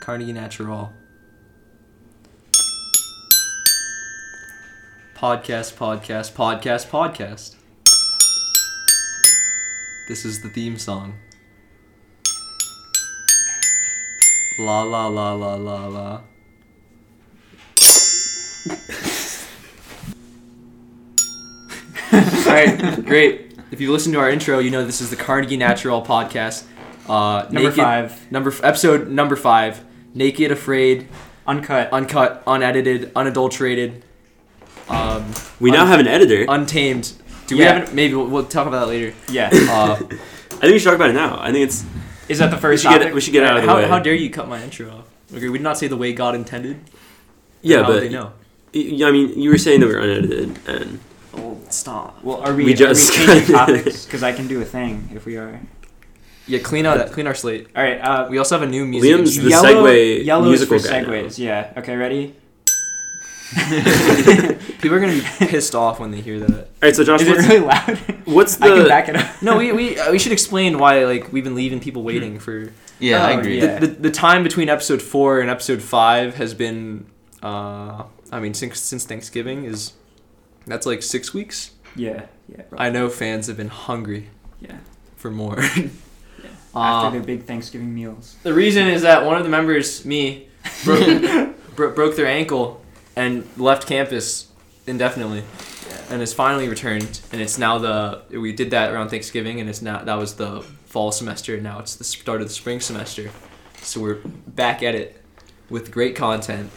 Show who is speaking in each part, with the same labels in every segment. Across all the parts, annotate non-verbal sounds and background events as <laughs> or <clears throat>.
Speaker 1: Carnegie Natural. Podcast, podcast, podcast, podcast. This is the theme song. La la la la la la. All right, great. If you listen to our intro, you know this is the Carnegie Natural podcast. Uh,
Speaker 2: Number five.
Speaker 1: Number f- episode number five. Naked, afraid,
Speaker 2: Uncut.
Speaker 1: uncut, unedited, unadulterated, um,
Speaker 3: We
Speaker 1: Un-
Speaker 3: now have an editor.
Speaker 1: <laughs> untamed. Do
Speaker 2: Yeah.
Speaker 1: we have? An, maybe we'll, we'll talk about that
Speaker 3: <laughs>
Speaker 1: later.
Speaker 2: yeah.
Speaker 1: <laughs> Uh,
Speaker 3: I think we should talk about it now. I think it's
Speaker 2: Is that the
Speaker 3: we
Speaker 2: first
Speaker 3: should get
Speaker 2: topic?
Speaker 3: it, we should get it out of the
Speaker 1: how,
Speaker 3: way.
Speaker 1: how dare you cut my intro off? Okay, we did not say the way God intended.
Speaker 3: yeah,
Speaker 1: how
Speaker 3: but
Speaker 1: would they know?
Speaker 3: y- y- I mean, you were saying that we were unedited, and
Speaker 1: Oh, stop.
Speaker 2: well, are we,
Speaker 3: We
Speaker 2: are
Speaker 3: just
Speaker 2: we
Speaker 3: <laughs>
Speaker 2: changing
Speaker 3: got it.
Speaker 2: topics? Because I can do a thing if we are.
Speaker 1: Yeah, clean out that clean our slate.
Speaker 2: All right. Uh,
Speaker 1: We also have a new music.
Speaker 3: Liam's
Speaker 1: instrument.
Speaker 3: the
Speaker 2: yellow,
Speaker 3: segue
Speaker 2: yellow
Speaker 3: musical
Speaker 2: is for
Speaker 3: guy now.
Speaker 2: segues. Yeah. Okay. Ready?
Speaker 1: <laughs> People are gonna be pissed off when they hear that.
Speaker 3: all right. So
Speaker 2: <laughs>
Speaker 3: Josh,
Speaker 2: is it
Speaker 3: what's,
Speaker 2: really loud? <laughs>
Speaker 3: what's
Speaker 2: I can
Speaker 3: the
Speaker 2: back it up.
Speaker 1: No, we we uh, we should explain why like we've been leaving people waiting for. uh,
Speaker 4: Yeah, I
Speaker 2: Oh,
Speaker 4: agree.
Speaker 2: yeah.
Speaker 1: The, the the time between episode four and episode five has been, uh, I mean, since since Thanksgiving is, that's like six weeks.
Speaker 2: <laughs> Yeah. Yeah.
Speaker 1: I know fans have been hungry
Speaker 2: Yeah.
Speaker 1: for more.
Speaker 2: After
Speaker 1: Uh,
Speaker 3: Um,
Speaker 2: their big Thanksgiving meals.
Speaker 1: The reason is that one of the members, me, broke, bro- broke their ankle and left campus indefinitely, and has finally returned. And it's now the we did that around Thanksgiving, and it's now that was the fall semester. and Now it's the start of the spring semester, so we're back at it with great content.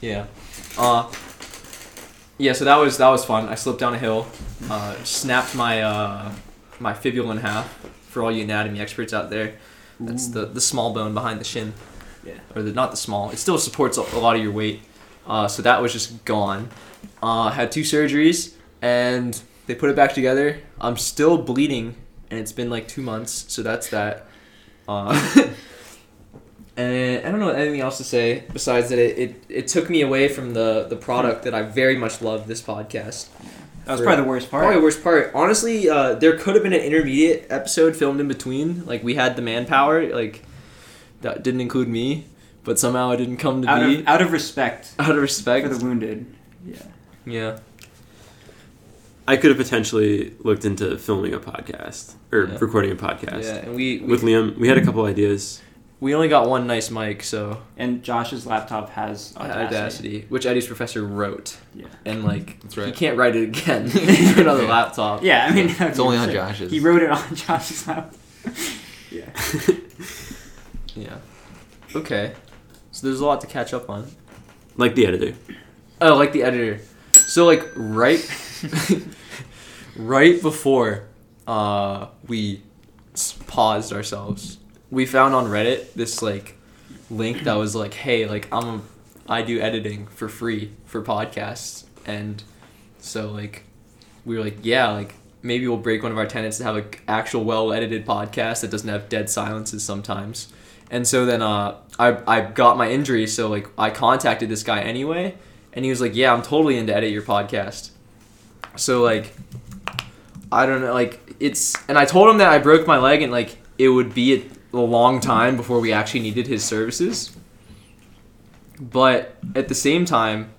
Speaker 1: Yeah. Uh. Yeah. So that was that was fun. I slipped down a hill, uh, snapped my uh, my fibula in half. For all you anatomy experts out there. That's the, the small bone behind the shin.
Speaker 2: Yeah.
Speaker 1: Or the, not the small. It still supports a, a lot of your weight. Uh, so that was just gone. Uh, had two surgeries and they put it back together. I'm still bleeding and it's been like two months. So that's that. Uh, <laughs> and I don't know anything else to say besides that it, it, it took me away from the, the product that I very much love this podcast.
Speaker 2: That was
Speaker 1: For-
Speaker 2: probably the worst part.
Speaker 1: Probably the worst part. Honestly, uh, there could have been an intermediate episode filmed in between. Like we had the manpower, like that didn't include me, but somehow it didn't come to
Speaker 2: out
Speaker 1: be.
Speaker 2: of out of respect
Speaker 1: <laughs> out of
Speaker 2: for
Speaker 1: respect.
Speaker 2: the wounded. Yeah.
Speaker 1: yeah.
Speaker 3: I could have potentially looked into filming a podcast or
Speaker 1: Yeah.
Speaker 3: recording a podcast
Speaker 1: Yeah. And we
Speaker 3: with
Speaker 1: we,
Speaker 3: Liam. We had a couple ideas.
Speaker 1: we only got one nice mic, so
Speaker 2: And Josh's laptop has audacity.
Speaker 1: Audacity, which Eddie's professor wrote.
Speaker 2: Yeah.
Speaker 1: And like
Speaker 4: <laughs> That's
Speaker 1: he
Speaker 4: right.
Speaker 1: can't write it
Speaker 2: <laughs>
Speaker 1: again <laughs> for another
Speaker 4: Yeah.
Speaker 1: laptop.
Speaker 2: Yeah. I mean, <laughs>
Speaker 4: It's only on Josh's.
Speaker 2: He wrote it on <laughs> Josh's laptop. yeah. <laughs>
Speaker 1: Yeah. Okay. So there's a lot to catch up on.
Speaker 3: <laughs> Like the editor.
Speaker 1: Oh, like the editor. So like right,
Speaker 2: <laughs>
Speaker 1: <laughs> right before uh, we s- paused ourselves, we found on Reddit this like link that was like, hey, like I'm a, I do editing for free for podcasts, and so like we were like, yeah, like maybe we'll break one of our tenets to have an actual well edited podcast that doesn't have dead silences sometimes. And so then uh, I, I got my injury, so like I contacted this guy anyway, and he was like, "Yeah, I'm totally into edit your podcast." So like, I don't know, like it's, and I told him that I broke my leg and like it would be a, a long time before we actually needed his services. But at the same time,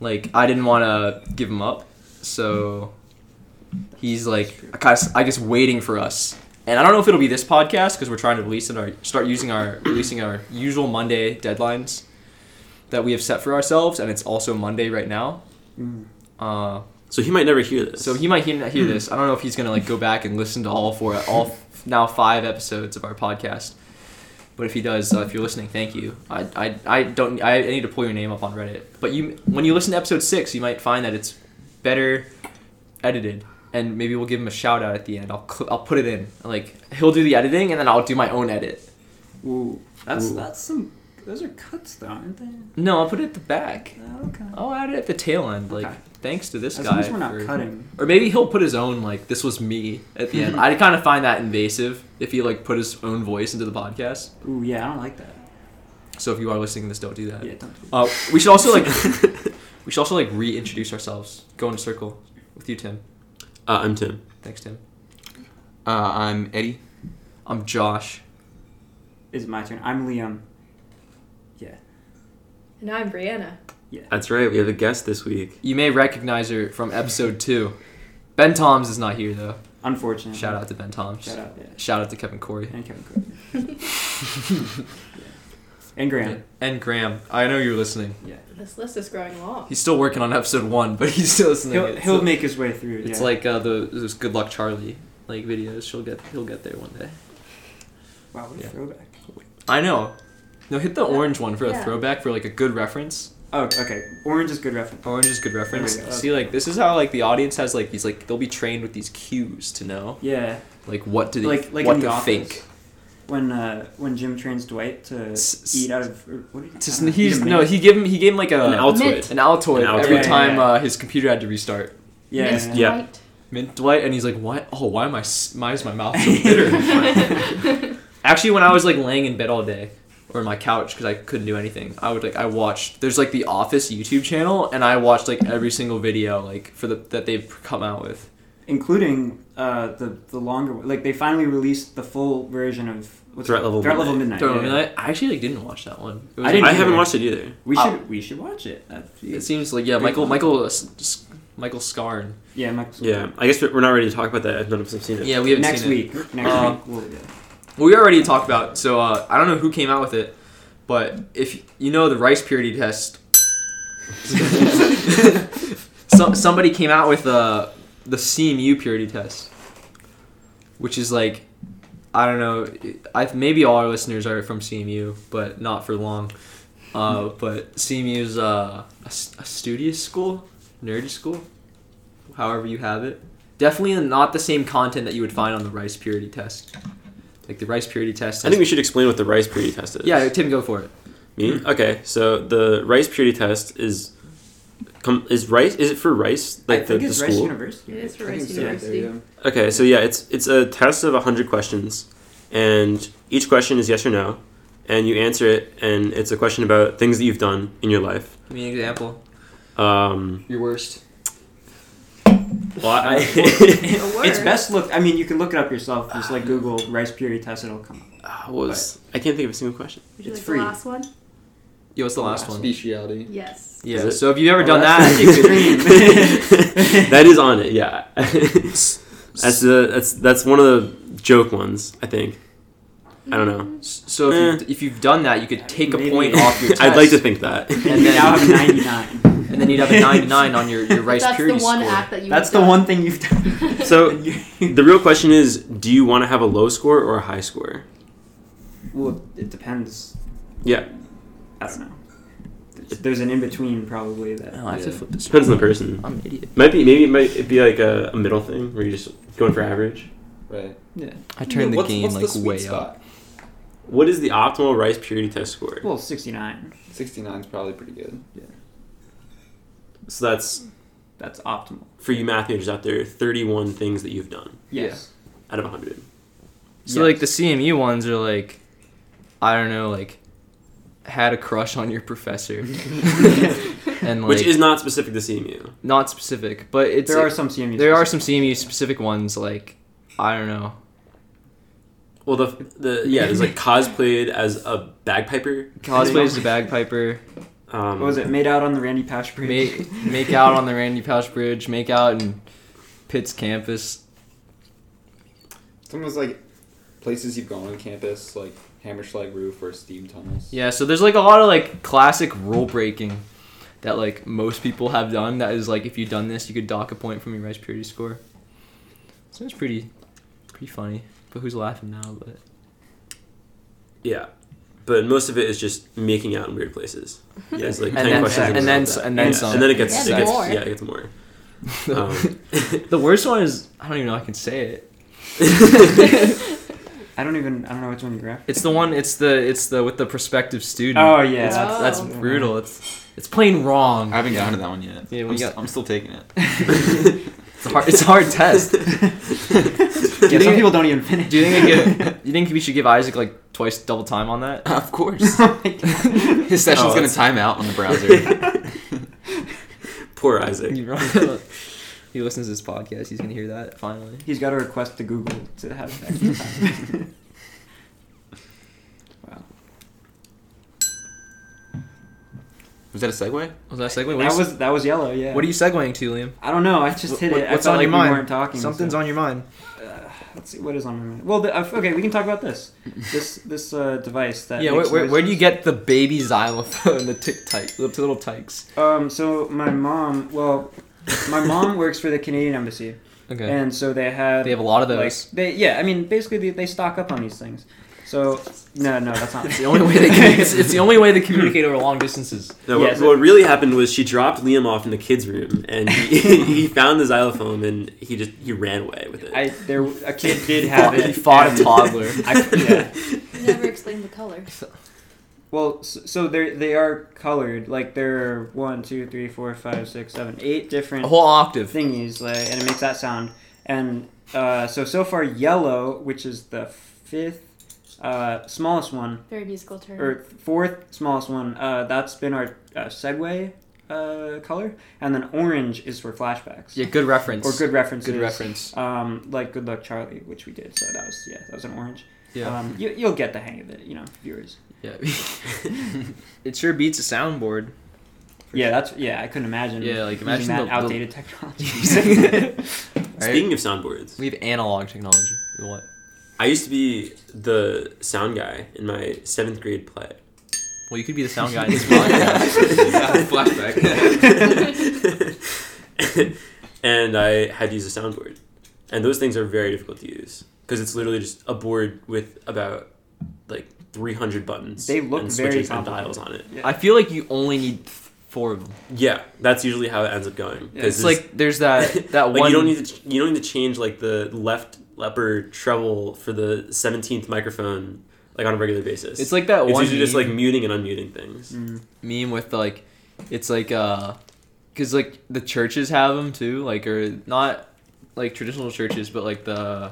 Speaker 1: like I didn't want to give him up, so he's like, I guess, I guess waiting for us. And I don't know if it'll be this podcast because we're trying to release it our start using our releasing our usual Monday deadlines that we have set for ourselves, and it's also Monday right now.
Speaker 2: Mm.
Speaker 1: Uh,
Speaker 3: So he might never hear this.
Speaker 1: so he might hear, hear
Speaker 2: Hmm.
Speaker 1: this. I don't know if he's gonna like go back and listen to all four, all f- now five episodes of our podcast. But if he does, uh, if you're listening, thank you. I, I, I don't. I, I need to pull your name up on Reddit. But you, when you listen to episode six, you might find that it's better edited, and maybe we'll give him a shout out at the end. I'll, cl- I'll put it in. Like he'll do the editing, and then I'll do my own edit.
Speaker 2: Ooh, that's
Speaker 3: Ooh.
Speaker 2: that's some. Those are cuts, though, aren't they?
Speaker 1: No, I'll put it at the back.
Speaker 2: Oh, okay.
Speaker 1: I'll add it at the tail end. Like
Speaker 2: Okay.
Speaker 1: thanks to this
Speaker 2: As
Speaker 1: guy.
Speaker 2: long as we're not
Speaker 1: for-
Speaker 2: cutting.
Speaker 1: Or maybe he'll put his own like this was me at the end.
Speaker 2: <laughs>
Speaker 1: I kind of find that invasive if he like put his own voice into the podcast.
Speaker 2: Ooh, yeah, I don't like that.
Speaker 1: So if you are listening to this, don't do that.
Speaker 2: Yeah, don't. Do
Speaker 1: Uh, we should
Speaker 2: <laughs>
Speaker 1: also like we should also like reintroduce ourselves. Go in a circle with you, Tim.
Speaker 3: uh, I'm Tim.
Speaker 1: Thanks, Tim.
Speaker 4: Uh, I'm Eddie.
Speaker 1: I'm Josh.
Speaker 2: It's my turn. I'm Liam. Yeah.
Speaker 5: And I'm Brianna. <laughs>
Speaker 1: Uh,
Speaker 3: That's right. We have a guest this week.
Speaker 1: You may recognize her from episode two. Ben Toms is not here though.
Speaker 2: Unfortunately.
Speaker 1: Shout out to Ben Toms.
Speaker 2: Shout out. Yeah.
Speaker 1: Shout out to Kevin Corey.
Speaker 2: And Kevin Cook. yeah. And Graham.
Speaker 1: And Graham. I know you're listening.
Speaker 2: Yeah.
Speaker 5: This list is growing long.
Speaker 1: He's still working on episode one, but he's still listening.
Speaker 2: He'll,
Speaker 1: It's
Speaker 2: he'll
Speaker 1: a-
Speaker 2: make his way through.
Speaker 1: It's
Speaker 2: yeah.
Speaker 1: like uh, the those Good Luck Charlie like videos. She'll get he'll get there one day.
Speaker 2: wow, what a
Speaker 1: yeah.
Speaker 2: throwback.
Speaker 1: I know. No, hit the orange one for
Speaker 5: Yeah.
Speaker 1: a throwback for like a good reference.
Speaker 2: Oh, okay. Orange is good reference.
Speaker 1: Orange is good reference.
Speaker 2: There we go.
Speaker 1: See, like this is how like the audience has like these like they'll be trained with these cues to know
Speaker 2: Yeah.
Speaker 1: like what do they
Speaker 2: Like- like
Speaker 1: what
Speaker 2: in
Speaker 1: to
Speaker 2: The Office.
Speaker 1: think.
Speaker 2: When uh, when Jim trains Dwight to
Speaker 1: S- s-
Speaker 2: eat out of or what did he- I
Speaker 1: Just,
Speaker 2: don't know,
Speaker 1: he's
Speaker 2: eat a
Speaker 1: no,
Speaker 2: man-
Speaker 1: he gave him he gave him like a
Speaker 3: An Altoid.
Speaker 5: Mint.
Speaker 1: an Altoid
Speaker 3: An Altoid.
Speaker 1: every
Speaker 2: Yeah, yeah,
Speaker 1: time
Speaker 2: yeah.
Speaker 1: Uh, his computer had to restart.
Speaker 2: yeah,
Speaker 5: Miss
Speaker 2: yeah,
Speaker 3: Yeah. <laughs>
Speaker 5: White.
Speaker 1: Mint Dwight, and he's like, "Why? Oh, why am I? s- Why is my mouth <laughs> so bitter?" Actually, when I was like laying in bed all day or on my couch because I couldn't do anything, I would like I watched. There's like the Office YouTube channel, and I watched like every single video like for the that they've come out with.
Speaker 2: including uh, the the longer one. Like they finally released the full version of what's
Speaker 3: Threat
Speaker 2: it-
Speaker 3: Level
Speaker 2: Threat Level Midnight.
Speaker 3: Midnight.
Speaker 1: Don't
Speaker 2: yeah.
Speaker 1: remember that? I actually like didn't watch that one. It
Speaker 2: I didn't
Speaker 3: I
Speaker 1: like-
Speaker 2: either.
Speaker 3: haven't watched it either.
Speaker 2: We
Speaker 1: Oh.
Speaker 2: should we should watch it. That's-
Speaker 1: It seems like yeah,
Speaker 2: Big
Speaker 1: Michael
Speaker 2: one.
Speaker 1: Michael uh, S- S- Michael Scarn.
Speaker 2: yeah, Michael's-
Speaker 3: Yeah, I guess we're not ready to talk about that. None of us have seen it.
Speaker 1: Yeah, we haven't
Speaker 2: next
Speaker 1: seen it.
Speaker 2: week. Next
Speaker 1: Um,
Speaker 2: week. We'll, yeah.
Speaker 1: Well, we already talked about. So uh, I don't know who came out with it, but if you know the rice purity test, <laughs> so, somebody came out with uh, the CMU purity test, which is like, I don't know. I maybe all our listeners are from CMU, but not for long. Uh, but CMU is uh, a, s- a studious school, nerdy school, however you have it. Definitely not the same content that you would find on the rice purity test. Like the rice purity test.
Speaker 3: I think we should explain what the rice purity test is.
Speaker 1: yeah, Tim, go for it.
Speaker 3: Me? Okay, so the rice purity test is. Com- is rice? Is it for rice? Like
Speaker 2: I
Speaker 3: the,
Speaker 2: think
Speaker 3: the
Speaker 2: it's Rice
Speaker 3: school?
Speaker 2: University.
Speaker 5: It is for
Speaker 2: I think
Speaker 5: Rice
Speaker 2: so.
Speaker 5: University.
Speaker 2: Yeah, there you
Speaker 3: Okay, so yeah, it's it's a test of hundred questions, and each question is yes or no, and you answer it, and it's a question about things that you've done in your life.
Speaker 1: Give me an example.
Speaker 3: Um,
Speaker 1: Your worst.
Speaker 3: well, I,
Speaker 5: A
Speaker 2: go. <laughs> It's
Speaker 5: word.
Speaker 2: best looked. I mean, you can look it up yourself.
Speaker 1: <sighs>
Speaker 2: Just like Google rice purity test, it'll come. up.
Speaker 3: Ah, what was I can't think of a single <laughs> question.
Speaker 5: Would you
Speaker 2: It's
Speaker 5: like
Speaker 2: free.
Speaker 5: the last one?
Speaker 1: Yo, what's the last one?
Speaker 4: Speciality.
Speaker 5: Yes.
Speaker 1: Yeah.
Speaker 3: Is it?
Speaker 1: So if you've ever
Speaker 2: Oh,
Speaker 1: done
Speaker 2: that's
Speaker 1: that, <laughs>
Speaker 2: extreme.
Speaker 3: <laughs> that is on it. Yeah, that's the that's that's one of the joke ones. I think. I don't know.
Speaker 5: Mm.
Speaker 1: so if, you've, if you've done that, you could take a
Speaker 2: Maybe.
Speaker 1: point off <laughs> your test.
Speaker 3: <laughs> I'd like to think that.
Speaker 2: And you
Speaker 1: then- <laughs>
Speaker 2: now have
Speaker 3: <laughs>
Speaker 2: ninety nine.
Speaker 1: And then you'd have a 99 on your, your
Speaker 5: <laughs>
Speaker 1: rice
Speaker 5: That's the
Speaker 1: purity
Speaker 5: one
Speaker 1: score.
Speaker 5: act that you.
Speaker 2: That's the
Speaker 5: have done.
Speaker 2: one
Speaker 5: <laughs>
Speaker 2: thing you've done.
Speaker 3: So-
Speaker 2: And you- <laughs>
Speaker 3: <laughs> The real question is, do you want to have a low score or a high score?
Speaker 2: well, it depends.
Speaker 3: Yeah,
Speaker 2: I don't know. There's- There's an in between probably that.
Speaker 1: Oh, I have to
Speaker 4: Yeah.
Speaker 1: flip this.
Speaker 3: depends on the person.
Speaker 1: I'm an idiot.
Speaker 3: Might be maybe it might it'd be like a, a middle thing where you're just going for average.
Speaker 4: Right.
Speaker 2: Yeah.
Speaker 1: I turned the game like way up.
Speaker 3: What is the optimal rice purity test score?
Speaker 2: Well, sixty nine.
Speaker 4: 69 is probably pretty good.
Speaker 3: So that's
Speaker 2: That's optimal.
Speaker 3: for you math majors out there, 31 things that you've done
Speaker 2: Yes.
Speaker 3: out of 100.
Speaker 1: So
Speaker 2: Yes.
Speaker 1: like the CMU ones are like, I don't know, like had a crush on your
Speaker 2: <laughs>
Speaker 1: professor, and like
Speaker 3: Which is not specific to CMU.
Speaker 1: not specific, but it's
Speaker 2: there are some E CMU.
Speaker 1: there are some CMU specific ones like I don't know.
Speaker 3: Well, the the yeah, there's like cosplayed as a bagpiper.
Speaker 1: Cosplay as a bagpiper,
Speaker 3: Um,
Speaker 2: What was it? Made out on the Randy Pash Bridge.
Speaker 1: make make out on the Randy Pouch Bridge, make out in Pitt's campus.
Speaker 4: It's almost like places you've gone on campus, like Hammerschlag Roof or steam tunnels.
Speaker 1: Yeah, so there's like a lot of like classic rule breaking that like most people have done. That is like if you done this, you could dock a point from your rice purity score. So it's pretty, pretty funny. But who's laughing now? But
Speaker 3: Yeah, but most of it is just making out in weird places. Yeah, it's like
Speaker 1: And
Speaker 3: 10
Speaker 1: then-
Speaker 3: questions.
Speaker 1: and
Speaker 3: about
Speaker 1: then
Speaker 3: that.
Speaker 1: s- and then
Speaker 3: Yeah,
Speaker 1: some.
Speaker 3: And then it gets,
Speaker 5: And
Speaker 3: it gets
Speaker 5: more.
Speaker 3: yeah, it gets more.
Speaker 1: <laughs> the worst
Speaker 3: <laughs>
Speaker 1: one is I don't even know if I can say it.
Speaker 3: Um,
Speaker 2: <laughs>
Speaker 5: <laughs>
Speaker 2: I don't even. I don't know which one you're after.
Speaker 1: It's the one. It's the it's the with the prospective student.
Speaker 2: Oh yeah.
Speaker 1: It's-
Speaker 5: Oh.
Speaker 1: that's brutal. It's it's plain wrong.
Speaker 4: I haven't gotten to that one yet.
Speaker 1: Yeah, we
Speaker 4: I'm,
Speaker 1: got-
Speaker 4: st- I'm still taking
Speaker 1: <laughs>
Speaker 4: it.
Speaker 1: It's a hard, it's a <laughs> hard
Speaker 3: <laughs>
Speaker 1: test.
Speaker 2: <laughs> Yeah,
Speaker 1: think
Speaker 2: some
Speaker 1: it-
Speaker 2: people don't even finish.
Speaker 1: Do you think I
Speaker 2: <laughs>
Speaker 1: give, you think we should give Isaac like twice double time on that?
Speaker 4: of
Speaker 1: <laughs>
Speaker 4: course.
Speaker 2: Oh my God.
Speaker 4: <laughs> His session's
Speaker 3: Oh,
Speaker 4: gonna
Speaker 3: it's-
Speaker 4: time out on the browser.
Speaker 2: <laughs>
Speaker 3: Poor Isaac.
Speaker 1: You <laughs> wrong. he listens to this podcast. He's gonna hear that finally. <laughs>
Speaker 2: He's got a request to Google to have that.
Speaker 3: Is that a segue?
Speaker 1: Was that a segue? What, are
Speaker 2: That
Speaker 1: you-
Speaker 2: was that was yellow. Yeah.
Speaker 1: what are you segueing to, Liam?
Speaker 2: I don't know. I just hit
Speaker 1: What-
Speaker 2: it.
Speaker 1: what's
Speaker 2: I felt
Speaker 1: on
Speaker 2: like
Speaker 1: your
Speaker 2: we
Speaker 1: mind?
Speaker 2: weren't talking.
Speaker 1: Something's
Speaker 2: so-
Speaker 1: on your mind.
Speaker 2: Uh, let's see what is on my mind. Well, the, uh, okay, we can talk
Speaker 1: <laughs>
Speaker 2: about this. This this uh, device that.
Speaker 1: yeah, where,
Speaker 2: makes
Speaker 1: where, where do you
Speaker 2: noises.
Speaker 1: get the baby xylophone, the tick tyke, the little tikes?
Speaker 2: Um. So my mom. Well, my mom works for the Canadian embassy,
Speaker 1: Okay.
Speaker 2: and so they had.
Speaker 1: they have a lot of those.
Speaker 2: Like, they yeah. I mean, basically they, they stock up on these things. So no, no, that's not.
Speaker 1: it's the only way
Speaker 2: <laughs>
Speaker 1: they can, it's, it's the only way they communicate over long distances.
Speaker 3: No,
Speaker 2: Yeah,
Speaker 3: what,
Speaker 2: so-
Speaker 3: what really happened was she dropped Liam off in the kids' room,
Speaker 1: <laughs>
Speaker 3: and he, <laughs> he found the xylophone, and he just he ran away with it.
Speaker 2: I there a kid did <laughs>
Speaker 1: He
Speaker 2: have
Speaker 1: fought,
Speaker 2: it.
Speaker 1: he fought a
Speaker 2: and
Speaker 1: toddler.
Speaker 2: I, yeah.
Speaker 3: <laughs>
Speaker 5: Never explained the color.
Speaker 2: Well, s- so they they are colored. Like there are one, two, three, four, five, six, seven, eight different
Speaker 1: A whole octave.
Speaker 2: thingies, like, and it makes that sound. And uh, so so far, yellow, which is the fifth uh, smallest one
Speaker 5: Very musical term.
Speaker 2: or fourth smallest one, uh, that's been our uh, segue uh, color. And then orange is for flashbacks
Speaker 1: Yeah, good reference.
Speaker 2: or good references.
Speaker 1: Good reference.
Speaker 2: Um, like Good Luck Charlie, which we did. So that was yeah, that was an orange.
Speaker 1: Yeah.
Speaker 2: Um, you, you'll get the hang of it, you know, viewers.
Speaker 1: yeah. <laughs> it sure beats a soundboard. For
Speaker 2: Yeah, that's yeah. I couldn't imagine.
Speaker 1: Yeah, like,
Speaker 2: using
Speaker 1: imagine
Speaker 2: that
Speaker 1: the- the-
Speaker 2: outdated technology.
Speaker 1: <laughs>
Speaker 2: <laughs>
Speaker 1: Right?
Speaker 3: Speaking of soundboards,
Speaker 1: we have analog technology. What?
Speaker 3: I used to be the sound guy in my seventh grade play.
Speaker 1: Well, you could be the sound guy in
Speaker 3: <laughs>
Speaker 1: this podcast.
Speaker 4: Yeah, flashback.
Speaker 3: <laughs> and I had to use a soundboard, and those things are very difficult to use because it's literally just a board with about like 300 buttons.
Speaker 2: They look
Speaker 3: and
Speaker 2: very
Speaker 3: switches and dials on it.
Speaker 1: I feel like you only need four of them.
Speaker 3: Yeah, that's usually how it ends up going. 'cause
Speaker 2: Yeah,
Speaker 1: It's
Speaker 3: this-
Speaker 1: like there's that
Speaker 3: <laughs>
Speaker 1: that
Speaker 3: like,
Speaker 1: one.
Speaker 3: You don't need to. ch- You don't need to change like the left upper treble for the 17th microphone like on a regular basis.
Speaker 1: it's like that
Speaker 3: it's
Speaker 1: one.
Speaker 3: usually just
Speaker 1: meme-
Speaker 3: like muting and unmuting
Speaker 1: <laughs>
Speaker 3: things.
Speaker 2: Mm.
Speaker 1: meme with like it's like uh because like the churches have them too like or not like traditional churches but like the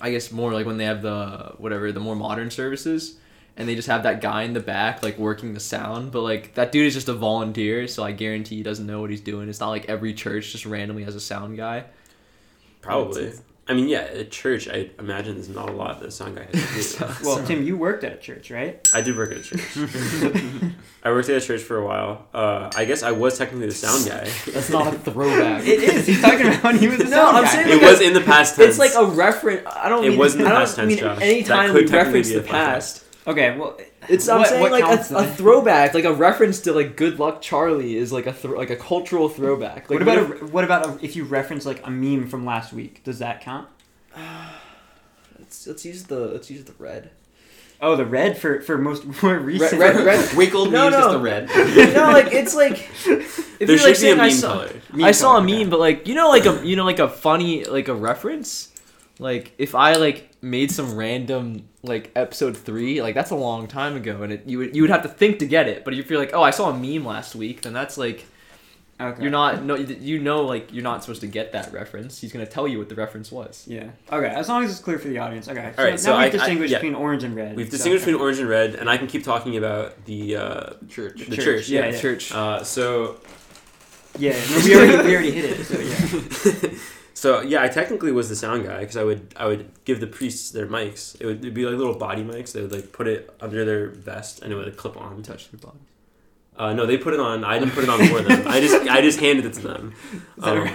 Speaker 1: i guess more like when they have the whatever the more modern services and they just have that guy in the back like working the sound but like that dude is just a volunteer so i guarantee he doesn't know what he's doing it's not like every church just randomly has a sound guy
Speaker 3: Probably. I mean, yeah, at church, I imagine there's not a lot that a sound guy
Speaker 1: <laughs>
Speaker 3: has to do.
Speaker 2: Well, Tim, you worked at a church, right?
Speaker 3: I did work at a church.
Speaker 1: <laughs>
Speaker 2: <laughs>
Speaker 3: I worked at a church for a while. Uh, I guess I was technically the sound guy.
Speaker 1: that's not a throwback
Speaker 2: It is. He's talking about when he was
Speaker 1: <laughs>
Speaker 2: a
Speaker 1: No,
Speaker 2: sound
Speaker 1: I'm
Speaker 2: guy.
Speaker 1: saying-
Speaker 3: it was in the past tense.
Speaker 1: it's like a reference i don't
Speaker 3: It
Speaker 1: mean
Speaker 3: was in the
Speaker 1: I don't
Speaker 3: past tense,
Speaker 1: mean
Speaker 3: Josh. That
Speaker 1: anytime
Speaker 3: could
Speaker 1: we
Speaker 3: technically
Speaker 1: reference
Speaker 3: be
Speaker 1: the
Speaker 3: a flashback.
Speaker 1: past
Speaker 2: okay. Well,
Speaker 1: It's I'm
Speaker 2: What-
Speaker 1: saying
Speaker 2: what
Speaker 1: like
Speaker 2: counts,
Speaker 1: a,
Speaker 2: though?
Speaker 1: a throwback, like a reference to like Good Luck Charlie is like a thro- like a cultural throwback. Like
Speaker 2: what about a, what about a, if you reference like a meme from last week? Does that count?
Speaker 1: let's, let's use the let's use the red.
Speaker 2: Oh, the red for for most <laughs> more recent.
Speaker 1: red-
Speaker 2: <laughs>
Speaker 3: <laughs>
Speaker 1: red-
Speaker 4: Wrinkled
Speaker 1: No,
Speaker 4: no,
Speaker 1: no.
Speaker 4: just the
Speaker 1: <laughs>
Speaker 4: red.
Speaker 1: no, like it's like if
Speaker 3: there
Speaker 1: you're
Speaker 3: should
Speaker 1: like
Speaker 3: be a
Speaker 1: saying I
Speaker 3: meme
Speaker 1: saw
Speaker 3: color.
Speaker 2: Meme
Speaker 1: I saw a
Speaker 2: color,
Speaker 1: meme,
Speaker 2: okay.
Speaker 1: but like you know like a you know like a funny like a reference. Like if I like made some random like episode three, like that's a long time ago, and it, you would you would have to think to get it. But if you're like, oh, I saw a meme last week, then that's like
Speaker 2: Okay.
Speaker 1: you're not no you know like you're not supposed to get that reference. He's gonna tell you what the reference was.
Speaker 2: Yeah. Okay. As long as it's clear for the audience. Okay.
Speaker 3: All right,
Speaker 2: Now
Speaker 3: so I- I-
Speaker 2: we've distinguished
Speaker 3: yeah.
Speaker 2: between orange and red.
Speaker 3: We've
Speaker 2: so-
Speaker 3: distinguished between orange and red, and I can keep talking about the uh,
Speaker 4: Church.
Speaker 3: the church.
Speaker 2: yeah, yeah.
Speaker 1: Church.
Speaker 3: Uh, so
Speaker 2: Yeah. no, we already we already hit it. So yeah.
Speaker 3: so yeah, I technically was the sound guy because I would I would give the priests their mics. It would it'd be like little body mics. They would like put it under their vest and it would like, clip on.
Speaker 1: touch their
Speaker 4: <laughs>
Speaker 1: body.
Speaker 3: Uh, no, they put it on. I didn't put it on for them. I just I just handed it to them.
Speaker 2: Is that a
Speaker 3: Um,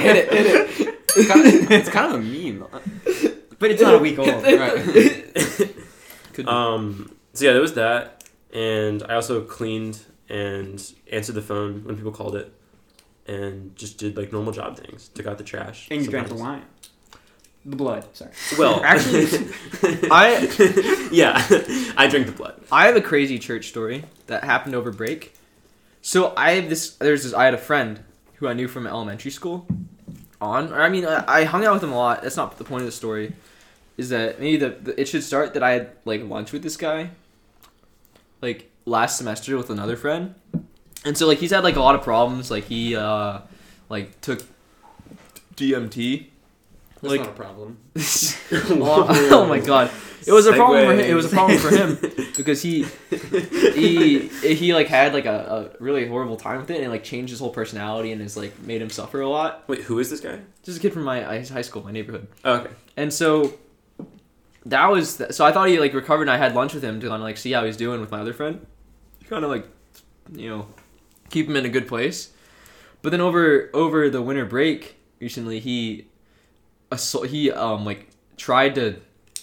Speaker 1: hit it, hit it.
Speaker 4: It's kind, of, it's kind of a meme. Oh,
Speaker 2: But it's not a <laughs> week old.
Speaker 4: Right. <laughs>
Speaker 1: <laughs> Could
Speaker 3: Um, so yeah, there was that, and I also cleaned and answered the phone when people called it, and just did like normal job things. Took out the trash.
Speaker 2: And you drank the
Speaker 3: sometimes.
Speaker 2: wine. The blood. Sorry.
Speaker 3: Well, <laughs>
Speaker 1: Actually, I
Speaker 3: yeah, <laughs> I drank the blood.
Speaker 1: I have a crazy church story that happened over break. So I have this. There's this. I had a friend who I knew from elementary school. On, or I mean, I, I hung out with him a lot. That's not the point of the story. Is that maybe the, the it should start that I had like lunch with this guy, like last semester with another friend, and so like he's had like a lot of problems. Like he uh like took DMT.
Speaker 4: That's
Speaker 1: Like-
Speaker 4: not a problem.
Speaker 1: Long- <laughs> oh my god, it was a problem. For him. It was a problem for
Speaker 3: <laughs>
Speaker 1: him because he he he like had like a, a really horrible time with it and it, like changed his whole personality and has like made him suffer a lot.
Speaker 3: Wait, who is this guy?
Speaker 1: Just a kid from my uh, high high school, my neighborhood,
Speaker 3: Oh, okay.
Speaker 1: and so that was th- so I thought he like recovered and I had lunch with him to kind of like see how he's doing with my other friend. kind of like, you know, keep him in a good place. But then over over the winter break recently, he assault, he um like tried to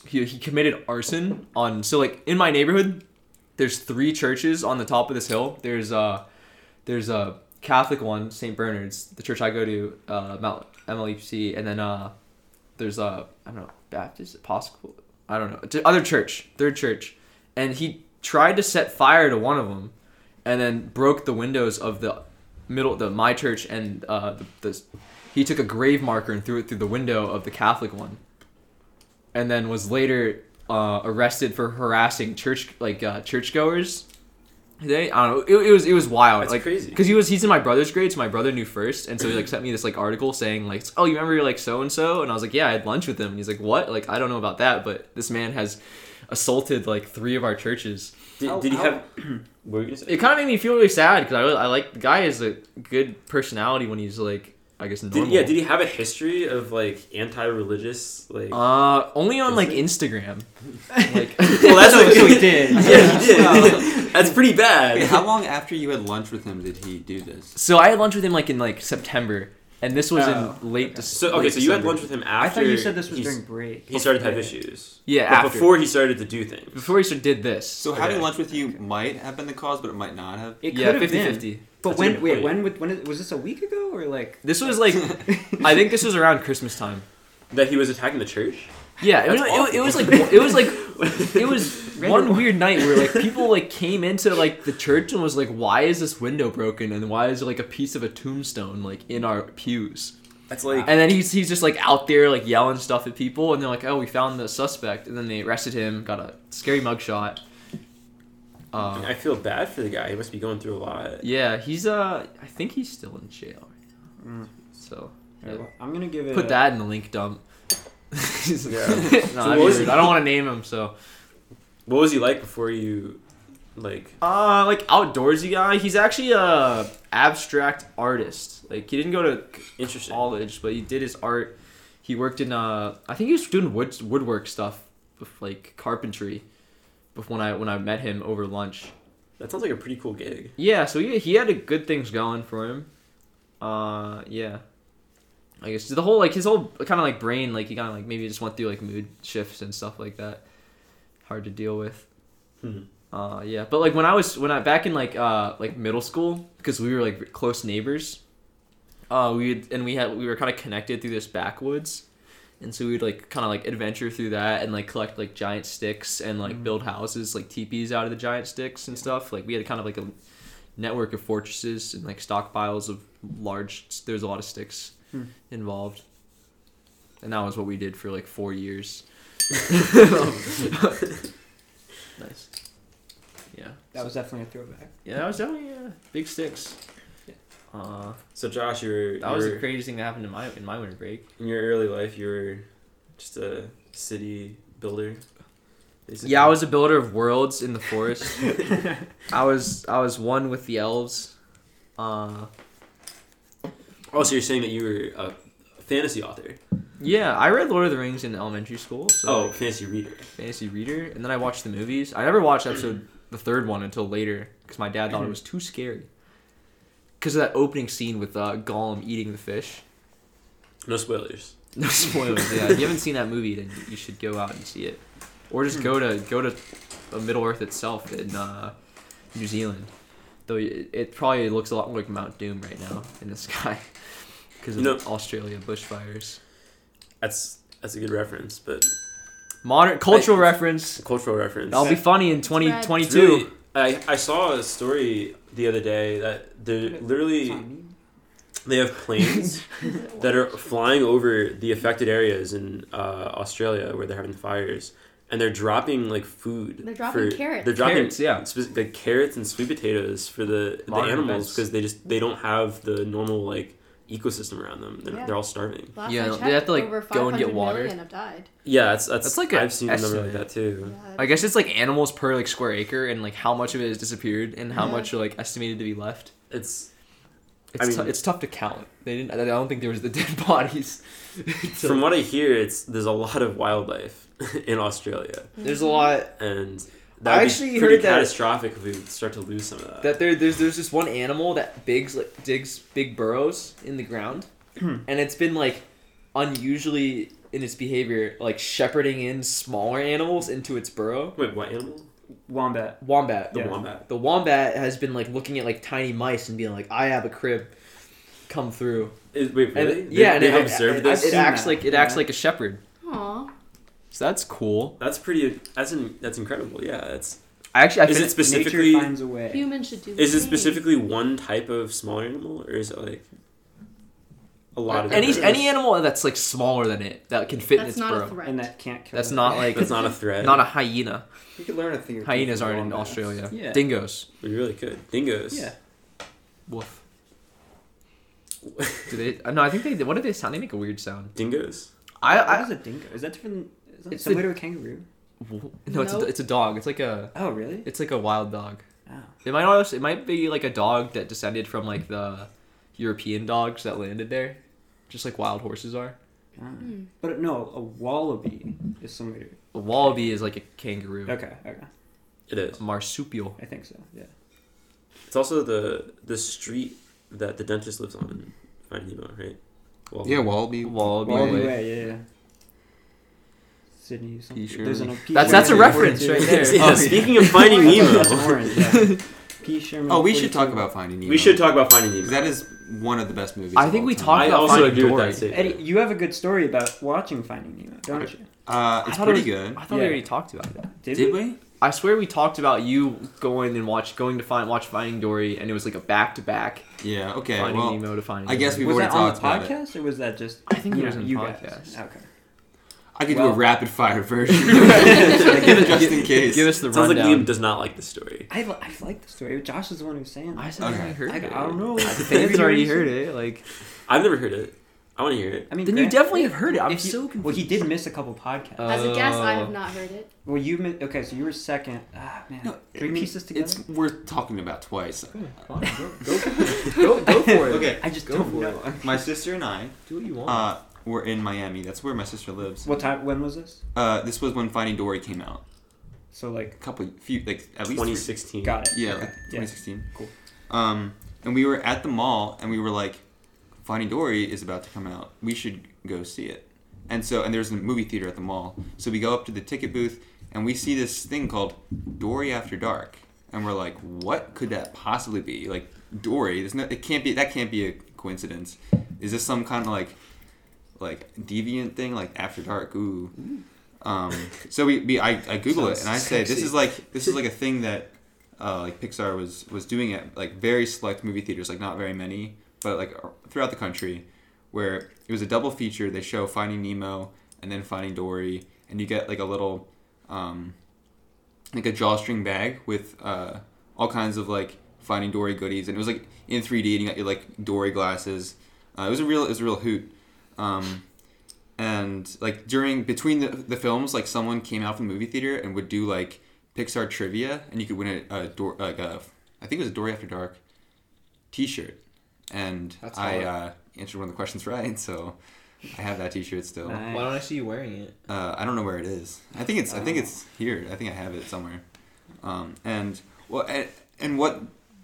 Speaker 1: he he committed arson on so like in my neighborhood, there's three churches on the top of this hill. There's uh there's a Catholic one, St. Bernard's, the church I go to, uh, Mount MLEC, and then uh, there's a I don't know Baptist Apostle, I don't know t- other church, third church, and he tried to set fire to one of them, and then broke the windows of the middle the my church and uh, the, the he took a grave marker and threw it through the window of the Catholic one, and then was later uh, arrested for harassing church like uh, churchgoers. They, I don't know. It, it was it was wild.
Speaker 3: That's
Speaker 1: like
Speaker 3: crazy.
Speaker 1: because he was he's in my brother's grade, so my brother knew first, and so he like sent me this like article saying like, oh, you remember like so and so, and I was like, yeah, I had lunch with him. And he's like, what? Like I don't know about that, but this man has assaulted like three of our churches.
Speaker 3: Did,
Speaker 2: How-
Speaker 3: did he
Speaker 2: how-
Speaker 3: have? <clears throat> what were you gonna say?
Speaker 1: It kind of made me feel really sad because I really, I like the guy has a good personality when he's like I guess normal.
Speaker 3: Did, yeah, did he have a history of like anti-religious like?
Speaker 1: Uh, only on
Speaker 3: Is
Speaker 1: like
Speaker 3: it?
Speaker 1: Instagram. Like,
Speaker 3: <laughs>
Speaker 1: <laughs>
Speaker 3: Well, that's
Speaker 2: so,
Speaker 3: what-
Speaker 2: so he did.
Speaker 3: <laughs> yeah, he
Speaker 4: Wow.
Speaker 3: did. <laughs> that's pretty
Speaker 4: Wait,
Speaker 3: bad.
Speaker 4: how long after you had lunch with him did he do this?
Speaker 1: so I had lunch with him like in like September, and this was
Speaker 2: Oh,
Speaker 1: in late. Dec-
Speaker 3: <laughs> So okay,
Speaker 1: late
Speaker 3: so you had
Speaker 1: December.
Speaker 3: lunch with him after.
Speaker 2: I thought you said this was
Speaker 3: he's-
Speaker 2: during break.
Speaker 3: He started to have issues.
Speaker 1: Yeah,
Speaker 3: But
Speaker 1: after.
Speaker 3: before he started to do things.
Speaker 1: before he sort of did this.
Speaker 4: So
Speaker 1: Okay.
Speaker 4: having lunch with you might have been the cause, but it might not have.
Speaker 2: It
Speaker 1: yeah,
Speaker 2: could have been.
Speaker 1: 50-50.
Speaker 2: But
Speaker 3: That's a
Speaker 2: when?
Speaker 3: good
Speaker 2: Wait,
Speaker 3: point.
Speaker 2: when? would- When? it- Was this a week ago or like? <laughs>
Speaker 1: This was
Speaker 3: <laughs>
Speaker 1: like, I think this was around Christmas time.
Speaker 3: That he was attacking the church. <laughs>
Speaker 1: Yeah, it,
Speaker 3: That's
Speaker 1: was- it, was- it was like
Speaker 3: awful.
Speaker 1: it was like it was one
Speaker 2: Random.
Speaker 1: weird night where like people like came into like the church and was like, why is this window broken and why is there like a piece of a tombstone like in our pews?
Speaker 3: That's like
Speaker 1: And then he's he's just like out there like yelling stuff at people, and they're like, "Oh, we found the suspect," and then they arrested him, got a scary mugshot. Uh,
Speaker 3: I feel bad for the guy. He must be going through a lot.
Speaker 1: yeah, he's uh, I think he's still in jail. Right now.
Speaker 2: Mm.
Speaker 1: So
Speaker 2: Alright, well, I'm gonna give it.
Speaker 1: put
Speaker 2: a-
Speaker 1: that in the link dump. <laughs> no, that'd
Speaker 3: what
Speaker 1: be
Speaker 3: was
Speaker 1: rude.
Speaker 3: it?
Speaker 1: I don't want to name him. So
Speaker 3: What was he like before you, like?
Speaker 1: uh, like outdoorsy guy. He's actually a abstract artist. Like he didn't go to
Speaker 3: Interesting.
Speaker 1: college, but he did his art. He worked in uh, I think he was doing wood woodwork stuff, with, like carpentry. But when I when I met him over lunch,
Speaker 3: That sounds like a pretty cool gig.
Speaker 1: yeah, so he he had a good things going for him. Uh, yeah. I guess the whole like his whole kind of like brain like he kind of like maybe just went through like mood shifts and stuff like that. Hard to deal with.
Speaker 3: Hmm.
Speaker 1: Uh, yeah, but like when I was when I back in like uh like middle school because we were like close neighbors. Uh, we would, and we had we were kind of connected through this backwoods, and so we would like kind of like adventure through that and like collect like giant sticks and like build houses like teepees out of the giant sticks and stuff. Like we had kind of like a network of fortresses and like stockpiles of large. There's a lot of sticks
Speaker 2: Hmm.
Speaker 1: involved, and that was what we did for like four <laughs> years. nice. Yeah.
Speaker 2: That was definitely a <laughs> throwback.
Speaker 1: Yeah, that was definitely yeah, big sticks.
Speaker 2: Yeah.
Speaker 1: Uh,
Speaker 3: So Josh, you were,
Speaker 1: that
Speaker 3: you
Speaker 1: was
Speaker 3: were
Speaker 1: the craziest thing that happened in my in my winter break.
Speaker 3: in your early life. You were just a city builder. basically.
Speaker 1: Yeah, I was a builder of worlds in the forest. I was I was one with the elves. Uh,
Speaker 3: Oh, so you're saying that you were a fantasy author?
Speaker 1: yeah, I read Lord of the Rings in elementary school. So
Speaker 3: Oh,
Speaker 1: like,
Speaker 3: fantasy reader.
Speaker 1: fantasy reader, and then I watched the movies. I never watched episode the third one until later because my dad thought it was too scary. Because of that opening scene with uh, Gollum eating the fish. <laughs>
Speaker 3: No spoilers.
Speaker 1: No spoilers. yeah, if you haven't seen that movie, then you should go out and see it, or just go to go to uh, Middle Earth itself in uh, New Zealand. Though it, it probably looks a lot like Mount Doom right now in the <laughs> sky because of
Speaker 3: You know-
Speaker 1: Australia bushfires.
Speaker 3: That's that's a good reference, but
Speaker 1: Modern cultural reference.
Speaker 3: it's a cultural reference.
Speaker 1: That'll be funny in twenty
Speaker 5: rad.
Speaker 1: twenty
Speaker 3: It's
Speaker 1: two.
Speaker 3: really- I, I saw a story the other day that they're
Speaker 2: It's
Speaker 3: literally
Speaker 2: not me.
Speaker 3: they have
Speaker 1: <laughs>
Speaker 3: planes that are flying over the affected areas in uh, Australia where they're having fires, and they're dropping like food.
Speaker 5: They're dropping
Speaker 3: for-
Speaker 5: carrots.
Speaker 3: They're dropping
Speaker 1: Carrots, yeah.
Speaker 3: spec- like carrots and sweet potatoes for the the
Speaker 1: Modern
Speaker 3: animals
Speaker 1: events.
Speaker 3: because they just they don't have the normal like ecosystem around them. They're,
Speaker 5: Yeah.
Speaker 3: they're all starving.
Speaker 5: Last
Speaker 1: Yeah,
Speaker 5: I
Speaker 1: they
Speaker 5: checked,
Speaker 1: have to, like,
Speaker 5: over
Speaker 1: go and get
Speaker 5: 500
Speaker 1: water.
Speaker 5: million Have died.
Speaker 3: Yeah, that's that's,
Speaker 1: That's like
Speaker 3: like
Speaker 1: a
Speaker 3: I've seen a number like
Speaker 1: estimate.
Speaker 3: that too.
Speaker 5: Yeah,
Speaker 1: I guess it's like animals per like square acre, and like how much of it has disappeared, and how
Speaker 5: Yeah.
Speaker 1: much are like estimated to be left.
Speaker 3: It's
Speaker 1: It's,
Speaker 3: mean-
Speaker 1: tou- it's tough to count. They didn't. I don't think there was the <laughs> dead bodies. So-
Speaker 3: from <laughs> what I hear, it's there's a lot of wildlife in Australia,
Speaker 1: There's a lot.
Speaker 3: and That would
Speaker 1: I
Speaker 3: be
Speaker 1: actually
Speaker 3: pretty
Speaker 1: heard that-
Speaker 3: catastrophic if we start to lose some of that.
Speaker 1: that there there's there's this one animal that digs like digs big burrows in the ground,
Speaker 3: Hmm.
Speaker 1: and it's been like unusually in its behavior, like shepherding in smaller animals into its burrow.
Speaker 3: Wait, what animal?
Speaker 2: Wombat.
Speaker 1: Wombat.
Speaker 3: The
Speaker 2: Yeah.
Speaker 3: wombat.
Speaker 1: The wombat has been like looking at like tiny mice and being like, "I have a crib, come through."
Speaker 3: Is- wait,
Speaker 1: And-
Speaker 3: really? They-
Speaker 1: yeah, and
Speaker 3: they've
Speaker 1: it-
Speaker 3: observed
Speaker 1: it,
Speaker 3: this.
Speaker 1: It
Speaker 2: I've
Speaker 1: acts
Speaker 2: seen that,
Speaker 1: like it acts
Speaker 2: yeah.
Speaker 1: like a shepherd.
Speaker 5: Aw.
Speaker 6: So that's cool.
Speaker 3: that's pretty. That's in, that's incredible. Yeah, that's.
Speaker 6: I actually I
Speaker 3: Is
Speaker 6: fin-
Speaker 3: it specifically?
Speaker 2: Nature finds a way.
Speaker 5: Humans should do the
Speaker 3: Is it
Speaker 5: same.
Speaker 3: specifically one type of smaller animal, or is it like a lot of
Speaker 1: Any
Speaker 3: different-
Speaker 1: any animal that's like smaller than it that can fit
Speaker 5: That's
Speaker 1: in its
Speaker 5: not a
Speaker 1: burrow.
Speaker 5: threat.
Speaker 2: And that can't kill.
Speaker 1: That's
Speaker 2: them.
Speaker 1: not
Speaker 2: <laughs>
Speaker 1: like
Speaker 3: That's not a threat.
Speaker 1: not a hyena.
Speaker 7: You could learn a thing. or two
Speaker 1: Hyenas
Speaker 7: from
Speaker 1: aren't in
Speaker 7: wombats.
Speaker 1: Australia.
Speaker 2: Yeah.
Speaker 1: Dingoes.
Speaker 3: We really could. Dingoes. <laughs>
Speaker 2: Yeah.
Speaker 1: Woof. Do they? uh, No, I think they. What do they sound? They make a weird sound.
Speaker 3: Dingoes.
Speaker 1: I.
Speaker 2: What
Speaker 1: I
Speaker 2: is a dingo? Is that different? Is that
Speaker 1: It's
Speaker 2: similar
Speaker 1: a-
Speaker 2: to a kangaroo?
Speaker 1: <laughs> no, it's a,
Speaker 5: Nope.
Speaker 1: it's a dog. It's like a
Speaker 2: Oh, really?
Speaker 1: it's like a wild dog.
Speaker 2: Oh.
Speaker 1: It might also it might be like a dog that descended from like the European dogs that landed there, just like wild horses are.
Speaker 2: Ah. But no, a wallaby is similar to.
Speaker 1: A wallaby is like a kangaroo,
Speaker 2: Okay, okay.
Speaker 3: It is.
Speaker 1: a marsupial.
Speaker 2: I think so, yeah.
Speaker 3: It's also the the street that the dentist lives on in Finding Nemo, right? Well,
Speaker 4: Yeah, Wallaby.
Speaker 1: Wallaby.
Speaker 2: Wallaby
Speaker 1: way.
Speaker 2: way, yeah, yeah. Sydney, something.
Speaker 4: Sure.
Speaker 2: There's an, P.
Speaker 1: That's that's a
Speaker 2: Sherman
Speaker 1: reference
Speaker 2: 42.
Speaker 1: right there.
Speaker 3: Yeah,
Speaker 2: Oh, yeah.
Speaker 3: Speaking
Speaker 2: <laughs>
Speaker 3: of Finding
Speaker 2: That's
Speaker 3: Nemo,
Speaker 2: orange, yeah. P. Sherman.
Speaker 4: Oh, we should talk
Speaker 2: 42.
Speaker 4: about Finding Nemo.
Speaker 3: we should talk about Finding
Speaker 4: 'Cause
Speaker 3: Nemo.
Speaker 4: That is one of the best movies.
Speaker 1: I
Speaker 4: of
Speaker 1: think
Speaker 4: all
Speaker 1: we
Speaker 4: time.
Speaker 1: talked
Speaker 3: I
Speaker 1: about
Speaker 3: also
Speaker 1: Finding
Speaker 3: agree with
Speaker 1: Dory.
Speaker 3: that statement.
Speaker 2: Eddie, you have a good story about watching Finding Nemo, don't
Speaker 4: Okay.
Speaker 2: you?
Speaker 4: Uh,
Speaker 1: I
Speaker 4: it's
Speaker 1: thought it
Speaker 4: pretty
Speaker 1: was-
Speaker 4: good.
Speaker 1: I thought we
Speaker 2: Yeah.
Speaker 1: already talked about that.
Speaker 2: Did,
Speaker 4: Did
Speaker 2: we?
Speaker 4: we?
Speaker 1: I swear we talked about you going and watch going to find watch Finding Dory, and it was like a back to back
Speaker 4: Yeah. Okay.
Speaker 1: Finding
Speaker 4: Well,
Speaker 1: Nemo to Finding.
Speaker 4: I guess
Speaker 1: Dory.
Speaker 4: We've
Speaker 2: Was
Speaker 4: already
Speaker 2: that on the
Speaker 4: talked about it.
Speaker 2: podcast, or was that just?
Speaker 1: I think it
Speaker 2: you
Speaker 1: was
Speaker 2: know,
Speaker 1: on the
Speaker 2: you
Speaker 1: podcast.
Speaker 2: Guys? Okay.
Speaker 4: I could do
Speaker 2: Well-
Speaker 4: a rapid
Speaker 1: <laughs>
Speaker 4: fire version, <laughs>
Speaker 1: Give it-
Speaker 4: just in case.
Speaker 1: Give us the
Speaker 3: It sounds like
Speaker 1: rundown.
Speaker 3: Liam does not like the story.
Speaker 2: I, li- I like the story. Josh is the one who's saying.
Speaker 1: I
Speaker 2: that.
Speaker 1: said
Speaker 4: Okay.
Speaker 1: I heard
Speaker 2: I, I
Speaker 1: it.
Speaker 2: don't know.
Speaker 1: The fans already heard it. <laughs> Like,
Speaker 3: I've never heard it. I want to hear it.
Speaker 2: I mean,
Speaker 1: Then you
Speaker 2: Grant-
Speaker 1: definitely have heard it. I'm
Speaker 2: if you-
Speaker 1: so
Speaker 2: Well, he
Speaker 1: confused.
Speaker 2: did miss a couple podcasts.
Speaker 1: Uh,
Speaker 5: As a guest, I
Speaker 1: Oh.
Speaker 5: have not heard it.
Speaker 2: well, you mi- okay? So you were second. Ah, man.
Speaker 4: No, I
Speaker 2: Three
Speaker 4: mean,
Speaker 2: pieces together.
Speaker 4: It's worth talking about twice.
Speaker 1: <laughs> go, go for it.
Speaker 4: Okay.
Speaker 2: <laughs> I just
Speaker 1: Go
Speaker 2: don't
Speaker 1: for
Speaker 2: know.
Speaker 4: My sister and I
Speaker 1: Do what you want.
Speaker 4: uh, were in Miami. That's where my sister lives.
Speaker 2: What time? When was this?
Speaker 4: Uh, this was when Finding Dory came out.
Speaker 2: So like,
Speaker 4: A couple, few, like at least
Speaker 3: 2016.
Speaker 4: three-
Speaker 2: got it.
Speaker 4: Yeah,
Speaker 2: Okay.
Speaker 4: like 2016.
Speaker 2: Cool.
Speaker 4: Um, and we were at the mall, and we were like, "Finding Dory is about to come out. We should go see it." And so, and there's a movie theater at the mall, so we go up to the ticket booth, and we see this thing called Dory After Dark, and we're like, "What could that possibly be? Like Dory? There's no. It can't be. That can't be a coincidence. Is this some kind of like, like deviant thing? Like After Dark? Ooh." Um, so we, we I, I Google it
Speaker 3: Sounds
Speaker 4: and I say this
Speaker 3: sexy.
Speaker 4: is like this is like a thing that uh, like Pixar was was doing at like very select movie theaters, like not very many, but like ar- throughout the country, where it was a double feature. They show Finding Nemo and then Finding Dory, and you get like a little, um, like a drawstring bag with uh, all kinds of like Finding Dory goodies, and it was like in 3D, and you got your like Dory glasses. Uh, it was a real it was a real hoot. Um, and like during between the, the films like someone came out from the movie theater and would do like pixar trivia and you could win a, a door like a i think it was a dory after dark t-shirt and
Speaker 1: That's hot.
Speaker 4: i uh, answered one of the questions <laughs> right so i have that t-shirt still
Speaker 2: Nice.
Speaker 1: Why don't I see you wearing it?
Speaker 4: uh, I don't know where it is. I think it's I think it's here. I think I have it somewhere. Um, and well, and, and what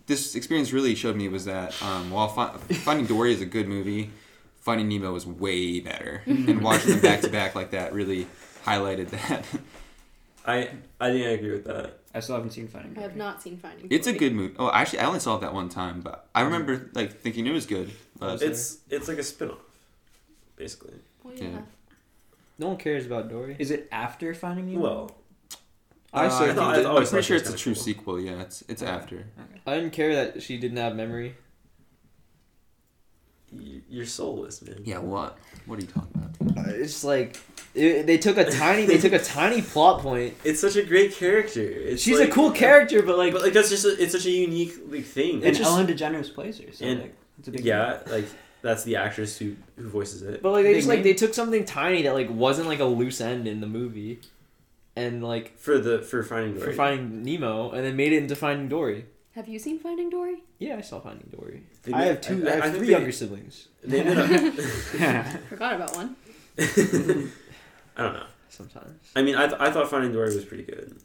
Speaker 4: this experience really showed me was that um, while fin- Finding Dory is a good movie, Finding Nemo was way better. and watching them back to back like that really highlighted that. <laughs>
Speaker 3: I I think I agree with that.
Speaker 2: I still haven't seen Finding
Speaker 5: I have
Speaker 2: Dory.
Speaker 5: not seen Finding
Speaker 4: it's a
Speaker 5: Dory.
Speaker 4: good movie. Oh, actually, I only saw it that one time, but I remember like thinking it was good. But Uh,
Speaker 3: It's it's like a spin-off, basically.
Speaker 5: Well,
Speaker 4: Yeah.
Speaker 5: yeah.
Speaker 1: No one cares about Dory.
Speaker 2: Is it after Finding Nemo?
Speaker 1: I
Speaker 3: Well,
Speaker 4: I, uh, I
Speaker 1: certainly
Speaker 3: thought-
Speaker 4: think
Speaker 3: I
Speaker 4: that- I'm
Speaker 3: always
Speaker 4: pretty
Speaker 3: liked
Speaker 4: sure
Speaker 3: those
Speaker 4: it's
Speaker 3: kinda
Speaker 4: a true
Speaker 3: cool.
Speaker 4: sequel. Yeah, it's it's after.
Speaker 1: I didn't care that she didn't have memory.
Speaker 3: y- you're soulless, man.
Speaker 4: Yeah, what? What are you talking about?
Speaker 1: Uh, It's just like it, they took a tiny they took a tiny plot point.
Speaker 3: It's such a great character. It's
Speaker 1: She's
Speaker 3: like-
Speaker 1: a cool character, but like,
Speaker 3: But like that's just a, it's such a unique like thing.
Speaker 2: and
Speaker 3: It's just-
Speaker 2: Ellen DeGeneres plays her. So
Speaker 3: and-
Speaker 2: like, it's a big
Speaker 3: yeah, like that's the actress who who voices it.
Speaker 1: but like they
Speaker 2: Big
Speaker 1: just like
Speaker 2: name.
Speaker 1: they took something tiny that like wasn't like a loose end in the movie, and like
Speaker 3: for the for Finding Dory.
Speaker 1: for Finding Nemo, and then made it into Finding Dory.
Speaker 5: Have you seen Finding Dory?
Speaker 1: Yeah, I saw Finding Dory.
Speaker 3: They
Speaker 1: I
Speaker 3: made-
Speaker 1: have two. I, have
Speaker 3: think
Speaker 1: three
Speaker 3: they-
Speaker 1: younger siblings.
Speaker 3: They
Speaker 1: <laughs>
Speaker 3: made a,
Speaker 5: Forgot about one.
Speaker 3: <laughs> I don't know.
Speaker 1: Sometimes
Speaker 3: I mean, I, th- I thought Finding Dory was pretty good.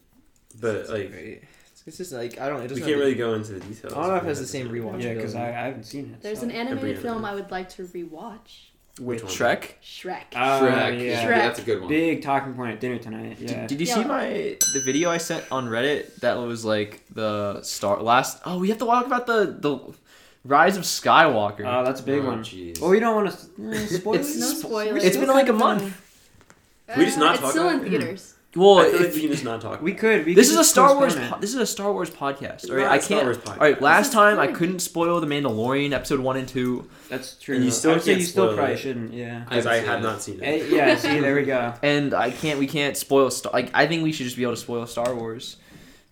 Speaker 3: But like
Speaker 8: Right. It's just like I don't. It
Speaker 3: we
Speaker 8: doesn't
Speaker 3: can't really go into the details.
Speaker 8: I don't know if it has the same rewatch.
Speaker 2: Yeah, because I, I haven't seen it.
Speaker 5: There's
Speaker 2: so.
Speaker 5: an
Speaker 3: Every
Speaker 5: animated
Speaker 3: other
Speaker 5: film
Speaker 3: day.
Speaker 5: I would like to rewatch.
Speaker 3: Which one?
Speaker 1: Shrek.
Speaker 5: Shrek.
Speaker 1: Uh,
Speaker 2: Oh,
Speaker 4: Shrek.
Speaker 2: yeah.
Speaker 5: Shrek.
Speaker 4: That's a good one.
Speaker 2: Big talking point at dinner tonight. Yeah.
Speaker 1: Did, did you
Speaker 5: Yeah.
Speaker 1: see my the video I sent on Reddit that was like the star last? Oh, we have to talk about the the rise of Skywalker.
Speaker 2: Oh, that's a big
Speaker 4: Oh,
Speaker 2: one.
Speaker 4: Jeez.
Speaker 2: Well, we don't want to spoil
Speaker 1: <laughs> It's-
Speaker 5: no
Speaker 2: it.
Speaker 1: spo-
Speaker 5: spoilers.
Speaker 1: it's been like a month.
Speaker 3: We just not
Speaker 5: it's
Speaker 3: talk
Speaker 5: still
Speaker 3: about
Speaker 5: in
Speaker 3: it?
Speaker 5: theaters.
Speaker 1: Well,
Speaker 3: I feel like
Speaker 1: if-
Speaker 3: we can just not talk.
Speaker 2: We could. We
Speaker 1: this
Speaker 2: could
Speaker 1: is a
Speaker 2: just
Speaker 1: Star
Speaker 2: postpone
Speaker 1: Wars.
Speaker 2: it.
Speaker 1: Po- this is a Star Wars podcast.
Speaker 3: It's
Speaker 1: All right,
Speaker 3: not
Speaker 1: I
Speaker 3: a Star
Speaker 1: can't.
Speaker 3: Wars podcast.
Speaker 1: All right, last
Speaker 5: is
Speaker 1: time I
Speaker 5: fine.
Speaker 1: couldn't spoil the Mandalorian episode one and two,
Speaker 2: That's true.
Speaker 3: And you
Speaker 2: though.
Speaker 3: still
Speaker 2: I would say
Speaker 3: can't
Speaker 2: you still
Speaker 3: spoil
Speaker 2: probably
Speaker 3: it.
Speaker 2: shouldn't. Yeah.
Speaker 3: because
Speaker 4: I
Speaker 3: I
Speaker 4: haven't
Speaker 3: have
Speaker 4: seen
Speaker 3: not seen
Speaker 2: Eh,
Speaker 3: it.
Speaker 2: yeah. See, there
Speaker 3: <laughs>
Speaker 2: we go.
Speaker 1: and I can't. We can't spoil. Star- like I think we should just be able to spoil Star Wars,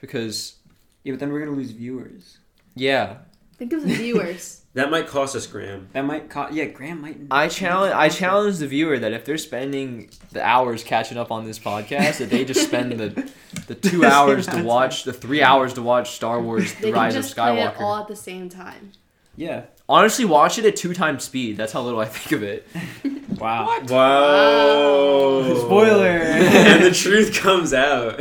Speaker 1: because
Speaker 2: Yeah, but then we're gonna lose viewers.
Speaker 1: yeah,
Speaker 3: <laughs>
Speaker 5: Think of the viewers.
Speaker 3: That might cost us, Graham.
Speaker 2: That might cost. Yeah, Graham might.
Speaker 1: I challenge. I challenge the viewer that if they're spending the hours catching up on this podcast, that they just spend the the
Speaker 5: <laughs>
Speaker 1: two hours to watch the three hours to watch Star Wars: The
Speaker 5: They can
Speaker 1: Rise of
Speaker 5: just play it all
Speaker 1: Skywalker.
Speaker 5: at the same time. <laughs>
Speaker 2: Yeah.
Speaker 1: Honestly, watch it at two times speed. That's how little I think of it.
Speaker 2: Wow.
Speaker 3: Wow.
Speaker 2: Spoiler.
Speaker 3: <laughs>
Speaker 1: <laughs>
Speaker 3: and the truth comes out. <laughs>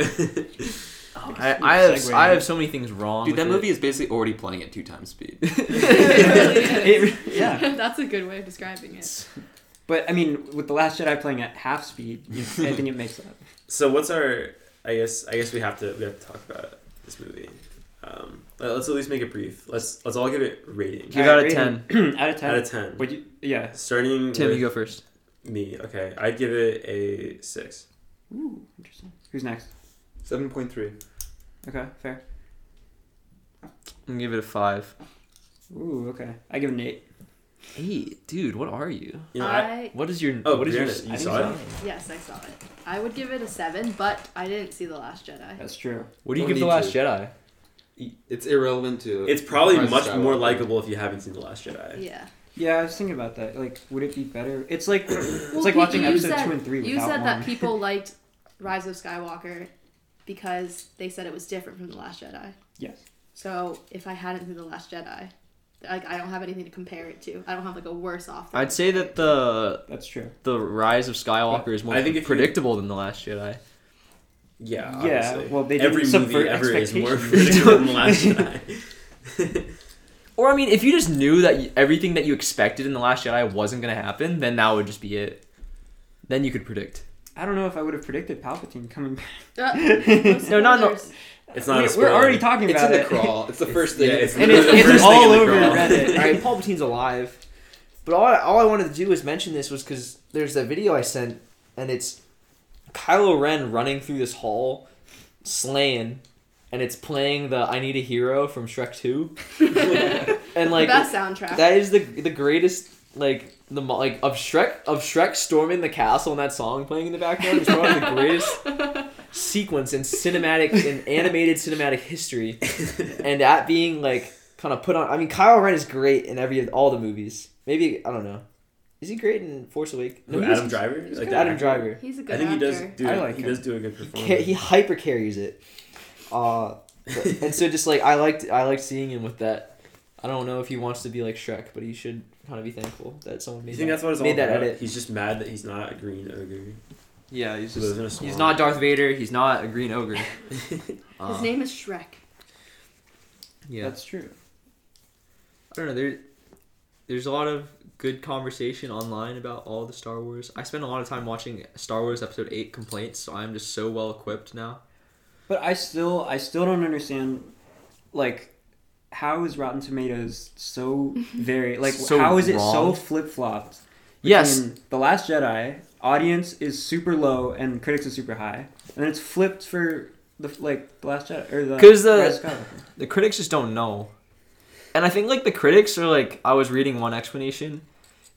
Speaker 1: I, I have I have so many things wrong.
Speaker 9: Dude, that
Speaker 1: with it.
Speaker 9: movie is basically already playing at two times speed.
Speaker 1: <laughs>
Speaker 2: <laughs> It re- yeah.
Speaker 5: That's a good way of describing it.
Speaker 2: But I mean, with the Last Jedi playing at half speed, I think it makes that.
Speaker 3: so what's our? I guess I guess we have to we have to talk about this movie. Um, let- let's at least make it brief. Let's let's all give it a rating
Speaker 1: Give
Speaker 2: Alright,
Speaker 1: out a
Speaker 2: rating. <clears throat> out of ten.
Speaker 3: out of ten.
Speaker 2: Would you? Yeah.
Speaker 3: Starting
Speaker 1: Tim,
Speaker 3: with
Speaker 1: you go first.
Speaker 3: me. Okay, I'd give it a six.
Speaker 2: Ooh, interesting. Who's next?
Speaker 4: Seven point three.
Speaker 2: Okay, fair.
Speaker 1: I'm gonna give it a five.
Speaker 2: Ooh, okay. I give it an eight.
Speaker 1: Eight, dude, what are you?
Speaker 3: You know, I,
Speaker 5: I
Speaker 1: What is your?
Speaker 3: oh,
Speaker 1: what is your?
Speaker 3: Brianna, you
Speaker 2: I
Speaker 3: saw it?
Speaker 5: yes, I saw it. I would give it a seven, but I didn't see the Last Jedi.
Speaker 2: That's true.
Speaker 1: What do you
Speaker 4: Don't
Speaker 1: give the
Speaker 4: need
Speaker 1: Last
Speaker 4: to.
Speaker 1: Jedi?
Speaker 4: It's irrelevant to.
Speaker 3: It's probably
Speaker 4: Rise of
Speaker 3: much more
Speaker 4: Skywalker.
Speaker 3: likable if you haven't seen The Last Jedi.
Speaker 5: Yeah.
Speaker 2: Yeah, I was thinking about that. Like, would it be better? It's
Speaker 5: <coughs>
Speaker 2: like it's
Speaker 5: Well,
Speaker 2: like
Speaker 5: Pete,
Speaker 2: watching
Speaker 5: you
Speaker 2: episode
Speaker 5: said-
Speaker 2: two and three
Speaker 5: You
Speaker 2: without
Speaker 5: said
Speaker 2: one. <laughs>
Speaker 5: that people liked Rise of Skywalker because they said it was different from the Last Jedi.
Speaker 2: yes.
Speaker 5: So if I hadn't seen the Last Jedi, like I don't have anything to compare it to. I don't have like a worse off.
Speaker 1: I'd say that
Speaker 5: <laughs>
Speaker 1: the
Speaker 2: That's true.
Speaker 1: the Rise of Skywalker is more
Speaker 3: I think if you-
Speaker 1: predictable than the Last Jedi.
Speaker 3: Yeah,
Speaker 2: Yeah,
Speaker 3: obviously.
Speaker 2: well, they
Speaker 3: every
Speaker 2: didn't
Speaker 3: movie
Speaker 2: subvert
Speaker 3: ever is more
Speaker 2: expectations.
Speaker 3: predictable than The Last Jedi.
Speaker 1: Or I mean, if you just knew that you, everything that you expected in the Last Jedi wasn't gonna happen, then that would just be it. Then you could predict.
Speaker 2: I don't know if I would have predicted Palpatine coming back.
Speaker 5: Uh,
Speaker 1: No, not- no.
Speaker 5: spoilers.
Speaker 3: it's not.
Speaker 2: we, <laughs>
Speaker 3: a
Speaker 2: We're
Speaker 3: spoiler.
Speaker 2: already talking
Speaker 4: It's
Speaker 2: about
Speaker 4: in the
Speaker 2: it. <laughs>
Speaker 4: crawl. It's the first
Speaker 3: Yeah,
Speaker 4: thing.
Speaker 3: it's
Speaker 2: And
Speaker 3: literally
Speaker 2: it's,
Speaker 3: the
Speaker 2: it's
Speaker 3: first thing
Speaker 2: all
Speaker 3: in the
Speaker 2: over
Speaker 3: crawl.
Speaker 2: Reddit.
Speaker 8: All right, Palpatine's alive. But all I, all I wanted to do was mention this was because there's that video I sent, and it's Kylo Ren running through this hall, slaying, and it's playing the "I Need a Hero" from Shrek Two, and like
Speaker 5: best soundtrack.
Speaker 8: that is the the greatest like the mo- like of Shrek of Shrek storming the castle and that song playing in the background is probably the
Speaker 5: <laughs>
Speaker 8: greatest sequence in cinematic in animated cinematic history,
Speaker 3: <laughs>
Speaker 1: uh,
Speaker 8: and that being like kind of put on. I mean, Kyle Ren is great in every all the movies. Maybe I don't know. Is he great in Force Awakens?
Speaker 3: Who,
Speaker 8: he's-
Speaker 3: Adam Driver, like the
Speaker 8: Adam
Speaker 3: actor?
Speaker 8: Driver.
Speaker 5: He's a good
Speaker 3: I think he does.
Speaker 5: actor.
Speaker 3: Do,
Speaker 2: I like
Speaker 3: he
Speaker 2: him.
Speaker 3: does do a good
Speaker 8: He, ca-
Speaker 3: performance.
Speaker 8: he hyper carries it. Uh, but-
Speaker 3: <laughs>
Speaker 8: and so just like I liked I liked seeing him with that. I don't know if he wants to be like Shrek, but he should kind of be thankful that someone made
Speaker 3: you think
Speaker 8: that,
Speaker 3: that's what it's all
Speaker 8: made that
Speaker 3: about?
Speaker 8: edit.
Speaker 3: He's just mad that he's not a green ogre.
Speaker 1: Yeah, he's
Speaker 3: He lives in a swamp.
Speaker 1: he's not Darth Vader. He's not a
Speaker 8: <laughs>
Speaker 1: green
Speaker 3: <laughs>
Speaker 1: ogre.
Speaker 3: Uh,
Speaker 1: uh,
Speaker 5: His name is Shrek.
Speaker 1: Yeah,
Speaker 2: That's true.
Speaker 1: I don't know. There, there's a lot of good conversation online about all the Star Wars. I spent a lot of time watching Star Wars Episode Eight complaints, so I'm just so well equipped now.
Speaker 2: But I still, I still don't understand, like, how is Rotten Tomatoes
Speaker 5: <laughs>
Speaker 2: so very like?
Speaker 1: So
Speaker 2: how is it so
Speaker 1: wrong?
Speaker 2: flip flopped?
Speaker 1: Yes.
Speaker 2: The Last Jedi audience is super low and critics are super high, and then it's flipped for the like the Last Jedi or the
Speaker 1: 'Cause the-
Speaker 2: Rise of Skywalker.
Speaker 1: The critics just don't know, and I think like the critics are like I was reading one explanation,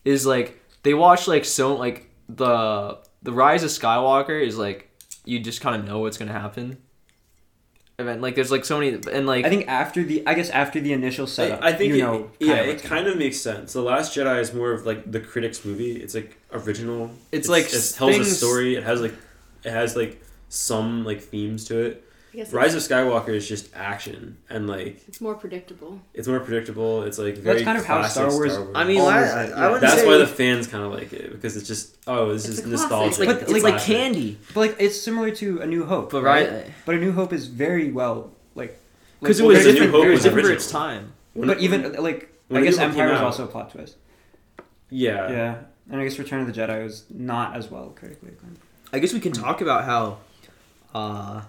Speaker 1: is like they watch like so like the the Rise of Skywalker is like you just kind of know what's gonna happen. And then, like there's like so many and like
Speaker 2: I think after the I guess after the initial setup,
Speaker 3: I, I think
Speaker 2: you
Speaker 3: it,
Speaker 2: know
Speaker 3: yeah,
Speaker 2: kinda
Speaker 3: it
Speaker 2: what's going
Speaker 3: kind of makes sense. The Last Jedi is more of like the critics' movie. It's like original.
Speaker 1: It's like
Speaker 3: it tells a
Speaker 1: things-
Speaker 3: story. It has like it has like some like themes to it.
Speaker 5: I guess
Speaker 3: Rise
Speaker 5: it's,
Speaker 3: of Skywalker is just action and like
Speaker 5: it's more predictable.
Speaker 3: it's more predictable. It's like very
Speaker 2: That's kind of how
Speaker 3: classic
Speaker 2: Star Wars-
Speaker 1: I mean,
Speaker 2: Always,
Speaker 1: I,
Speaker 2: yeah.
Speaker 1: I wouldn't
Speaker 3: that's
Speaker 1: say
Speaker 3: why the fans kind of like it because it's just oh, this is
Speaker 5: It's a classic.
Speaker 1: it's
Speaker 3: nostalgia.
Speaker 1: like,
Speaker 2: But,
Speaker 1: it's
Speaker 2: like-
Speaker 1: like
Speaker 3: classic.
Speaker 1: candy.
Speaker 2: But like it's similar to A New Hope,
Speaker 1: But
Speaker 2: right?
Speaker 1: right,
Speaker 2: But A New Hope is very well like
Speaker 1: because
Speaker 2: like,
Speaker 1: it was
Speaker 3: there's a
Speaker 2: very
Speaker 3: New
Speaker 1: different,
Speaker 3: Hope
Speaker 1: it was
Speaker 3: was
Speaker 1: different for
Speaker 3: original.
Speaker 1: its time.
Speaker 2: But even like
Speaker 3: when
Speaker 2: I
Speaker 3: A
Speaker 2: guess
Speaker 3: New Hope came
Speaker 2: Empire was
Speaker 3: out-
Speaker 2: also a plot twist.
Speaker 3: Yeah.
Speaker 2: Yeah, and I guess Return of the Jedi was not as well critically acclaimed.
Speaker 1: I guess we can talk about how uh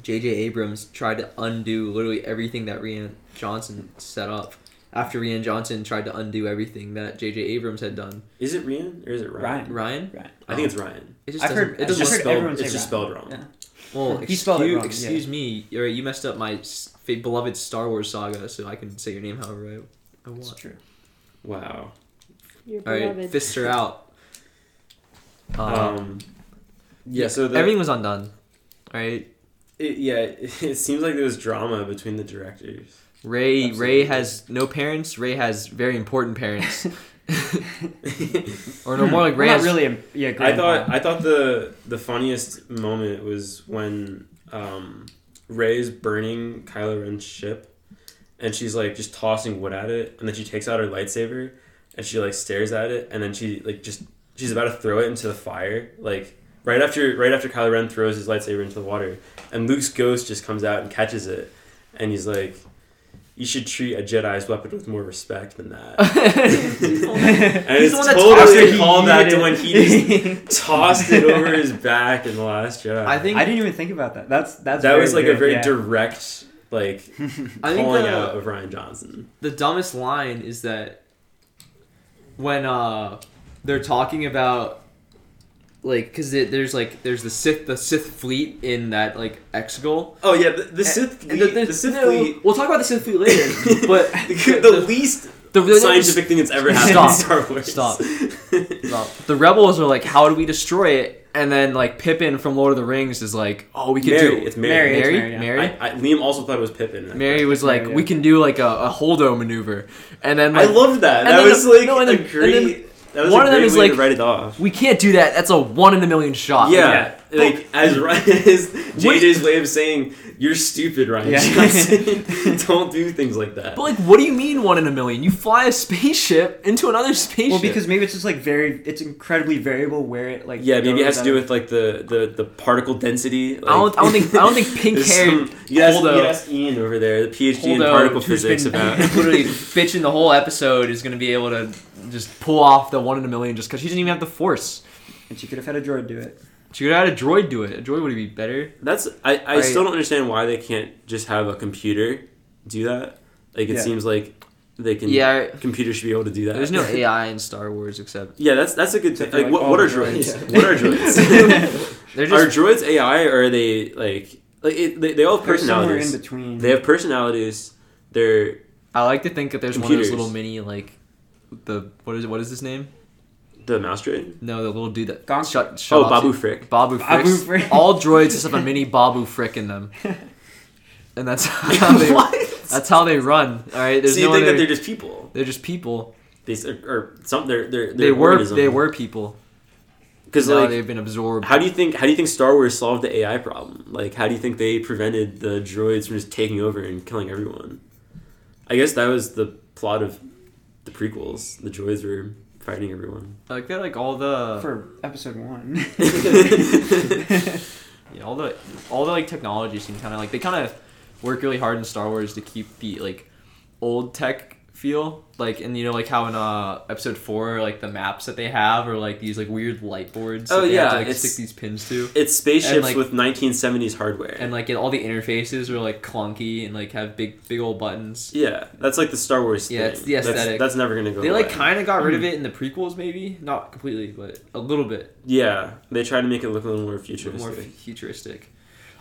Speaker 1: J.J. Abrams tried to undo literally everything that Rian Johnson set up. After Rian Johnson tried to undo everything that J.J. Abrams had done,
Speaker 3: Is it Ryan or is it Ryan?
Speaker 2: Ryan.
Speaker 1: Ryan.
Speaker 2: Right.
Speaker 3: I think it's Ryan.
Speaker 1: It just
Speaker 2: I've
Speaker 1: doesn't,
Speaker 2: heard-
Speaker 1: It
Speaker 2: I've
Speaker 3: It's
Speaker 1: doesn't
Speaker 3: just
Speaker 2: heard
Speaker 3: spelled.
Speaker 2: everyone
Speaker 3: It's
Speaker 2: say
Speaker 3: just
Speaker 2: Ryan.
Speaker 3: spelled wrong.
Speaker 2: Yeah.
Speaker 1: Well,
Speaker 2: He
Speaker 1: excuse,
Speaker 2: spelled it wrong,
Speaker 1: excuse me. You you messed up my s- fa- beloved Star Wars saga, so I can say your name however I, I
Speaker 2: It's
Speaker 1: want.
Speaker 2: true.
Speaker 3: Wow.
Speaker 5: Your
Speaker 1: All right,
Speaker 5: beloved.
Speaker 1: fists are out. Um,
Speaker 3: Um. Yeah. So the,
Speaker 1: everything was undone. All right,
Speaker 3: it, yeah, <laughs> it, it seems like there was drama between the directors. <laughs>
Speaker 1: Ray.
Speaker 3: Absolutely.
Speaker 1: Ray has no parents. Ray has very important parents, or no, more like
Speaker 2: We're
Speaker 1: Ray
Speaker 2: not
Speaker 1: has
Speaker 2: really. A, yeah,
Speaker 3: I
Speaker 2: grandpa.
Speaker 3: thought I thought the the funniest moment was when um, Ray's burning Kylo Ren's ship, and she's like just tossing wood at it, and then she takes out her lightsaber, and she like stares at it, and then she like just she's about to throw it into the fire, like right after right after Kylo Ren throws his lightsaber into the water, and Luke's ghost just comes out and catches it, and he's like. You should treat a Jedi's weapon with more respect than
Speaker 1: <laughs>
Speaker 3: that. <laughs> and
Speaker 1: He's
Speaker 3: it's
Speaker 1: the one that
Speaker 2: tossed
Speaker 3: totally
Speaker 2: it.
Speaker 3: a callback to when he just tossed it over
Speaker 1: <laughs>
Speaker 3: his back in the last Jedi.
Speaker 1: I think
Speaker 2: I didn't even think about that. That's that's
Speaker 3: that
Speaker 2: very
Speaker 3: was like
Speaker 2: weird,
Speaker 3: a very
Speaker 2: yeah.
Speaker 3: direct
Speaker 1: <laughs>
Speaker 3: like
Speaker 1: I think
Speaker 3: calling
Speaker 1: the-
Speaker 3: out of Ryan Johnson.
Speaker 1: the dumbest line is that when uh they're talking about like because there's like there's the Sith the Sith fleet in that like Exegol.
Speaker 3: Oh yeah, the, the Sith
Speaker 1: And
Speaker 3: fleet, the, Sith
Speaker 1: no,
Speaker 3: fleet,
Speaker 1: We'll talk about the Sith fleet
Speaker 3: <laughs>
Speaker 1: later, <laughs> but
Speaker 3: the, the least
Speaker 1: the, the-
Speaker 3: scientific thing that's ever
Speaker 1: Stop.
Speaker 3: happened in Star Wars.
Speaker 1: Stop. the rebels are like, how do we destroy it? And then like Pippin from Lord of the Rings is like, oh, we can
Speaker 3: Mary,
Speaker 1: do
Speaker 3: it's
Speaker 2: Mary,
Speaker 3: Mary.
Speaker 2: it's
Speaker 1: Mary,
Speaker 2: Mary, yeah.
Speaker 1: Mary.
Speaker 3: <laughs> I, I, Liam also thought it was Pippin.
Speaker 1: Mary was like,
Speaker 2: Mary, yeah.
Speaker 1: we can do like a, a holdo maneuver, and then
Speaker 3: I
Speaker 1: like,
Speaker 3: loved that.
Speaker 1: and
Speaker 3: That
Speaker 1: then
Speaker 3: was
Speaker 1: the-
Speaker 3: like
Speaker 1: no, and
Speaker 3: a
Speaker 1: then- and
Speaker 3: great.
Speaker 1: then
Speaker 3: that was
Speaker 1: one
Speaker 3: a
Speaker 1: of them
Speaker 3: great
Speaker 1: is
Speaker 3: way to
Speaker 1: like-
Speaker 3: write it off.
Speaker 1: we can't do that. That's a one in a million shot.
Speaker 3: Yeah,
Speaker 2: yeah.
Speaker 3: like as
Speaker 1: <laughs>
Speaker 3: Ryan, as JJ's way of saying you're stupid, Ryan
Speaker 2: Yeah.
Speaker 1: <laughs>
Speaker 3: Johnson. <laughs> Don't do things like that.
Speaker 1: But like, what do you mean one in a million? You fly a spaceship into another spaceship.
Speaker 2: Well, because maybe it's just like very, it's incredibly variable where it like.
Speaker 3: Yeah, maybe it
Speaker 2: goes
Speaker 3: has to do
Speaker 2: out.
Speaker 3: with like the the, the particle density. Like,
Speaker 1: don't- I don't think- I don't
Speaker 3: <laughs>
Speaker 1: think pink-haired
Speaker 3: there's some- You asked, you
Speaker 1: Holdo-
Speaker 3: asked Ian over there, the PhD in
Speaker 1: Holdo,
Speaker 3: particle
Speaker 1: who's
Speaker 3: physics,
Speaker 1: been
Speaker 3: about
Speaker 1: <laughs>
Speaker 3: <laughs>
Speaker 1: literally bitching the whole episode is going to be able to just pull off the one in a million just because she doesn't even have the force.
Speaker 2: And she could have had a droid do it.
Speaker 1: She could have had a droid do it. A droid would be better.
Speaker 3: that's. I, I
Speaker 1: Right.
Speaker 3: still don't understand why they can't just have a computer do that. Like it
Speaker 2: Yeah.
Speaker 3: seems like they can.
Speaker 1: Yeah.
Speaker 3: computers should be able to do that.
Speaker 1: There's no AI in Star Wars except
Speaker 3: <laughs> Yeah, that's that's a good thing.
Speaker 2: they're
Speaker 3: Like,
Speaker 2: like,
Speaker 3: what,
Speaker 2: oh,
Speaker 3: what are
Speaker 2: they're like-
Speaker 3: droids?
Speaker 2: Yeah.
Speaker 3: <laughs> What are
Speaker 1: <laughs>
Speaker 2: <laughs>
Speaker 3: droids? <laughs>
Speaker 1: they're
Speaker 3: are
Speaker 1: just
Speaker 3: droids AI or are they like like it, they, they all have
Speaker 2: There's somewhere in
Speaker 3: personalities.
Speaker 2: between.
Speaker 3: They have personalities. They're
Speaker 1: I like to think that there's
Speaker 3: Computers.
Speaker 1: one of those little mini like the what is what is his name?
Speaker 3: the mouse droid.
Speaker 1: No, the little dude that
Speaker 2: Gonk.
Speaker 1: shut shut
Speaker 3: Oh,
Speaker 1: up-
Speaker 3: Babu
Speaker 1: <laughs>
Speaker 3: Frick. <laughs>
Speaker 1: Babu Frick.
Speaker 2: Babu Frick.
Speaker 1: All droids just have
Speaker 2: <laughs>
Speaker 1: a mini Babu Frick in them. And that's how
Speaker 2: <laughs>
Speaker 1: they that's how they run. All right, there's
Speaker 3: so you
Speaker 1: no
Speaker 3: think
Speaker 1: other,
Speaker 3: that they're
Speaker 1: they're,
Speaker 3: just people?
Speaker 1: just people.
Speaker 3: They s- or, or some they're, they're,
Speaker 1: They were they were people.
Speaker 3: because
Speaker 1: now
Speaker 3: like
Speaker 1: they've been absorbed.
Speaker 3: how do you think how do you think Star Wars solved the AI problem? Like how do you think they prevented the droids from just taking over and killing everyone? I guess that was the plot of the prequels. The droids were fighting everyone.
Speaker 1: like they're like all
Speaker 3: uh,
Speaker 1: the
Speaker 2: for episode
Speaker 3: <laughs>
Speaker 2: one. <laughs>
Speaker 1: yeah, all the all the like technology seems kind of like they kind of work really hard in Star Wars to keep the like old tech feel like and you know like how in uh episode four like the maps that they have are like these like weird light boards that
Speaker 3: Oh,
Speaker 1: they have
Speaker 3: yeah,
Speaker 1: to like
Speaker 3: it's-
Speaker 1: stick these pins to
Speaker 3: It's spaceships
Speaker 1: And, like-
Speaker 3: with 1970s hardware.
Speaker 1: and like all the interfaces are like clunky and like have big big old buttons
Speaker 3: yeah, that's like the Star Wars.
Speaker 1: Yeah,
Speaker 3: thing.
Speaker 1: it's the
Speaker 3: That's-
Speaker 1: aesthetic.
Speaker 3: That's, never gonna go.
Speaker 1: they like
Speaker 3: away.
Speaker 1: kind of got
Speaker 3: Hmm.
Speaker 1: rid of it in the prequels maybe not completely but a little bit
Speaker 3: yeah, they try to make it look a little more
Speaker 1: bit
Speaker 3: futuristic.
Speaker 1: more futuristic.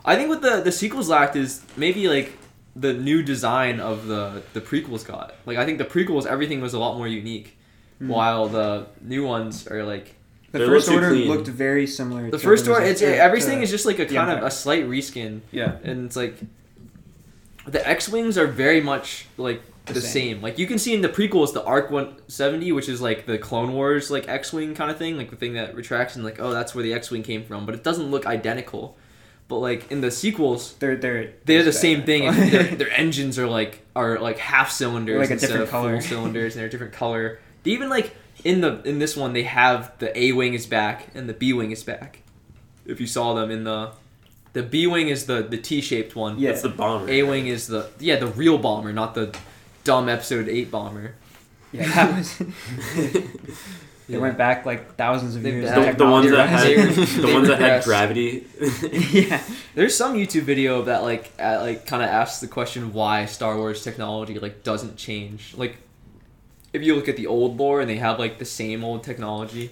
Speaker 1: I think what the the sequels lacked is maybe like the new design of the the prequels got. Like I think the prequels everything was a lot more unique, while the new ones are like
Speaker 2: The
Speaker 3: They look
Speaker 2: first
Speaker 3: too
Speaker 2: order
Speaker 3: clean.
Speaker 2: looked very similar.
Speaker 1: the
Speaker 2: to
Speaker 1: first
Speaker 2: what
Speaker 1: one.
Speaker 2: was
Speaker 1: It's
Speaker 2: after-
Speaker 1: everything
Speaker 2: to-
Speaker 1: is just like a
Speaker 2: yeah.
Speaker 1: kind of a slight reskin,
Speaker 2: yeah.
Speaker 1: and it's like the X wings are very much like the,
Speaker 2: The
Speaker 1: same.
Speaker 2: same.
Speaker 1: Like you can see in the prequels the Arc One Seventy, which is like the Clone Wars like X wing kind of thing, like the thing that retracts and like oh that's where the X wing came from, but it doesn't look identical. But like in the sequels,
Speaker 2: They're they're
Speaker 1: they're the same thing.
Speaker 2: bad. <laughs>
Speaker 1: And their, their engines are like are like half cylinders
Speaker 2: Like a
Speaker 1: instead
Speaker 2: different
Speaker 1: of full
Speaker 2: color. <laughs>
Speaker 1: cylinders, and they're a different color. They even like in the in this one, they have the A wing is back and the B wing is back. If you saw them in the the B wing is the the T shaped one.
Speaker 2: Yeah.
Speaker 3: That's the bomber.
Speaker 1: A <laughs> wing is the yeah the real bomber, not the dumb episode eight bomber.
Speaker 2: yeah, <laughs> that was,
Speaker 1: Yeah.
Speaker 2: They went back like thousands of
Speaker 1: They've
Speaker 2: years.
Speaker 1: been-
Speaker 3: <laughs> the,
Speaker 2: of
Speaker 3: the ones that
Speaker 2: technology,
Speaker 3: had
Speaker 2: right?
Speaker 3: <laughs>
Speaker 2: <laughs>
Speaker 3: the ones that had
Speaker 1: <laughs>
Speaker 3: gravity. <laughs>
Speaker 2: yeah.
Speaker 1: There's some YouTube video that like uh, like kind of asks the question why Star Wars technology like doesn't change. Like if you look at the old lore and they have like the same old technology,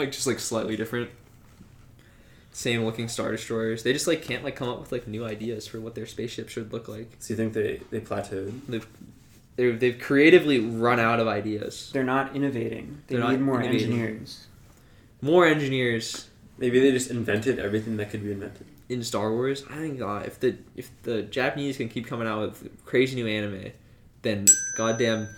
Speaker 1: like just like slightly different, same looking Star Destroyers. They just like can't like come up with like new ideas for what their spaceship should look like.
Speaker 3: so you think they they plateaued?
Speaker 1: They're, they've creatively run out of ideas.
Speaker 2: They're not innovating. They
Speaker 1: They're
Speaker 2: need
Speaker 1: not
Speaker 2: more
Speaker 1: innovating.
Speaker 2: engineers.
Speaker 1: More engineers
Speaker 3: Maybe they just invented everything that could be invented.
Speaker 1: in Star Wars. I think uh, if the if the Japanese can keep coming out with crazy new anime, then goddamn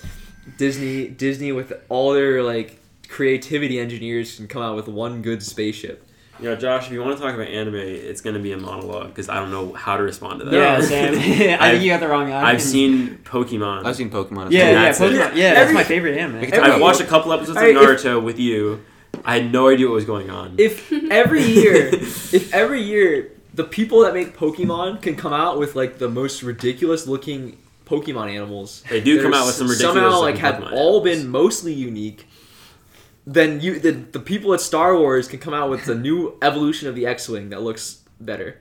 Speaker 1: Disney Disney with all their like creativity engineers can come out with one good spaceship.
Speaker 3: You know, Josh, if you want to talk about anime, it's going to be a monologue because I don't know how to respond to that. <laughs>
Speaker 1: <laughs>
Speaker 2: Yeah, Sam. <laughs> I
Speaker 3: I've-
Speaker 2: think you got the wrong eye.
Speaker 3: Uh, I've seen Pokemon.
Speaker 4: I've seen Pokemon. as
Speaker 2: Yeah, yeah,
Speaker 4: well.
Speaker 3: that's it.
Speaker 2: Pokemon- yeah.
Speaker 3: Yeah,
Speaker 2: that's my
Speaker 3: every-
Speaker 2: favorite
Speaker 4: We
Speaker 2: anime.
Speaker 4: could talk
Speaker 3: I've
Speaker 4: about-
Speaker 3: watched a couple episodes of
Speaker 1: Alright, if-
Speaker 3: Naruto with you. I had no idea what was going on.
Speaker 1: If every
Speaker 3: <laughs>
Speaker 1: year, if every year the people that make Pokemon can come out with like the most ridiculous looking Pokemon animals,
Speaker 3: They do
Speaker 1: that
Speaker 3: come
Speaker 1: are
Speaker 3: out with some
Speaker 1: s-
Speaker 3: ridiculous
Speaker 1: somehow like
Speaker 3: looking
Speaker 1: have
Speaker 3: Pokemon
Speaker 1: all
Speaker 3: animals.
Speaker 1: been mostly unique. Then you the, the people at Star Wars can come out with the
Speaker 3: <laughs>
Speaker 1: new evolution of the X-wing that looks better.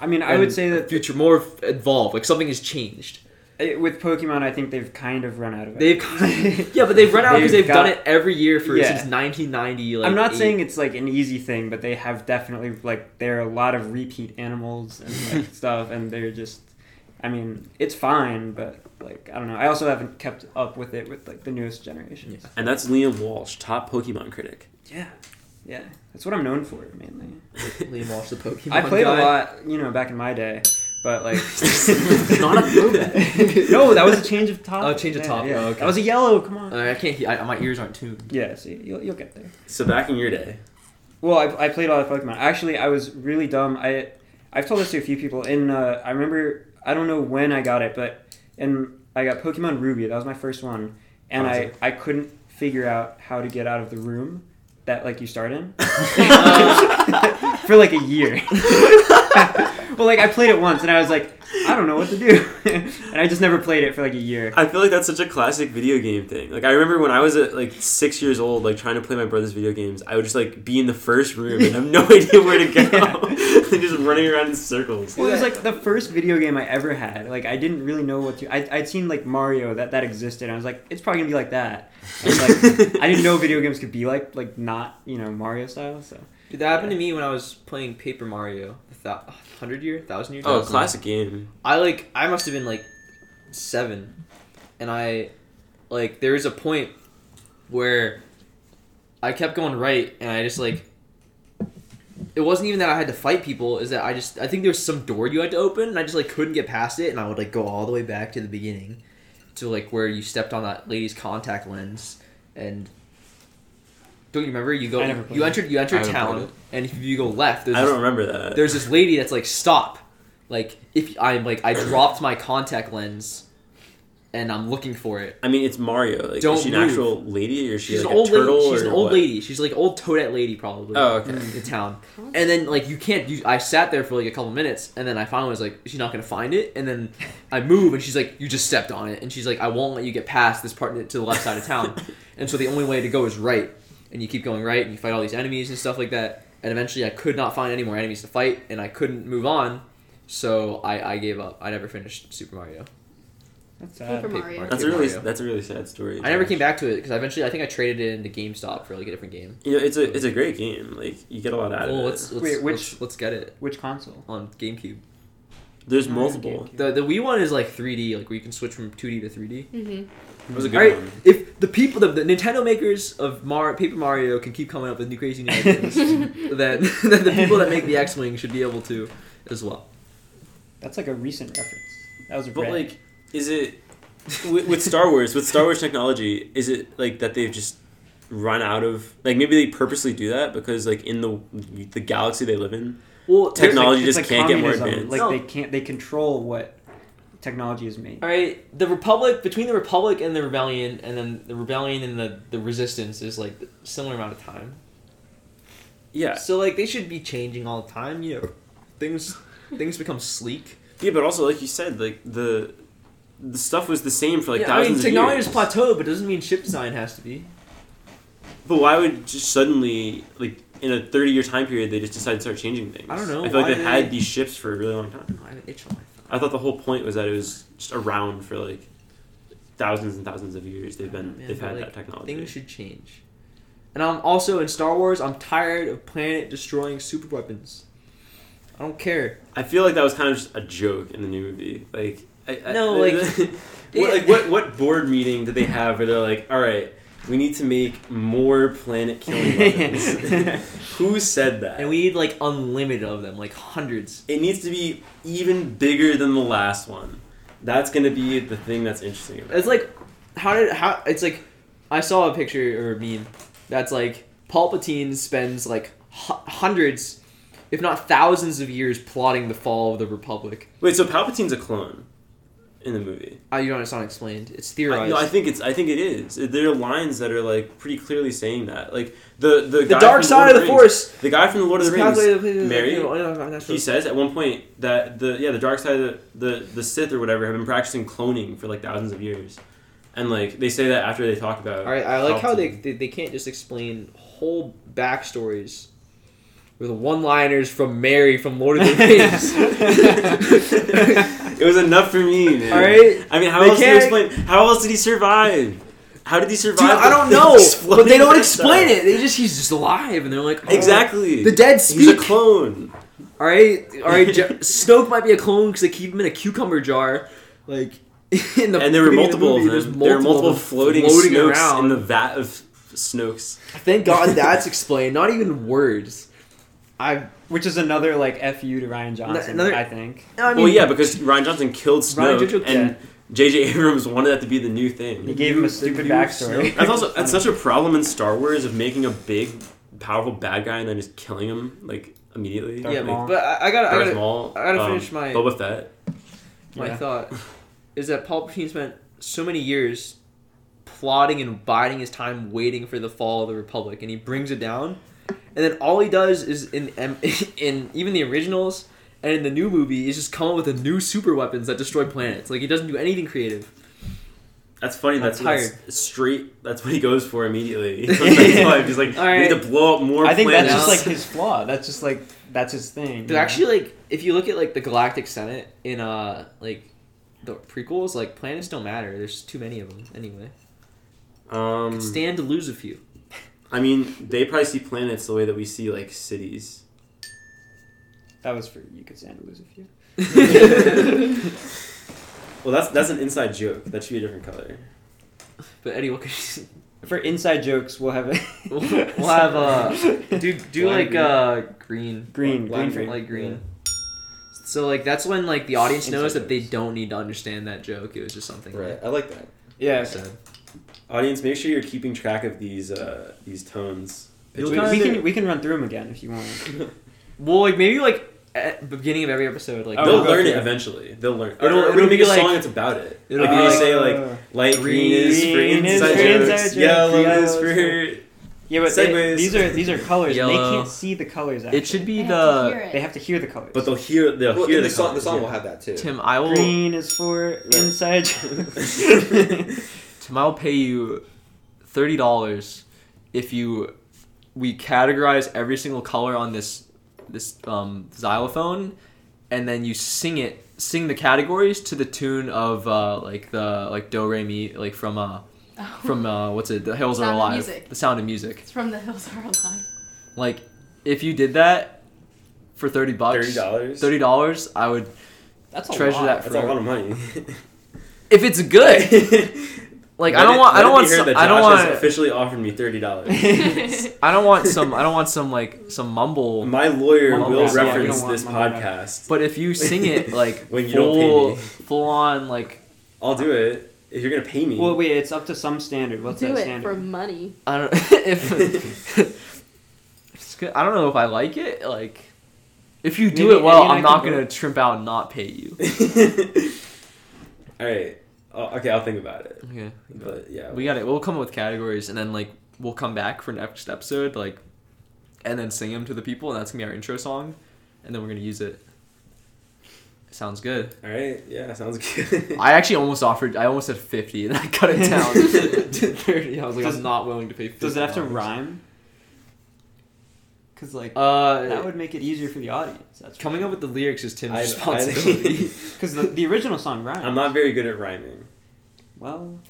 Speaker 2: I mean, I would say that
Speaker 1: future more f- evolved, like something has changed.
Speaker 2: uh, with Pokemon, I think they've kind of run out of it. <laughs>
Speaker 1: They've yeah, but they've run out because they've,
Speaker 2: got-
Speaker 1: done it every year for
Speaker 2: Yeah.
Speaker 1: since 1990. Like
Speaker 2: I'm not
Speaker 1: eight.
Speaker 2: saying it's like an easy thing, but they have definitely like there are a lot of repeat animals
Speaker 1: <laughs>
Speaker 2: and like, stuff, and they're just. I mean, it's fine, but like I don't know. I also haven't kept up with it with like the newest generations.
Speaker 3: and that's Liam Walsh, top Pokemon critic.
Speaker 2: Yeah, yeah. That's what I'm known for mainly. <laughs>
Speaker 1: Liam
Speaker 3: <laughs>
Speaker 1: Walsh the Pokemon.
Speaker 2: I played
Speaker 1: guy.
Speaker 2: a lot, you know, back in my day, but like
Speaker 1: <laughs> Not a throwback. <laughs>
Speaker 2: <laughs> no, that was a change of topic.
Speaker 1: Oh, change of
Speaker 2: Yeah,
Speaker 1: topic.
Speaker 2: Yeah.
Speaker 1: Oh, okay.
Speaker 2: That was a yellow. Come on.
Speaker 1: Uh, I can't. he- I, my ears aren't
Speaker 2: <laughs>
Speaker 1: tuned.
Speaker 2: yeah, see, you'll, you'll get there.
Speaker 3: So back in
Speaker 1: <laughs>
Speaker 3: your day,
Speaker 2: Well, I, I played a lot of Pokemon. Actually, I was really dumb. I I've told this to a few people. In uh, I remember I don't know when I got it, but and I got Pokemon Ruby. That was my first one, and I
Speaker 3: Classic.
Speaker 2: I couldn't figure out how to get out of the room that like you start in <laughs> for like a year. <laughs> well, like I played it once, and I was like, I don't know what to do, <laughs> and I just never played it for like a year.
Speaker 3: I feel like that's such a classic video game thing. Like I remember when I was at, like six years old, like trying to play my brother's video games, I would just like be in the first room and have no <laughs> idea where to go, and <laughs> just running around in circles.
Speaker 2: Well, it was like the first video game I ever had. Like I didn't really know what to. I I'd seen like Mario that that existed. And I was like, it's probably gonna be like that. I was like, I didn't
Speaker 3: <laughs>
Speaker 2: know video games could be like like not you know Mario style. So
Speaker 1: Dude, that happened to me when I was playing Paper Mario. Hundred year, thousand year.
Speaker 3: Oh,
Speaker 1: Thousand.
Speaker 3: classic game.
Speaker 1: I like I must have been like seven, and I like there was a point where I kept going right, and I just like it wasn't even that I had to fight people. Is that I just I think there was some door you had to open, and I just like couldn't get past it, and I would like go all the way back to the beginning to like where you stepped on that lady's contact lens and. Don't you remember? You go.
Speaker 2: I never played
Speaker 1: You
Speaker 2: it.
Speaker 1: entered. You
Speaker 4: I
Speaker 1: entered
Speaker 4: haven't played
Speaker 1: town,
Speaker 4: it.
Speaker 1: and if you go left, there's
Speaker 3: I
Speaker 1: this
Speaker 3: don't remember that.
Speaker 1: there's this lady that's like stop like if i'm like i dropped my contact lens and i'm looking for it
Speaker 3: I mean, it's Mario. Like,
Speaker 1: Don't
Speaker 3: is she an
Speaker 1: move.
Speaker 3: actual lady or is she
Speaker 1: she's
Speaker 3: like
Speaker 1: an old
Speaker 3: a turtle?
Speaker 1: lady she's
Speaker 3: or
Speaker 1: an old
Speaker 3: what?
Speaker 1: lady she's like old toadette lady probably
Speaker 3: Oh, okay.
Speaker 1: in town and then like you can't you, i sat there for like a couple minutes and then i finally was like she's not gonna find it and then i move and she's like you just stepped on it and she's like i won't let you get past this part to the left side of town and so the only way to go is right and you keep going right and you fight all these enemies and stuff like that and eventually i could not find any more enemies to fight and i couldn't move on so i, I gave up i never finished super mario
Speaker 2: that's
Speaker 5: Paper
Speaker 2: sad.
Speaker 5: Mario.
Speaker 3: That's a really
Speaker 1: Mario.
Speaker 3: that's a really sad story.
Speaker 1: i never
Speaker 3: Josh.
Speaker 1: came back to it because eventually i think i traded it into gamestop for like a different game
Speaker 3: You know, it's a it's a great game. Like you get a lot out
Speaker 1: well
Speaker 3: of
Speaker 1: let's
Speaker 3: it.
Speaker 1: let's,
Speaker 2: Wait, which-
Speaker 1: let's, let's get it
Speaker 2: Which console?
Speaker 1: on gamecube
Speaker 3: There's
Speaker 2: Mario
Speaker 3: multiple.
Speaker 2: GameCube.
Speaker 1: The the Wii one is like 3D, like where you can switch from 2D to 3D.
Speaker 5: Mm-hmm.
Speaker 3: It was a
Speaker 1: All
Speaker 3: good
Speaker 1: right,
Speaker 3: one.
Speaker 1: if the people, the, the Nintendo makers of Mar- Paper Mario can keep coming up with new crazy new
Speaker 5: <laughs>
Speaker 1: ideas,
Speaker 3: <laughs>
Speaker 1: then, <laughs> then the people that make the X Wing should be able to as well.
Speaker 2: That's like a recent reference. That was a
Speaker 3: But
Speaker 2: red.
Speaker 3: like, is it with, with Star Wars? With Star Wars technology, is it like that they've just run out of like maybe they purposely do that because like in the the galaxy they live in,
Speaker 1: Well, there's-
Speaker 2: There's,
Speaker 3: Techno- Technology
Speaker 2: it's
Speaker 3: just can't get more
Speaker 2: communism.
Speaker 3: advanced.
Speaker 2: Like
Speaker 1: No.
Speaker 2: they can't, they control what technology is made.
Speaker 1: all right, the republic between the republic and the rebellion, and then the rebellion and the the resistance is like similar amount of time.
Speaker 3: Yeah,
Speaker 1: So like they should be changing all the time. You know, things things become sleek.
Speaker 3: yeah, but also like you said, like the the stuff was the same for like
Speaker 1: yeah, I mean,
Speaker 3: thousands
Speaker 1: technology
Speaker 3: of years.
Speaker 1: is plateaued, but it doesn't mean ship design has to be.
Speaker 3: But why would just suddenly like in a thirty year time period they just decide to start changing things?
Speaker 1: I don't know,
Speaker 3: I feel
Speaker 1: why
Speaker 3: like they
Speaker 1: did
Speaker 3: had
Speaker 1: they-
Speaker 3: these ships for a really long time.
Speaker 1: No, I have an itch on my thumb.
Speaker 3: I thought the whole point was that it was just around for like thousands and thousands of years. They've been
Speaker 1: Man,
Speaker 3: they've
Speaker 1: but,
Speaker 3: had
Speaker 1: like,
Speaker 3: that technology.
Speaker 1: Things should change. And I'm also in Star Wars. I'm tired of planet destroying super weapons. I don't care.
Speaker 3: I feel like that was kind of just a joke in the new movie. Like, I, I, <laughs>
Speaker 1: No, like-
Speaker 3: what, like what what board meeting did they have where they're like, all right, we need to make more
Speaker 1: <laughs>
Speaker 3: planet <laughs> killing weapons. <laughs> Who said that?
Speaker 1: And we need like unlimited of them, like hundreds.
Speaker 3: it needs to be even bigger than the last one. That's gonna be the thing that's interesting. About it.
Speaker 1: It's like, how did how? It's like, I saw a picture or a meme that's like Palpatine spends like hu- hundreds, if not thousands of years plotting the fall of the Republic.
Speaker 3: Wait, so Palpatine's a clone in the movie?
Speaker 1: I you don't. It's not explained. It's
Speaker 3: I,
Speaker 1: theorized.
Speaker 3: no, I think it's. I think it is. Uh, There are lines that are like pretty clearly saying that. Like the the,
Speaker 1: the dark side of the
Speaker 3: Rings,
Speaker 1: Force.
Speaker 3: The guy from the Lord of the
Speaker 1: is
Speaker 3: Rings.
Speaker 1: calculated to please-
Speaker 3: Mary,
Speaker 1: That's
Speaker 3: He says at one point that the yeah the dark side of the, the the Sith or whatever have been practicing cloning for like thousands of years, and like they say that after they talk about.
Speaker 1: All right, I like how they,
Speaker 3: Palpatine.
Speaker 1: they they can't just explain whole backstories with one-liners from Mary from Lord
Speaker 3: <laughs>
Speaker 1: of the <laughs> Rings.
Speaker 3: It was enough for me, man.
Speaker 1: All right,
Speaker 3: I mean, how
Speaker 1: They
Speaker 3: else
Speaker 1: can't-
Speaker 3: did he explain? How else did he survive? How did he survive?
Speaker 1: dude, I don't
Speaker 3: the-
Speaker 1: know,
Speaker 3: <laughs>
Speaker 1: but they
Speaker 3: exploding
Speaker 1: don't
Speaker 3: Death
Speaker 1: explain
Speaker 3: Star?
Speaker 1: it. They just he's just alive, and they're like oh,
Speaker 3: Exactly.
Speaker 1: The dead
Speaker 3: He's a
Speaker 1: speak.
Speaker 3: clone.
Speaker 1: All right, all right.
Speaker 3: <laughs>
Speaker 1: Je- Snoke might be a clone because they keep him in a cucumber jar, like <laughs> in the
Speaker 3: and there were
Speaker 1: beginning
Speaker 3: multiple
Speaker 1: movie,
Speaker 3: of
Speaker 1: there's
Speaker 3: them. there were multiple
Speaker 1: of them
Speaker 3: floating, Snokes in the vat of Snokes.
Speaker 1: Thank God that's explained. Not even
Speaker 3: <laughs>
Speaker 1: words. I,
Speaker 2: Which is another like fu to Ryan Johnson.
Speaker 1: another-
Speaker 2: I think
Speaker 1: I mean,
Speaker 3: well, yeah, because Ryan Johnson killed
Speaker 1: Ryan
Speaker 3: Snoke,
Speaker 1: Johnson-
Speaker 3: and J.J. Abrams wanted that to be the new
Speaker 2: he
Speaker 3: thing.
Speaker 2: gave him
Speaker 1: new-
Speaker 2: a stupid
Speaker 1: the new
Speaker 2: backstory.
Speaker 3: That's also that's such a problem in Star Wars of making a big, powerful bad guy and then just killing him like immediately.
Speaker 2: Darth
Speaker 1: yeah,
Speaker 3: like,
Speaker 2: Maul.
Speaker 1: but I, I gotta, I
Speaker 3: Darth
Speaker 1: gotta
Speaker 3: Maul,
Speaker 1: I gotta
Speaker 3: um,
Speaker 1: finish my-
Speaker 3: Boba Fett.
Speaker 1: my
Speaker 2: Yeah.
Speaker 1: thought is that Paul Palpatine spent so many years plotting and biding his time, waiting for the fall of the Republic, and he brings it down. And then all he does is in em- <laughs> in even the originals and in the new movie is just come up with the new super weapons that destroy planets. Like he doesn't do anything creative.
Speaker 3: That's funny. That's,
Speaker 1: tired.
Speaker 3: that's straight. That's what he goes
Speaker 1: <laughs>
Speaker 3: for immediately. <laughs> That's why He's like,
Speaker 1: All right.
Speaker 3: we need to blow up more.
Speaker 2: I think that's
Speaker 3: planets.
Speaker 2: just like his flaw. That's just like that's his thing.
Speaker 1: But
Speaker 2: you know?
Speaker 1: actually, like if you look at like the Galactic Senate in uh like the prequels, like planets don't matter. There's too many of them anyway.
Speaker 3: Um,
Speaker 1: Stand to lose a few. <laughs>
Speaker 3: I mean, they probably see planets the way that we see like cities.
Speaker 2: that was for you could stand to lose a few.
Speaker 3: Well, that's that's an inside joke. That should be a different color.
Speaker 1: But Eddie, what <laughs> could you
Speaker 2: For inside jokes, we'll have a
Speaker 1: We'll
Speaker 2: <laughs>
Speaker 1: we'll have uh, do do
Speaker 3: Lime
Speaker 1: like
Speaker 3: green.
Speaker 1: uh green,
Speaker 2: Green,
Speaker 1: lime
Speaker 2: green,
Speaker 1: like green. So like that's when like the audience knows that they don't need to understand that joke. It was just something
Speaker 7: Right. I like that.
Speaker 2: yeah.
Speaker 1: that said.
Speaker 3: Audience, make sure you're keeping track of these uh, these tones.
Speaker 1: You'll
Speaker 2: We,
Speaker 1: kinda-
Speaker 2: we can we can run through them again if you want.
Speaker 1: Well, like maybe like at the beginning of every episode, like
Speaker 2: Oh,
Speaker 3: They'll
Speaker 2: we'll go
Speaker 3: learn it
Speaker 2: through.
Speaker 3: eventually. They'll learn.
Speaker 1: It'll-
Speaker 3: It'll, it'll,
Speaker 1: it'll
Speaker 3: make
Speaker 1: be
Speaker 3: a song
Speaker 1: like-
Speaker 3: that's about it.
Speaker 1: it'll
Speaker 3: like
Speaker 1: be
Speaker 3: when you
Speaker 1: like,
Speaker 3: say like light green, is for
Speaker 2: green is
Speaker 3: inside
Speaker 2: for
Speaker 3: jokes,
Speaker 2: inside jokes,
Speaker 3: yellow is
Speaker 2: yellow
Speaker 3: for
Speaker 2: is yeah, but
Speaker 3: Segues.
Speaker 2: they, these are these are colors. and They
Speaker 1: Yellow.
Speaker 2: can't see the colors. Actually.
Speaker 1: it should
Speaker 5: They
Speaker 1: be
Speaker 5: have to hear
Speaker 1: the
Speaker 5: it.
Speaker 2: They have to hear the colors.
Speaker 3: But they'll hear they'll
Speaker 7: Well,
Speaker 3: hear
Speaker 7: and the,
Speaker 3: the
Speaker 7: song, the
Speaker 3: colors,
Speaker 7: song
Speaker 3: yeah.
Speaker 7: will have that too.
Speaker 4: <laughs>
Speaker 1: Tim. I will
Speaker 2: green is for inside jokes.
Speaker 3: <laughs>
Speaker 6: Tim, I'll pay you thirty dollars if you we categorize every single color on this this um, xylophone, and then you sing it, sing the categories to the tune of uh, like the like do re mi like from uh from
Speaker 5: <laughs>
Speaker 6: uh what's it the hills
Speaker 5: Sound
Speaker 6: are
Speaker 5: of
Speaker 6: alive
Speaker 5: Music.
Speaker 6: the sound of music
Speaker 5: It's from The Hills Are
Speaker 1: <laughs>
Speaker 5: Alive.
Speaker 6: like if you did that for thirty bucks
Speaker 3: Thirty dollars.
Speaker 6: thirty dollars I would
Speaker 2: That's
Speaker 6: treasure that
Speaker 3: That's a
Speaker 6: forever
Speaker 3: lot of money. <laughs>
Speaker 6: if it's good <laughs> like I
Speaker 3: Let
Speaker 6: don't
Speaker 3: it-
Speaker 6: want I don't
Speaker 3: let it be
Speaker 6: want
Speaker 3: heard
Speaker 6: some,
Speaker 3: that
Speaker 6: I don't
Speaker 3: Josh has
Speaker 6: want
Speaker 3: officially offered me thirty dollars.
Speaker 5: <laughs>
Speaker 6: I don't
Speaker 3: <laughs>
Speaker 6: want some. I don't want some like some mumble.
Speaker 3: My lawyer
Speaker 2: Mumble rap,
Speaker 3: will
Speaker 2: yeah, we
Speaker 3: reference
Speaker 2: don't want
Speaker 3: this
Speaker 2: mumble rap.
Speaker 3: podcast.
Speaker 6: But if you sing
Speaker 2: <laughs>
Speaker 6: it like
Speaker 3: When you don't pay
Speaker 6: full,
Speaker 3: me.
Speaker 6: full on like
Speaker 3: I'll do it if you're gonna pay me.
Speaker 2: Well,
Speaker 3: <laughs>
Speaker 2: wait. It's up to some standard. What's
Speaker 5: Do
Speaker 2: that
Speaker 5: it
Speaker 2: standard?
Speaker 5: for money.
Speaker 6: I
Speaker 1: <laughs>
Speaker 6: don't if, if it's good, I don't know if I like it. Like
Speaker 1: If you do
Speaker 2: Maybe
Speaker 1: it well,
Speaker 2: Eddie and I
Speaker 1: I'm not
Speaker 2: can
Speaker 1: gonna trimp out and not pay you.
Speaker 3: All right. Oh, okay, I'll think about it.
Speaker 1: Okay.
Speaker 3: But yeah,
Speaker 1: We got it. We'll come up with categories, and then like we'll come back for next episode, like, and then sing them to the people, and that's gonna be our intro song, and then we're gonna use it. Sounds good.
Speaker 3: All right. Yeah, sounds good.
Speaker 1: <laughs>
Speaker 3: <laughs>
Speaker 1: I actually almost offered. I almost said fifty, and I cut it down
Speaker 2: <laughs>
Speaker 1: to thirty. I was like,
Speaker 2: Does-
Speaker 1: I'm not willing to pay. $50.
Speaker 2: Does it have to rhyme? Because like that
Speaker 10: Uh,
Speaker 2: would make it easier for the audience. That's
Speaker 10: coming up with the lyrics is Tim's
Speaker 3: I- I-
Speaker 10: responsibility. <laughs>
Speaker 2: because the, the original song rhymes.
Speaker 3: <laughs> I'm not very good at rhyming.
Speaker 2: Well,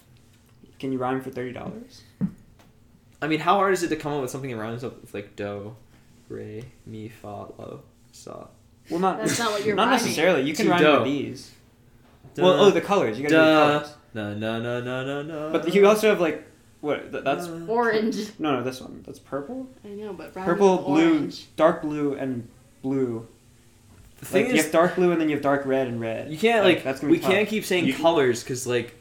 Speaker 2: can you rhyme for thirty dollars?
Speaker 10: I mean, how hard is it to come up with something that rhymes up with like do, re, mi, fa, lo, sa?
Speaker 2: Well, not
Speaker 5: That's not what
Speaker 2: <laughs>
Speaker 5: you're
Speaker 2: not
Speaker 5: rhyming.
Speaker 2: necessarily. You can
Speaker 10: Too
Speaker 2: rhyme
Speaker 10: dope.
Speaker 2: with these.
Speaker 10: Duh.
Speaker 2: Well, oh, the colors. You
Speaker 10: Duh.
Speaker 2: gotta do the colors.
Speaker 10: No, no, no, no, no, no.
Speaker 2: But you also have like what? Th- that's
Speaker 10: Uh,
Speaker 5: Orange.
Speaker 2: no, no. This one. That's purple.
Speaker 5: I know, but rhyme
Speaker 2: Purple,
Speaker 5: with
Speaker 2: blue,
Speaker 5: orange.
Speaker 2: dark blue, and blue.
Speaker 10: the
Speaker 2: Like,
Speaker 10: thing
Speaker 2: you
Speaker 10: is,
Speaker 2: have dark blue, and then you have dark red and red.
Speaker 10: You can't like
Speaker 2: that's gonna be
Speaker 10: we can't keep saying
Speaker 3: You-
Speaker 10: colors because like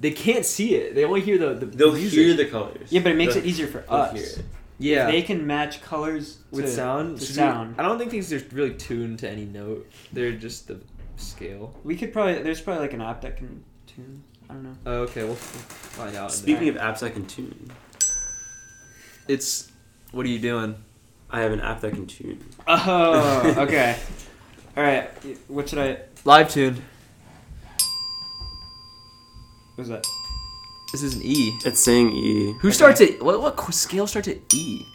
Speaker 10: they can't see it. They only hear the the
Speaker 3: They'll
Speaker 10: music.
Speaker 3: hear the colors.
Speaker 2: Yeah, but it makes
Speaker 3: They'll-
Speaker 2: it easier for
Speaker 3: they'll hear
Speaker 2: us.
Speaker 3: it.
Speaker 10: yeah
Speaker 2: If they can match colors
Speaker 10: with
Speaker 2: to-
Speaker 10: sound.
Speaker 2: to
Speaker 10: should we-
Speaker 2: sound.
Speaker 10: I don't think these are really tuned to any note. They're just the scale.
Speaker 2: We could probably there's probably like an app that can tune. I don't know.
Speaker 10: Oh, okay, we'll, we'll find out. in
Speaker 3: Speaking
Speaker 10: there.
Speaker 3: of apps that can tune,
Speaker 1: It's. What are you doing?
Speaker 3: I have an app that can tune.
Speaker 2: Oh, <laughs> okay. All right. What should I?
Speaker 1: Live tune.
Speaker 2: Was that?
Speaker 1: This is an E.
Speaker 3: It's saying E.
Speaker 1: Who
Speaker 2: Okay.
Speaker 1: starts at what? What qu- scale starts at E?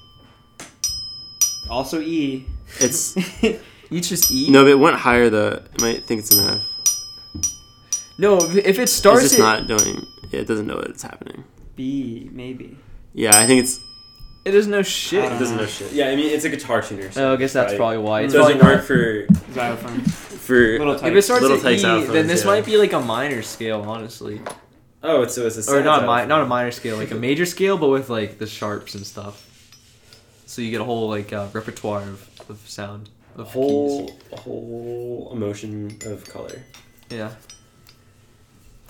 Speaker 2: Also E. <laughs>
Speaker 3: It's
Speaker 1: Each is E.
Speaker 3: no, but it went higher though. I might think it's an F.
Speaker 1: No, if- if it starts at
Speaker 3: doing. It doesn't know what's happening.
Speaker 2: B maybe.
Speaker 3: Yeah, I think it's.
Speaker 1: it doesn't know shit.
Speaker 2: I don't
Speaker 3: It doesn't know shit. Yeah, I mean it's a guitar tuner. So
Speaker 1: Oh, I guess that's
Speaker 3: Right.
Speaker 1: probably why.
Speaker 3: it
Speaker 1: It's
Speaker 3: doesn't
Speaker 1: probably
Speaker 3: work for
Speaker 2: Xylophone.
Speaker 3: for.
Speaker 2: Little
Speaker 1: If it
Speaker 2: type.
Speaker 1: starts
Speaker 3: Little
Speaker 1: at
Speaker 3: Tykes
Speaker 1: E, then
Speaker 3: alphones,
Speaker 1: this
Speaker 3: yeah.
Speaker 1: might be like a minor scale, honestly,
Speaker 3: Oh, it's so it's a.
Speaker 1: or
Speaker 3: sad
Speaker 1: not
Speaker 3: note.
Speaker 1: mi- not a minor scale,
Speaker 3: <laughs>
Speaker 1: like a major scale, but with like the sharps and stuff. So you get a whole like uh, repertoire of, of sound
Speaker 3: a
Speaker 1: of
Speaker 3: whole
Speaker 1: keys.
Speaker 3: a whole emotion of color.
Speaker 1: Yeah.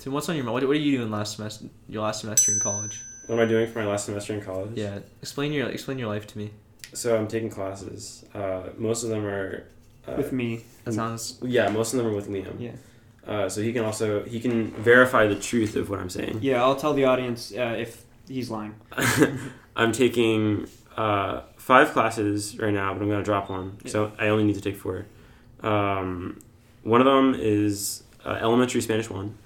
Speaker 1: Tim, what's on your mind? What, what are you doing last semester? Your last semester in college?
Speaker 3: What am I doing for my last semester in college?
Speaker 1: Yeah. Explain your explain your life to me.
Speaker 3: So I'm taking classes. Uh, most of them are. Uh,
Speaker 2: With me.
Speaker 1: That sounds.
Speaker 3: yeah, most of them are with Liam.
Speaker 2: Yeah.
Speaker 3: Uh, so he can also he can verify the truth of what I'm saying. <laughs>
Speaker 2: Yeah. I'll tell the audience uh, if he's lying.
Speaker 3: I'm taking uh, five classes right now, but I'm going to drop one. So I only need to take four. Um, one of them is uh, elementary Spanish one,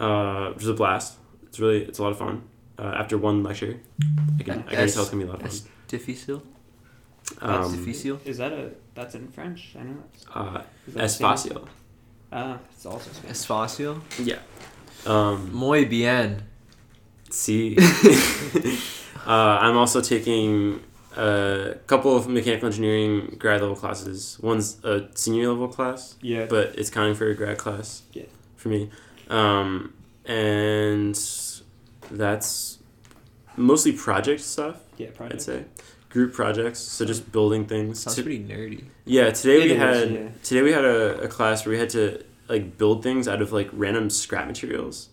Speaker 3: uh, which is a blast. It's really it's a lot of fun. Uh, after one lecture, I can, I can
Speaker 1: That's-
Speaker 3: tell it's gonna be a lot of
Speaker 1: That's
Speaker 3: fun.
Speaker 1: difficile. That's
Speaker 3: Um,
Speaker 1: difficile.
Speaker 2: Is that a? That's in French. I know. That's,
Speaker 3: uh,
Speaker 2: is that Spanish?
Speaker 3: espacio.
Speaker 2: Ah, it's also Spanish.
Speaker 1: Es fácil.
Speaker 3: Yeah. Um,
Speaker 1: Muy bien. <laughs>
Speaker 3: see, uh, I'm also taking a couple of mechanical engineering grad level classes. One's a senior level class,
Speaker 2: Yeah.
Speaker 3: but it's counting for a grad class
Speaker 2: Yeah.
Speaker 3: for me. Um, and that's mostly project stuff,
Speaker 2: yeah. Project.
Speaker 3: I'd say. Group projects, so just building things.
Speaker 1: Sounds
Speaker 3: To-
Speaker 1: pretty nerdy.
Speaker 3: yeah, today
Speaker 2: It
Speaker 3: we
Speaker 2: is,
Speaker 3: had
Speaker 2: yeah.
Speaker 3: today we had a, a class where we had to like build things out of like random scrap materials,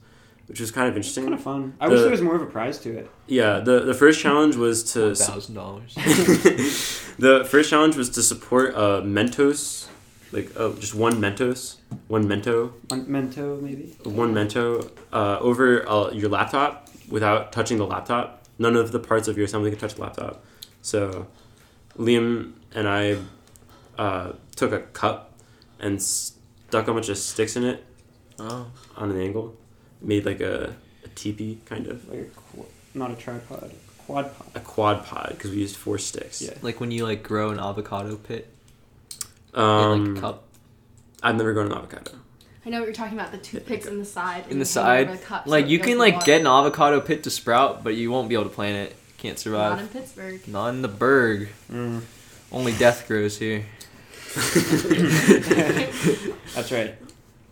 Speaker 3: which was kind of
Speaker 2: It's kind
Speaker 3: interesting.
Speaker 2: of fun. I wish
Speaker 3: The-
Speaker 2: there was more of a prize to it.
Speaker 3: Yeah, the the first challenge was to s-
Speaker 1: Thousand dollars.
Speaker 3: <laughs> the first challenge was to support a Mentos, like uh, just one Mentos, one Mento
Speaker 2: Mon- Mento maybe.
Speaker 3: one Mento uh, over uh, your laptop without touching the laptop. None of the parts of your assembly could touch the laptop. So Liam and I uh, took a cup and stuck a bunch of sticks in it
Speaker 1: Oh.
Speaker 3: on an angle, made like a, a teepee kind of
Speaker 2: Like a qu- not a tripod. Quad pod.
Speaker 3: a quad pod because we used four sticks.
Speaker 2: Yeah.
Speaker 1: Like when you like grow an avocado pit
Speaker 3: Um,
Speaker 1: in like a cup.
Speaker 3: I've never grown an avocado.
Speaker 5: I know what you're talking about. The toothpicks in the side.
Speaker 1: in
Speaker 5: you
Speaker 1: the
Speaker 5: hang it over
Speaker 1: side.
Speaker 5: the cup so
Speaker 1: like
Speaker 5: it
Speaker 1: you
Speaker 5: goes
Speaker 1: can
Speaker 5: in the
Speaker 1: like
Speaker 5: water.
Speaker 1: get an avocado pit to sprout, but you won't be able to plant it. Can't
Speaker 5: Not in
Speaker 1: survive. <laughs>
Speaker 5: Pittsburgh.
Speaker 1: Not in the berg.
Speaker 2: Mm,
Speaker 1: Only death grows here.
Speaker 2: that's right.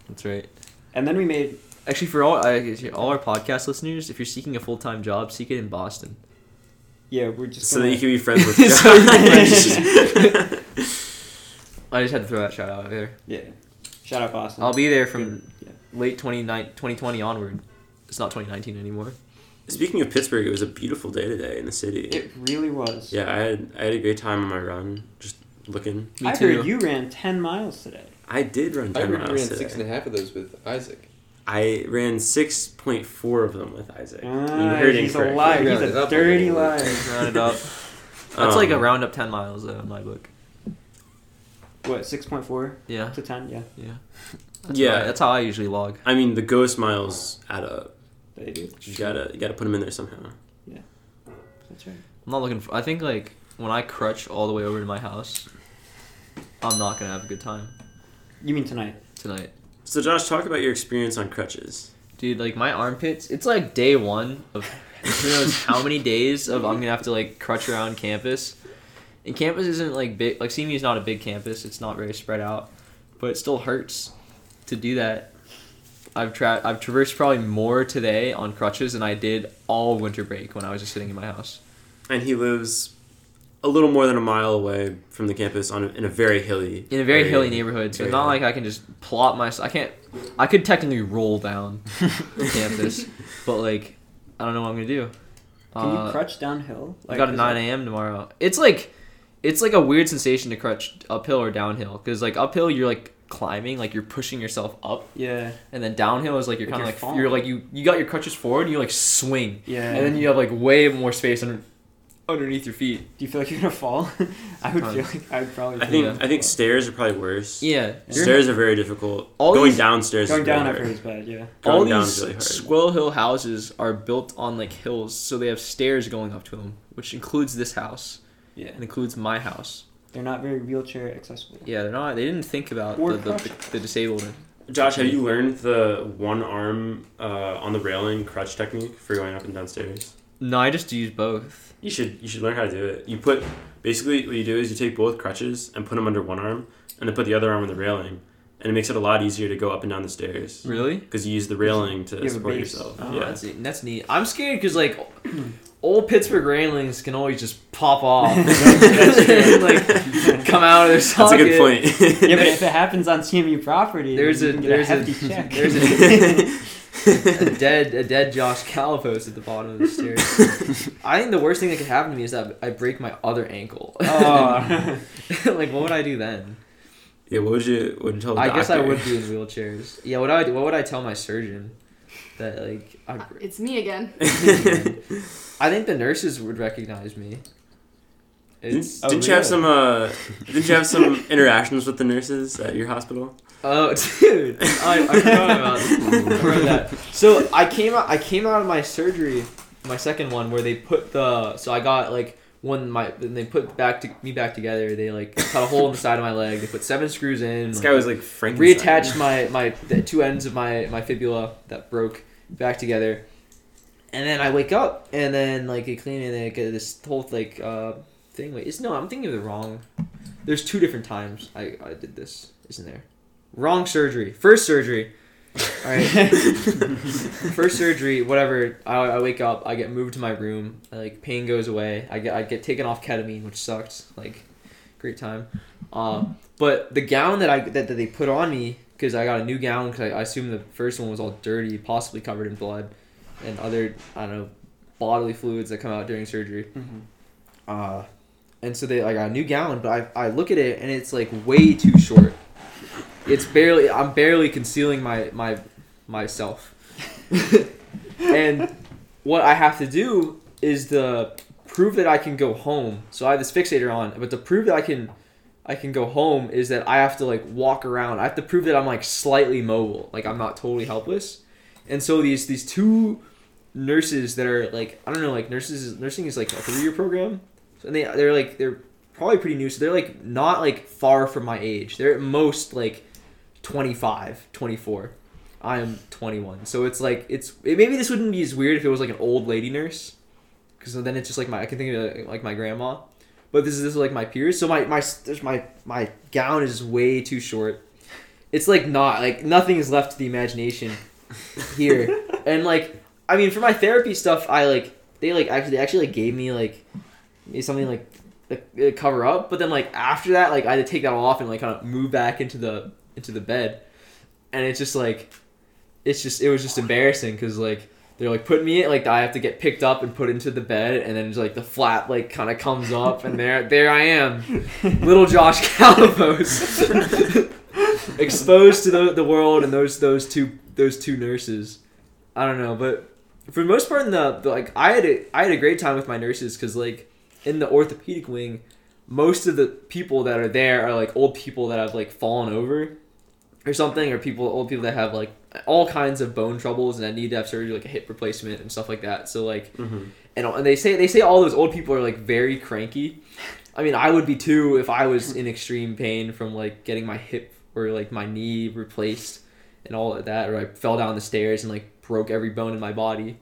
Speaker 1: That's right.
Speaker 2: And then we made
Speaker 1: Actually, for all I, all our podcast listeners, if you're seeking a full time job, seek it in Boston.
Speaker 2: yeah. We're just
Speaker 3: So that
Speaker 2: gonna-
Speaker 3: you can be friends with.
Speaker 1: So you can- I just had to throw that shout out there.
Speaker 2: Yeah. Shout out Boston.
Speaker 1: I'll be there from
Speaker 2: Yeah.
Speaker 1: late 29 2020 onward. It's not 2019 anymore.
Speaker 3: <laughs> Speaking of Pittsburgh, it was a beautiful day today in the city.
Speaker 2: It really was.
Speaker 3: Yeah, I had I had a great time on my run, just looking.
Speaker 6: Me
Speaker 2: I
Speaker 6: too.
Speaker 2: heard you ran ten miles today.
Speaker 3: I did run
Speaker 7: I
Speaker 3: ten
Speaker 7: ran
Speaker 3: miles
Speaker 7: six and
Speaker 3: today.
Speaker 7: a half of those with Isaac.
Speaker 3: I ran six point four of them with Isaac.
Speaker 2: Ah,
Speaker 3: heard
Speaker 2: he's a
Speaker 3: incorrectly.
Speaker 2: liar. He's
Speaker 7: Rounded
Speaker 2: a
Speaker 7: up a
Speaker 2: dirty
Speaker 7: little.
Speaker 3: <laughs>
Speaker 2: liar.
Speaker 6: Round it up. That's like a
Speaker 3: Um,
Speaker 6: round up ten miles though in my book.
Speaker 2: What six point four
Speaker 6: Yeah.
Speaker 2: to ten? Yeah,
Speaker 6: Yeah. That's
Speaker 3: Yeah.
Speaker 6: how I- that's how I usually log.
Speaker 3: I mean, the ghost miles add up.
Speaker 2: they do.
Speaker 3: You gotta, you gotta put them in there somehow.
Speaker 2: That's right.
Speaker 6: I'm not looking for. I think like when I crutch all the way over to my house, I'm not gonna have a good time
Speaker 2: You mean tonight?
Speaker 6: tonight,
Speaker 3: So, Josh, talk about your experience on crutches.
Speaker 6: dude. Like my armpits, it's like day one of who knows how many days of I'm gonna have to like crutch around campus. And campus isn't like big. Like CMU is not a big campus. It's not very spread out, but it still hurts to do that. I've tra- I've traversed probably more today on crutches than I did all winter break when I was just sitting in my house.
Speaker 3: And he lives a little more than a mile away from the campus on a, in a very hilly,
Speaker 6: in a very
Speaker 3: area.
Speaker 6: hilly neighborhood, so it's
Speaker 3: Very
Speaker 6: not
Speaker 3: hilly.
Speaker 6: like I can just plop my. I can't. I could technically roll down the campus, but like, I don't know what I'm gonna do.
Speaker 2: Can
Speaker 6: Uh,
Speaker 2: you crutch downhill?
Speaker 6: I got a
Speaker 2: is
Speaker 6: 9 a.m. tomorrow. It's like, it's like a weird sensation to crutch uphill or downhill, because like uphill you're like climbing, like you're pushing yourself up,
Speaker 2: it- Yeah,
Speaker 6: and then downhill is like you're
Speaker 2: Like
Speaker 6: kind of
Speaker 2: you're
Speaker 6: like
Speaker 2: falling.
Speaker 6: you're like you you got your crutches forward, and you like swing,
Speaker 2: yeah.
Speaker 6: and then you have like way more space under, underneath your feet.
Speaker 2: do you feel like you're gonna fall? <laughs> I would
Speaker 6: Probably.
Speaker 2: feel like I'd probably.
Speaker 3: I think,
Speaker 2: feel like
Speaker 3: I think
Speaker 2: fall.
Speaker 3: stairs are probably worse.
Speaker 6: Yeah, you're-
Speaker 3: Stairs are very difficult.
Speaker 6: All
Speaker 3: going
Speaker 6: these-
Speaker 3: downstairs.
Speaker 2: going
Speaker 3: is really
Speaker 2: down I've
Speaker 3: hard.
Speaker 2: heard is bad. Yeah.
Speaker 3: Going
Speaker 6: all
Speaker 3: down
Speaker 6: these
Speaker 3: is really hard.
Speaker 6: Squirrel Hill houses are built on like hills, so they have stairs going up to them, which includes this house
Speaker 2: Yeah.
Speaker 6: and includes my house.
Speaker 2: They're not very wheelchair accessible.
Speaker 6: Yeah, they're not. They didn't think about
Speaker 2: Or
Speaker 6: the, the,
Speaker 2: crushed.
Speaker 6: the disabled.
Speaker 3: Josh, have you learned the one arm uh, on the railing crutch technique for going up and downstairs?
Speaker 6: No, I just use both.
Speaker 3: You should you should learn how to do it. You put basically what you do is you take both crutches and put them under one arm, and then put the other arm on the railing, and it makes it a lot easier to go up and down the stairs
Speaker 6: Really?
Speaker 3: because you use the railing to
Speaker 2: You have a
Speaker 3: support
Speaker 2: base.
Speaker 3: yourself.
Speaker 6: Oh,
Speaker 3: yeah,
Speaker 6: that's it.
Speaker 1: That's neat. I'm scared because like <clears throat> old Pittsburgh railings can always just pop
Speaker 2: <laughs>
Speaker 3: <laughs>
Speaker 1: off, and, like come out of their
Speaker 3: that's a
Speaker 1: socket.
Speaker 3: good point. <laughs>
Speaker 2: Yeah, but if it happens on CMU property,
Speaker 1: There's
Speaker 2: there's
Speaker 1: a-
Speaker 2: a, get
Speaker 1: there's a-
Speaker 2: a hefty check.
Speaker 1: there's
Speaker 4: <laughs>
Speaker 1: a- a dead a dead Josh Calipos at the bottom of the
Speaker 3: <laughs>
Speaker 1: stairs. I think the worst thing that could happen to me is that I break my other ankle.
Speaker 2: <laughs> oh,
Speaker 1: like what would I do then?
Speaker 3: yeah, what would you what would you tell? The
Speaker 1: I guess I
Speaker 3: doctor?
Speaker 1: would be in wheelchairs. Yeah, what I what would I tell my surgeon? That like I,
Speaker 5: Uh, <laughs> It's me again.
Speaker 3: <laughs>
Speaker 1: I think the nurses would recognize me. It's
Speaker 3: Didn't, didn't you have some uh, didn't you have <laughs> some interactions with the nurses at your hospital?
Speaker 1: oh <laughs> dude, I, I forgot about
Speaker 4: <laughs>
Speaker 1: I wrote that. So I came out I came out of my surgery, my second one where they put the so I got like one my then they put back to me back together. They like cut a hole in the side of my leg. They put seven screws in.
Speaker 3: This
Speaker 1: like,
Speaker 3: guy was like Frankenstein.
Speaker 1: reattached
Speaker 3: <laughs>
Speaker 1: my my the two ends of my my fibula that broke back together, and then I wake up and then like they clean and they get this whole like uh thing. Wait, it's no, I'm thinking of the wrong. There's two different times I I did this, isn't there? Wrong surgery. First surgery. All right. First surgery, whatever. I, I wake up. I get moved to my room. I, like pain goes away. I get I get taken off ketamine, which sucked. Like, great time. Uh, but the gown that I that, that they put on me because I got a new gown because I, I assume the first one was all dirty, possibly covered in blood, and other I don't know bodily fluids that come out during surgery.
Speaker 2: Mhm.
Speaker 1: Uh, and so they I got a new gown, but I I look at it and it's like way too short. It's barely I'm barely concealing my my myself. <laughs> and what I have to do is to prove that I can go home. So I have this fixator on, but to prove that I can I can go home is that I have to like walk around. I have to prove that I'm like slightly mobile, like I'm not totally helpless. And so these these two nurses that are like I don't know, like nurses is- nursing is like a three year program, so, and they they're like they're probably pretty new, so they're like not like far from my age. They're at most like 25, 24. I am 21. So it's like it's it, maybe this wouldn't be as weird if it was like an old lady nurse cuz then it's just like my I can think of it like my grandma. But this is this is like my peers. So my my there's my my gown is way too short. It's like not like nothing is left to the imagination here. and like I mean for my therapy stuff I like they like actually they actually like gave me like maybe something like a, a cover up, but then like after that like I had to take that off and like kind of move back into the into the bed. And it's just like it's just it was just embarrassing cuz like they're like putting me in, like I have to get picked up and put into the bed, and then it's like the flap like kind of comes up, and there there I am, <laughs> little Josh Calabos, <laughs> exposed to the, the world and those those two those two nurses. I don't know, but for the most part, in the, the like I had a, I had a great time with my nurses because like in the orthopedic wing, most of the people that are there are like old people that have like fallen over or something, or people old people that have like all kinds of bone troubles and that need to have surgery, like a hip replacement and stuff like that. So like,
Speaker 3: Mhm.
Speaker 1: and, and they say they say all those old people are like very cranky. I mean, I would be too if I was in extreme pain from like getting my hip or like my knee replaced and all of that, or I fell down the stairs and like broke every bone in my body.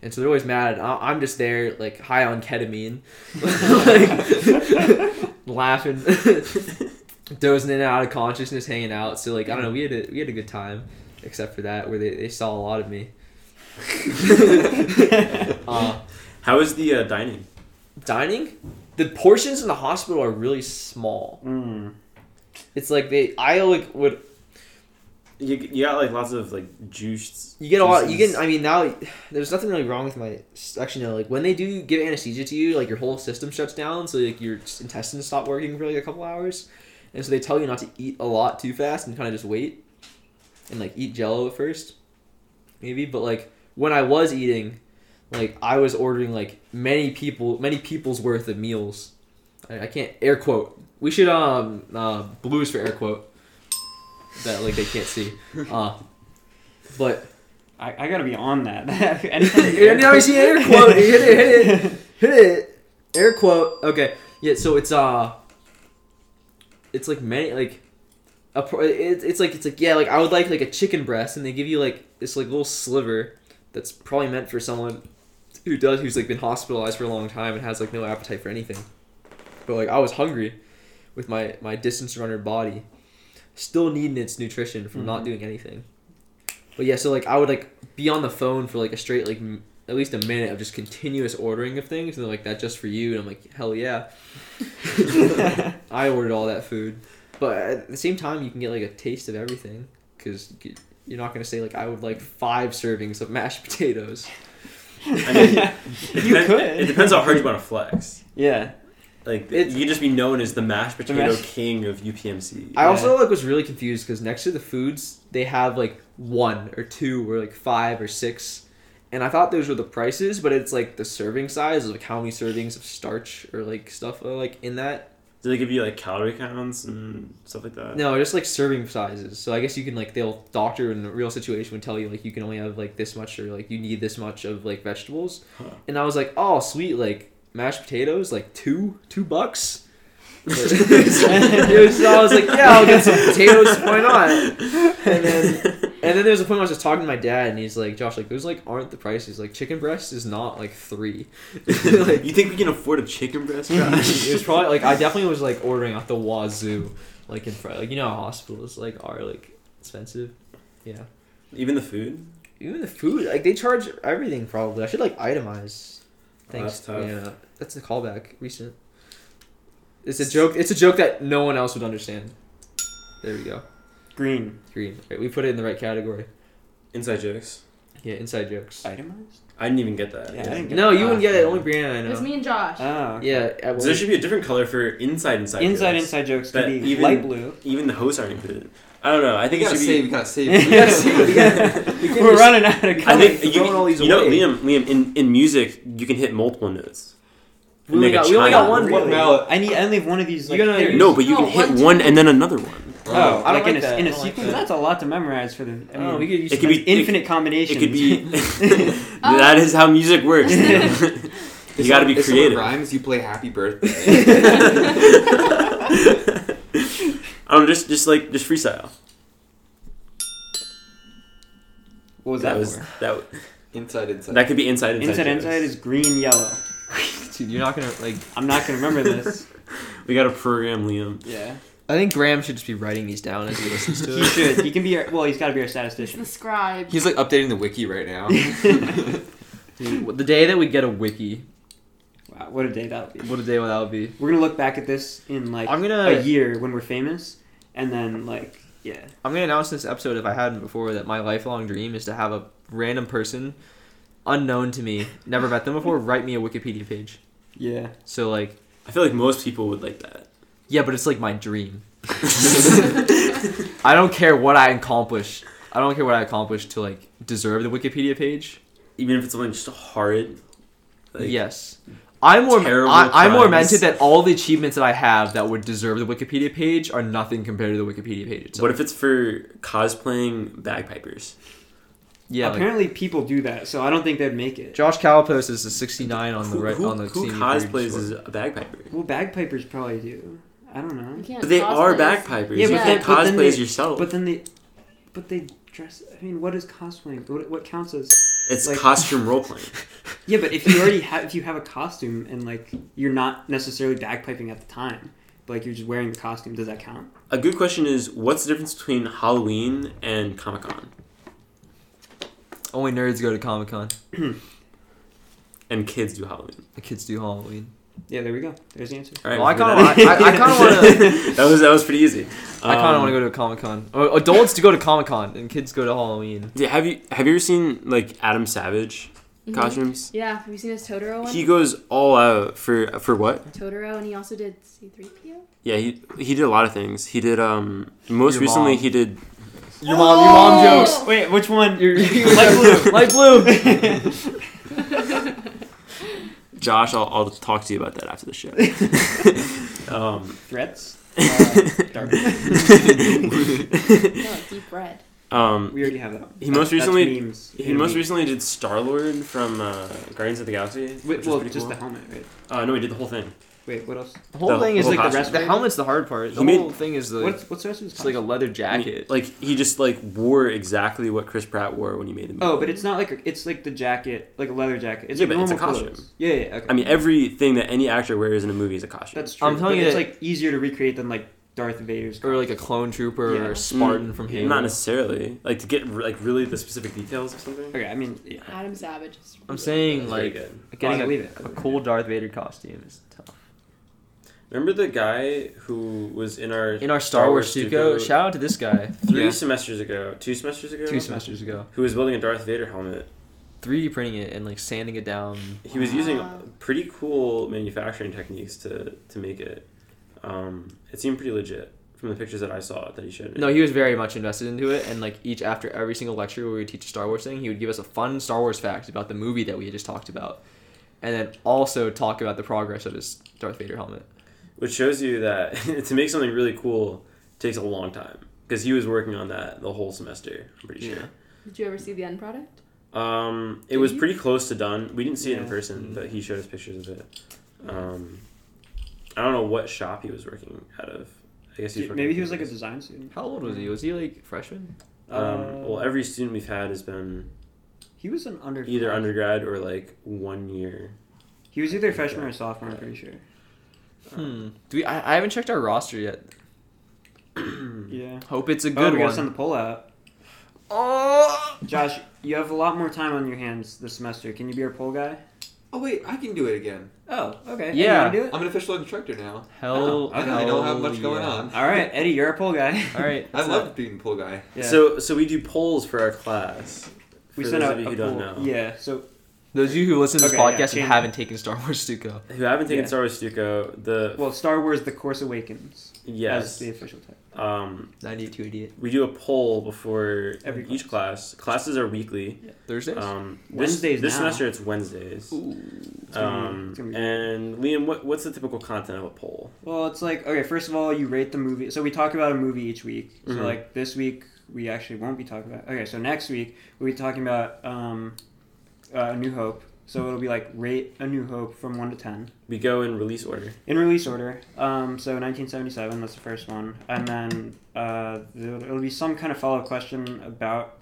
Speaker 1: And so they're always mad. And I- I'm just there, like high on ketamine, like, laughing, <laughs> dozing in and out of consciousness, hanging out. So like I don't know, we had a we had a good time, except for that where they, they saw a lot of me. uh,
Speaker 3: How is the uh, dining?
Speaker 1: dining, the portions in the hospital are really small.
Speaker 2: <laughs> Mm.
Speaker 1: It's like they I like would
Speaker 3: You, you got like lots of like juice.
Speaker 1: You get a lot. You
Speaker 3: juices.
Speaker 1: get. I mean, now there's nothing really wrong with my. Actually, no. Like when they do give anesthesia to you, like your whole system shuts down, so like your intestines stop working for like a couple hours, and so they tell you not to eat a lot too fast and kind of just wait, and like eat Jello at first, maybe. But like when I was eating, like I was ordering like many people, many people's worth of meals. I, I can't air quote. We should um uh, blues for air quote. That like they can't see. Uh, but
Speaker 2: I, I gotta be on
Speaker 1: <laughs>
Speaker 2: that. <laughs>
Speaker 1: and now you see air quote. You hit it, hit it, hit it. Air quote. Okay. Yeah. So it's uh, it's like many like, a pro- it, it's like it's like yeah like I would like like a chicken breast and they give you like this like little sliver that's probably meant for someone who does who's like been hospitalized for a long time and has like no appetite for anything. But like I was hungry, with my my distance runner body, still needing its nutrition from not doing anything. But yeah, so like I would like be on the phone for like a straight like m- at least a minute of just continuous ordering of things and they're like that just for you and i'm like hell yeah i ordered all that food but at the same time you can get like a taste of everything because you're not going to say like i would like five servings of mashed potatoes
Speaker 2: <laughs>
Speaker 3: I mean, <laughs> it
Speaker 2: You
Speaker 3: depen-
Speaker 2: could.
Speaker 3: It depends how hard you want to flex.
Speaker 2: yeah.
Speaker 3: Like
Speaker 1: It's-
Speaker 3: you could just be known as the mashed
Speaker 2: The
Speaker 3: potato
Speaker 2: mashed-
Speaker 3: king of UPMC.
Speaker 1: i also like was really confused because next to the foods they have like one or two or like five or six and i thought those were the prices but it's like the serving size like how many servings of starch or like stuff are like in that
Speaker 3: Do they give you like calorie counts and stuff like that?
Speaker 1: No, just like serving sizes. So I guess you can like they'll doctor in a real situation would tell you like you can only have like this much or like you need this much of like vegetables.
Speaker 3: Huh.
Speaker 1: And I was like, oh sweet, like mashed potatoes, like two two bucks. <laughs> But- so I was like, yeah, I'll get some potatoes. Why not? And then
Speaker 3: <laughs>
Speaker 1: <laughs> and then there's a point where I was just talking to my dad and he's like, Josh, like those like aren't the prices. Like chicken breast is not like three. <laughs> like,
Speaker 3: you think we can afford a chicken breast? Josh?
Speaker 1: <laughs>
Speaker 3: <laughs>
Speaker 1: it was probably like <laughs> I definitely was like ordering off the wazoo, like in front, like you know how hospitals like are like expensive. Yeah,
Speaker 3: Even the food.
Speaker 1: even the food like they charge everything probably. I should like itemize. Thanks.
Speaker 3: that's tough.
Speaker 1: Yeah, that's a callback. Recent. It's a joke. It's a joke that no one else would understand. There we go.
Speaker 2: Green.
Speaker 1: Green. Right, we put it in the right category.
Speaker 3: Inside jokes.
Speaker 1: Yeah, inside jokes.
Speaker 2: Itemized?
Speaker 3: I didn't even get that.
Speaker 2: Yeah, I didn't get
Speaker 1: No, you wouldn't get it.
Speaker 2: Ah,
Speaker 1: Only Brianna and I
Speaker 5: It was
Speaker 1: know. Uh,
Speaker 5: me and Josh.
Speaker 2: Oh. okay.
Speaker 1: Yeah. At
Speaker 3: So there should be a different color for inside inside.
Speaker 2: Inside
Speaker 3: jokes.
Speaker 2: inside jokes
Speaker 3: That
Speaker 2: could be
Speaker 3: even-
Speaker 2: light blue.
Speaker 3: Even the hosts aren't included. I don't know. I think
Speaker 4: We
Speaker 3: it
Speaker 4: gotta
Speaker 3: should
Speaker 4: save.
Speaker 3: be.
Speaker 4: We gotta
Speaker 2: <laughs> Yeah.
Speaker 3: <laughs>
Speaker 4: save.
Speaker 2: We're running out of
Speaker 3: I
Speaker 2: color.
Speaker 3: think
Speaker 1: Throwing
Speaker 3: you,
Speaker 1: all these
Speaker 3: you know,
Speaker 1: away.
Speaker 3: Liam. Liam, in, in music, you can hit multiple notes.
Speaker 1: We only
Speaker 3: Make a
Speaker 1: got- we only got
Speaker 3: chime.
Speaker 1: one
Speaker 2: Really?
Speaker 4: mallet.
Speaker 2: I need. I only have one of these.
Speaker 1: You
Speaker 2: Like,
Speaker 1: gotta-
Speaker 2: theories.
Speaker 3: No, but you
Speaker 5: No,
Speaker 3: can hit
Speaker 5: one,
Speaker 3: one,
Speaker 5: two.
Speaker 3: and then another one.
Speaker 2: <laughs> Oh,
Speaker 1: I don't
Speaker 2: like, in
Speaker 1: like
Speaker 2: a,
Speaker 1: that.
Speaker 2: in
Speaker 1: I
Speaker 2: a
Speaker 1: don't like
Speaker 2: sequence.
Speaker 1: that.
Speaker 2: that's a lot to memorize for the. I mean,
Speaker 1: Oh, we could use
Speaker 3: It could be-
Speaker 2: that's infinite combinations.
Speaker 3: It could be. <laughs>
Speaker 5: Oh.
Speaker 3: that is how music works. <laughs> you got to be
Speaker 4: If someone
Speaker 3: creative.
Speaker 4: Rhymes. You play
Speaker 1: <laughs>
Speaker 4: Happy Birthday.
Speaker 3: I don't know, Um, just just like just freestyle.
Speaker 2: <laughs> what was
Speaker 3: That
Speaker 2: that?
Speaker 3: was
Speaker 2: for?
Speaker 3: that. w-
Speaker 4: Inside. Inside.
Speaker 3: That could be inside inside.
Speaker 2: Inside
Speaker 3: jokes.
Speaker 2: inside is green yellow.
Speaker 1: Dude, you're not gonna like.
Speaker 2: I'm not gonna
Speaker 1: <laughs>
Speaker 2: remember this.
Speaker 3: We got to program Liam.
Speaker 2: yeah,
Speaker 1: I think Graham should just be writing these down as he listens to
Speaker 2: <laughs> he
Speaker 1: it. <laughs>
Speaker 2: should. He can be. Our, well, he's got to be our
Speaker 5: It's the
Speaker 2: statistician.
Speaker 5: scribe.
Speaker 4: He's like updating the wiki
Speaker 1: <laughs>
Speaker 4: right now.
Speaker 1: Dude, the day that we get a wiki,
Speaker 2: Wow, what a day that'll be.
Speaker 1: what a day that would be.
Speaker 2: We're gonna look back at this in like
Speaker 1: I'm gonna-
Speaker 2: a year when we're famous, and then like yeah,
Speaker 1: I'm gonna announce this episode if I hadn't before that my lifelong dream is to have a random person unknown to me, never met them before, write me a Wikipedia page.
Speaker 2: Yeah.
Speaker 1: So like,
Speaker 3: I feel like most people would like that.
Speaker 1: yeah, but it's like my dream.
Speaker 2: <laughs>
Speaker 3: <laughs>
Speaker 1: I don't care what I accomplish. I don't care what I accomplish to like deserve the Wikipedia page.
Speaker 3: Even if it's something just horrid. Like,
Speaker 1: yes. I'm more
Speaker 3: terrible
Speaker 1: I, am more meant
Speaker 3: crimes.
Speaker 1: to that all the achievements that I have that would deserve the Wikipedia page are nothing compared to the Wikipedia page itself.
Speaker 3: What if it's for cosplaying bagpipers?
Speaker 1: yeah, like,
Speaker 2: Apparently, people do that, so I don't think they'd make it.
Speaker 1: Josh Calipos is a 69 on the
Speaker 3: who
Speaker 1: right
Speaker 3: who,
Speaker 1: on the
Speaker 3: who
Speaker 1: senior period
Speaker 3: cosplays
Speaker 1: score.
Speaker 3: as a bagpiper?
Speaker 2: Well, bagpipers probably do. I don't know.
Speaker 5: can't
Speaker 3: But they are
Speaker 5: cosplay as-
Speaker 3: bagpipers.
Speaker 2: Yeah,
Speaker 3: you
Speaker 2: but
Speaker 3: can't
Speaker 2: then- but then
Speaker 3: cosplay
Speaker 2: they-
Speaker 3: as yourself.
Speaker 2: But then they, but they dress. I mean, what is cosplaying? What, what counts as?
Speaker 3: it's
Speaker 2: like-
Speaker 3: costume role playing.
Speaker 2: Yeah, but if you already have, if you have a costume and like you're not necessarily bagpiping at the time, but like you're just wearing the costume, does that count?
Speaker 3: A good question is what's the difference between Halloween and Comic Con
Speaker 1: Only nerds go to Comic Con.
Speaker 3: and kids do Halloween?
Speaker 1: The kids do Halloween.
Speaker 2: Yeah, there we go. There's the answer.
Speaker 3: All right,
Speaker 1: Well, I
Speaker 3: we're
Speaker 1: kinda
Speaker 3: done.
Speaker 1: wa- I- I kinda wanna-
Speaker 3: <laughs> that was that was pretty easy.
Speaker 1: I kind of
Speaker 3: Um,
Speaker 1: want to go to a Comic Con. Adults to go to Comic Con and kids go to Halloween.
Speaker 3: Yeah, have you have you ever seen like Adam Savage
Speaker 5: Mhm.
Speaker 3: costumes?
Speaker 5: Yeah, have you seen his Totoro one?
Speaker 3: He goes all out for for what?
Speaker 5: Totoro, and he also did C3PO.
Speaker 1: <laughs>
Speaker 3: Yeah, he he did a lot of things. He did um most
Speaker 1: Your
Speaker 3: recently
Speaker 1: mom.
Speaker 3: he did
Speaker 1: <laughs> Your mom, your mom
Speaker 5: Oh!
Speaker 1: jokes.
Speaker 2: Wait, which one?
Speaker 1: light blue, light blue.
Speaker 3: Josh. I'll, I'll talk to you about that
Speaker 2: <laughs>
Speaker 3: after the show. um,
Speaker 2: Threats. Uh, dark.
Speaker 5: <laughs> No, deep red.
Speaker 3: <laughs> um,
Speaker 2: We already have that. One.
Speaker 3: He most
Speaker 2: That- that's
Speaker 3: recently-
Speaker 2: memes.
Speaker 3: he
Speaker 2: It'll
Speaker 3: most
Speaker 2: be-
Speaker 3: recently did Star Lord from uh, Guardians of the Galaxy. which
Speaker 2: Wait,
Speaker 3: is
Speaker 2: well,
Speaker 3: pretty
Speaker 2: just
Speaker 3: cool.
Speaker 2: the helmet, right?
Speaker 3: Uh, no, he did the whole thing.
Speaker 2: Wait, what else?
Speaker 1: The whole
Speaker 3: The
Speaker 1: thing is
Speaker 3: whole
Speaker 1: like the
Speaker 3: costume.
Speaker 1: rest. The helmet's the hard part. The
Speaker 3: He made-
Speaker 1: whole thing is the.
Speaker 2: What's what's the rest of his
Speaker 1: It's like a
Speaker 2: costume?
Speaker 1: leather
Speaker 3: And he-
Speaker 1: jacket.
Speaker 3: like he just like wore exactly what Chris Pratt wore when he made the movie.
Speaker 2: Oh, but it's not like a, it's like the jacket, like a leather jacket. It's
Speaker 3: Yeah,
Speaker 2: like
Speaker 3: but it's a
Speaker 2: normal
Speaker 3: costume.
Speaker 2: clothes. Yeah, yeah. Okay.
Speaker 3: I mean, everything that any actor wears in a movie is a costume.
Speaker 2: that's true.
Speaker 1: I'm telling
Speaker 2: but
Speaker 1: you
Speaker 2: it's
Speaker 1: that-
Speaker 2: like easier to recreate than like Darth Vader's.
Speaker 1: or like a clone trooper
Speaker 2: Yeah.
Speaker 1: or a Spartan from Halo.
Speaker 3: Mm, Not necessarily. Like to get like really the specific details of something.
Speaker 2: Okay, I mean, yeah.
Speaker 5: Adam Savage. is-
Speaker 1: I'm saying
Speaker 3: That's very
Speaker 1: like
Speaker 3: good.
Speaker 1: getting
Speaker 2: Oh, I
Speaker 1: a,
Speaker 2: believe it.
Speaker 1: a cool Darth Vader costume is tough.
Speaker 3: Remember the guy who was in our
Speaker 1: In our Star Wars Stuco, shout out to this guy.
Speaker 3: three
Speaker 4: Yeah.
Speaker 3: semesters ago, two semesters ago,
Speaker 1: Two semesters ago,
Speaker 3: who was building a Darth Vader helmet.
Speaker 1: 3D printing it and like sanding it down.
Speaker 3: He was using
Speaker 5: Wow.
Speaker 3: pretty cool manufacturing techniques to to make it. Um, it seemed pretty legit from the pictures that I saw that he showed. me.
Speaker 1: No, he was very much invested into it, and like each after every single lecture where we would teach a Star Wars thing, he would give us a fun Star Wars fact about the movie that we had just talked about, and then also talk about the progress of his Darth Vader helmet.
Speaker 3: which shows you that <laughs> to make something really cool takes a long time because he was working on that the whole semester. I'm pretty sure.
Speaker 5: Did you ever see the end product?
Speaker 3: Um, it
Speaker 5: Did
Speaker 3: was
Speaker 5: you?
Speaker 3: pretty close to done. We didn't see it in
Speaker 2: Yeah. Mm-hmm.
Speaker 3: person, but he showed us pictures of it. Um, I don't know what shop he was working out of. I guess he was working
Speaker 2: maybe
Speaker 3: out
Speaker 2: he was
Speaker 3: of-
Speaker 2: like a design student.
Speaker 1: How old was he? Was he like freshman?
Speaker 2: uh,
Speaker 3: Um, well, every student we've had has been
Speaker 2: He was an under.
Speaker 3: either undergrad or like one year.
Speaker 2: He was either freshman or sophomore. I'm pretty sure.
Speaker 3: <clears throat>
Speaker 1: Hmm. Do we? I, I haven't checked our roster yet.
Speaker 3: Hmm.
Speaker 2: Yeah.
Speaker 1: Hope it's a
Speaker 2: oh,
Speaker 1: good
Speaker 2: we
Speaker 1: one.
Speaker 2: gotta send the poll out.
Speaker 1: Oh.
Speaker 2: Josh, you have a lot more time on your hands this semester. Can you be our poll guy?
Speaker 4: Oh wait, I can do it again.
Speaker 2: Oh, okay. Hey,
Speaker 1: Yeah.
Speaker 2: You wanna do
Speaker 4: I'm an official instructor now.
Speaker 1: Hell,
Speaker 4: I don't- I don't have
Speaker 1: hell
Speaker 4: much going
Speaker 1: yeah.
Speaker 4: on.
Speaker 2: it? All right, Eddie, you're our poll guy.
Speaker 1: All right.
Speaker 4: <laughs> I love being pool guy.
Speaker 2: <laughs> Yeah.
Speaker 3: So, so we do polls for our class.
Speaker 2: we
Speaker 3: for
Speaker 2: sent
Speaker 3: those
Speaker 2: out
Speaker 3: of you
Speaker 2: a
Speaker 3: who
Speaker 2: poll.
Speaker 3: don't know.
Speaker 2: Yeah. So
Speaker 1: Those of you who listen to this
Speaker 2: Okay, yeah,
Speaker 1: podcast
Speaker 2: change.
Speaker 1: and haven't taken Star Wars Stuco,
Speaker 3: Who haven't taken
Speaker 2: Yeah.
Speaker 3: Star Wars Stuco, the
Speaker 2: well, Star Wars: The Course Awakens. As
Speaker 3: yes,
Speaker 2: the official title.
Speaker 3: um,
Speaker 1: 92 idiot.
Speaker 3: we do a poll before
Speaker 2: Every
Speaker 3: each class. Classes are weekly.
Speaker 1: Thursdays?
Speaker 3: Um, this,
Speaker 2: Wednesdays
Speaker 3: This
Speaker 2: now.
Speaker 3: semester it's Wednesdays.
Speaker 2: gonna be-
Speaker 3: Um,
Speaker 2: it's gonna be-
Speaker 3: and Liam, what, what's the typical content of a poll?
Speaker 2: Well, it's like okay. First of all, you rate the movie. So we talk about a movie each week. So
Speaker 3: Mhm.
Speaker 2: like this week, we actually won't be talking about. Okay, so next week we'll be talking about um, uh, A New Hope. So it'll be like rate A New Hope from one to ten
Speaker 3: We go in release order.
Speaker 2: in release order. Um, so 1977, that's the first one, and then uh, there'll- it'll be some kind of follow up question about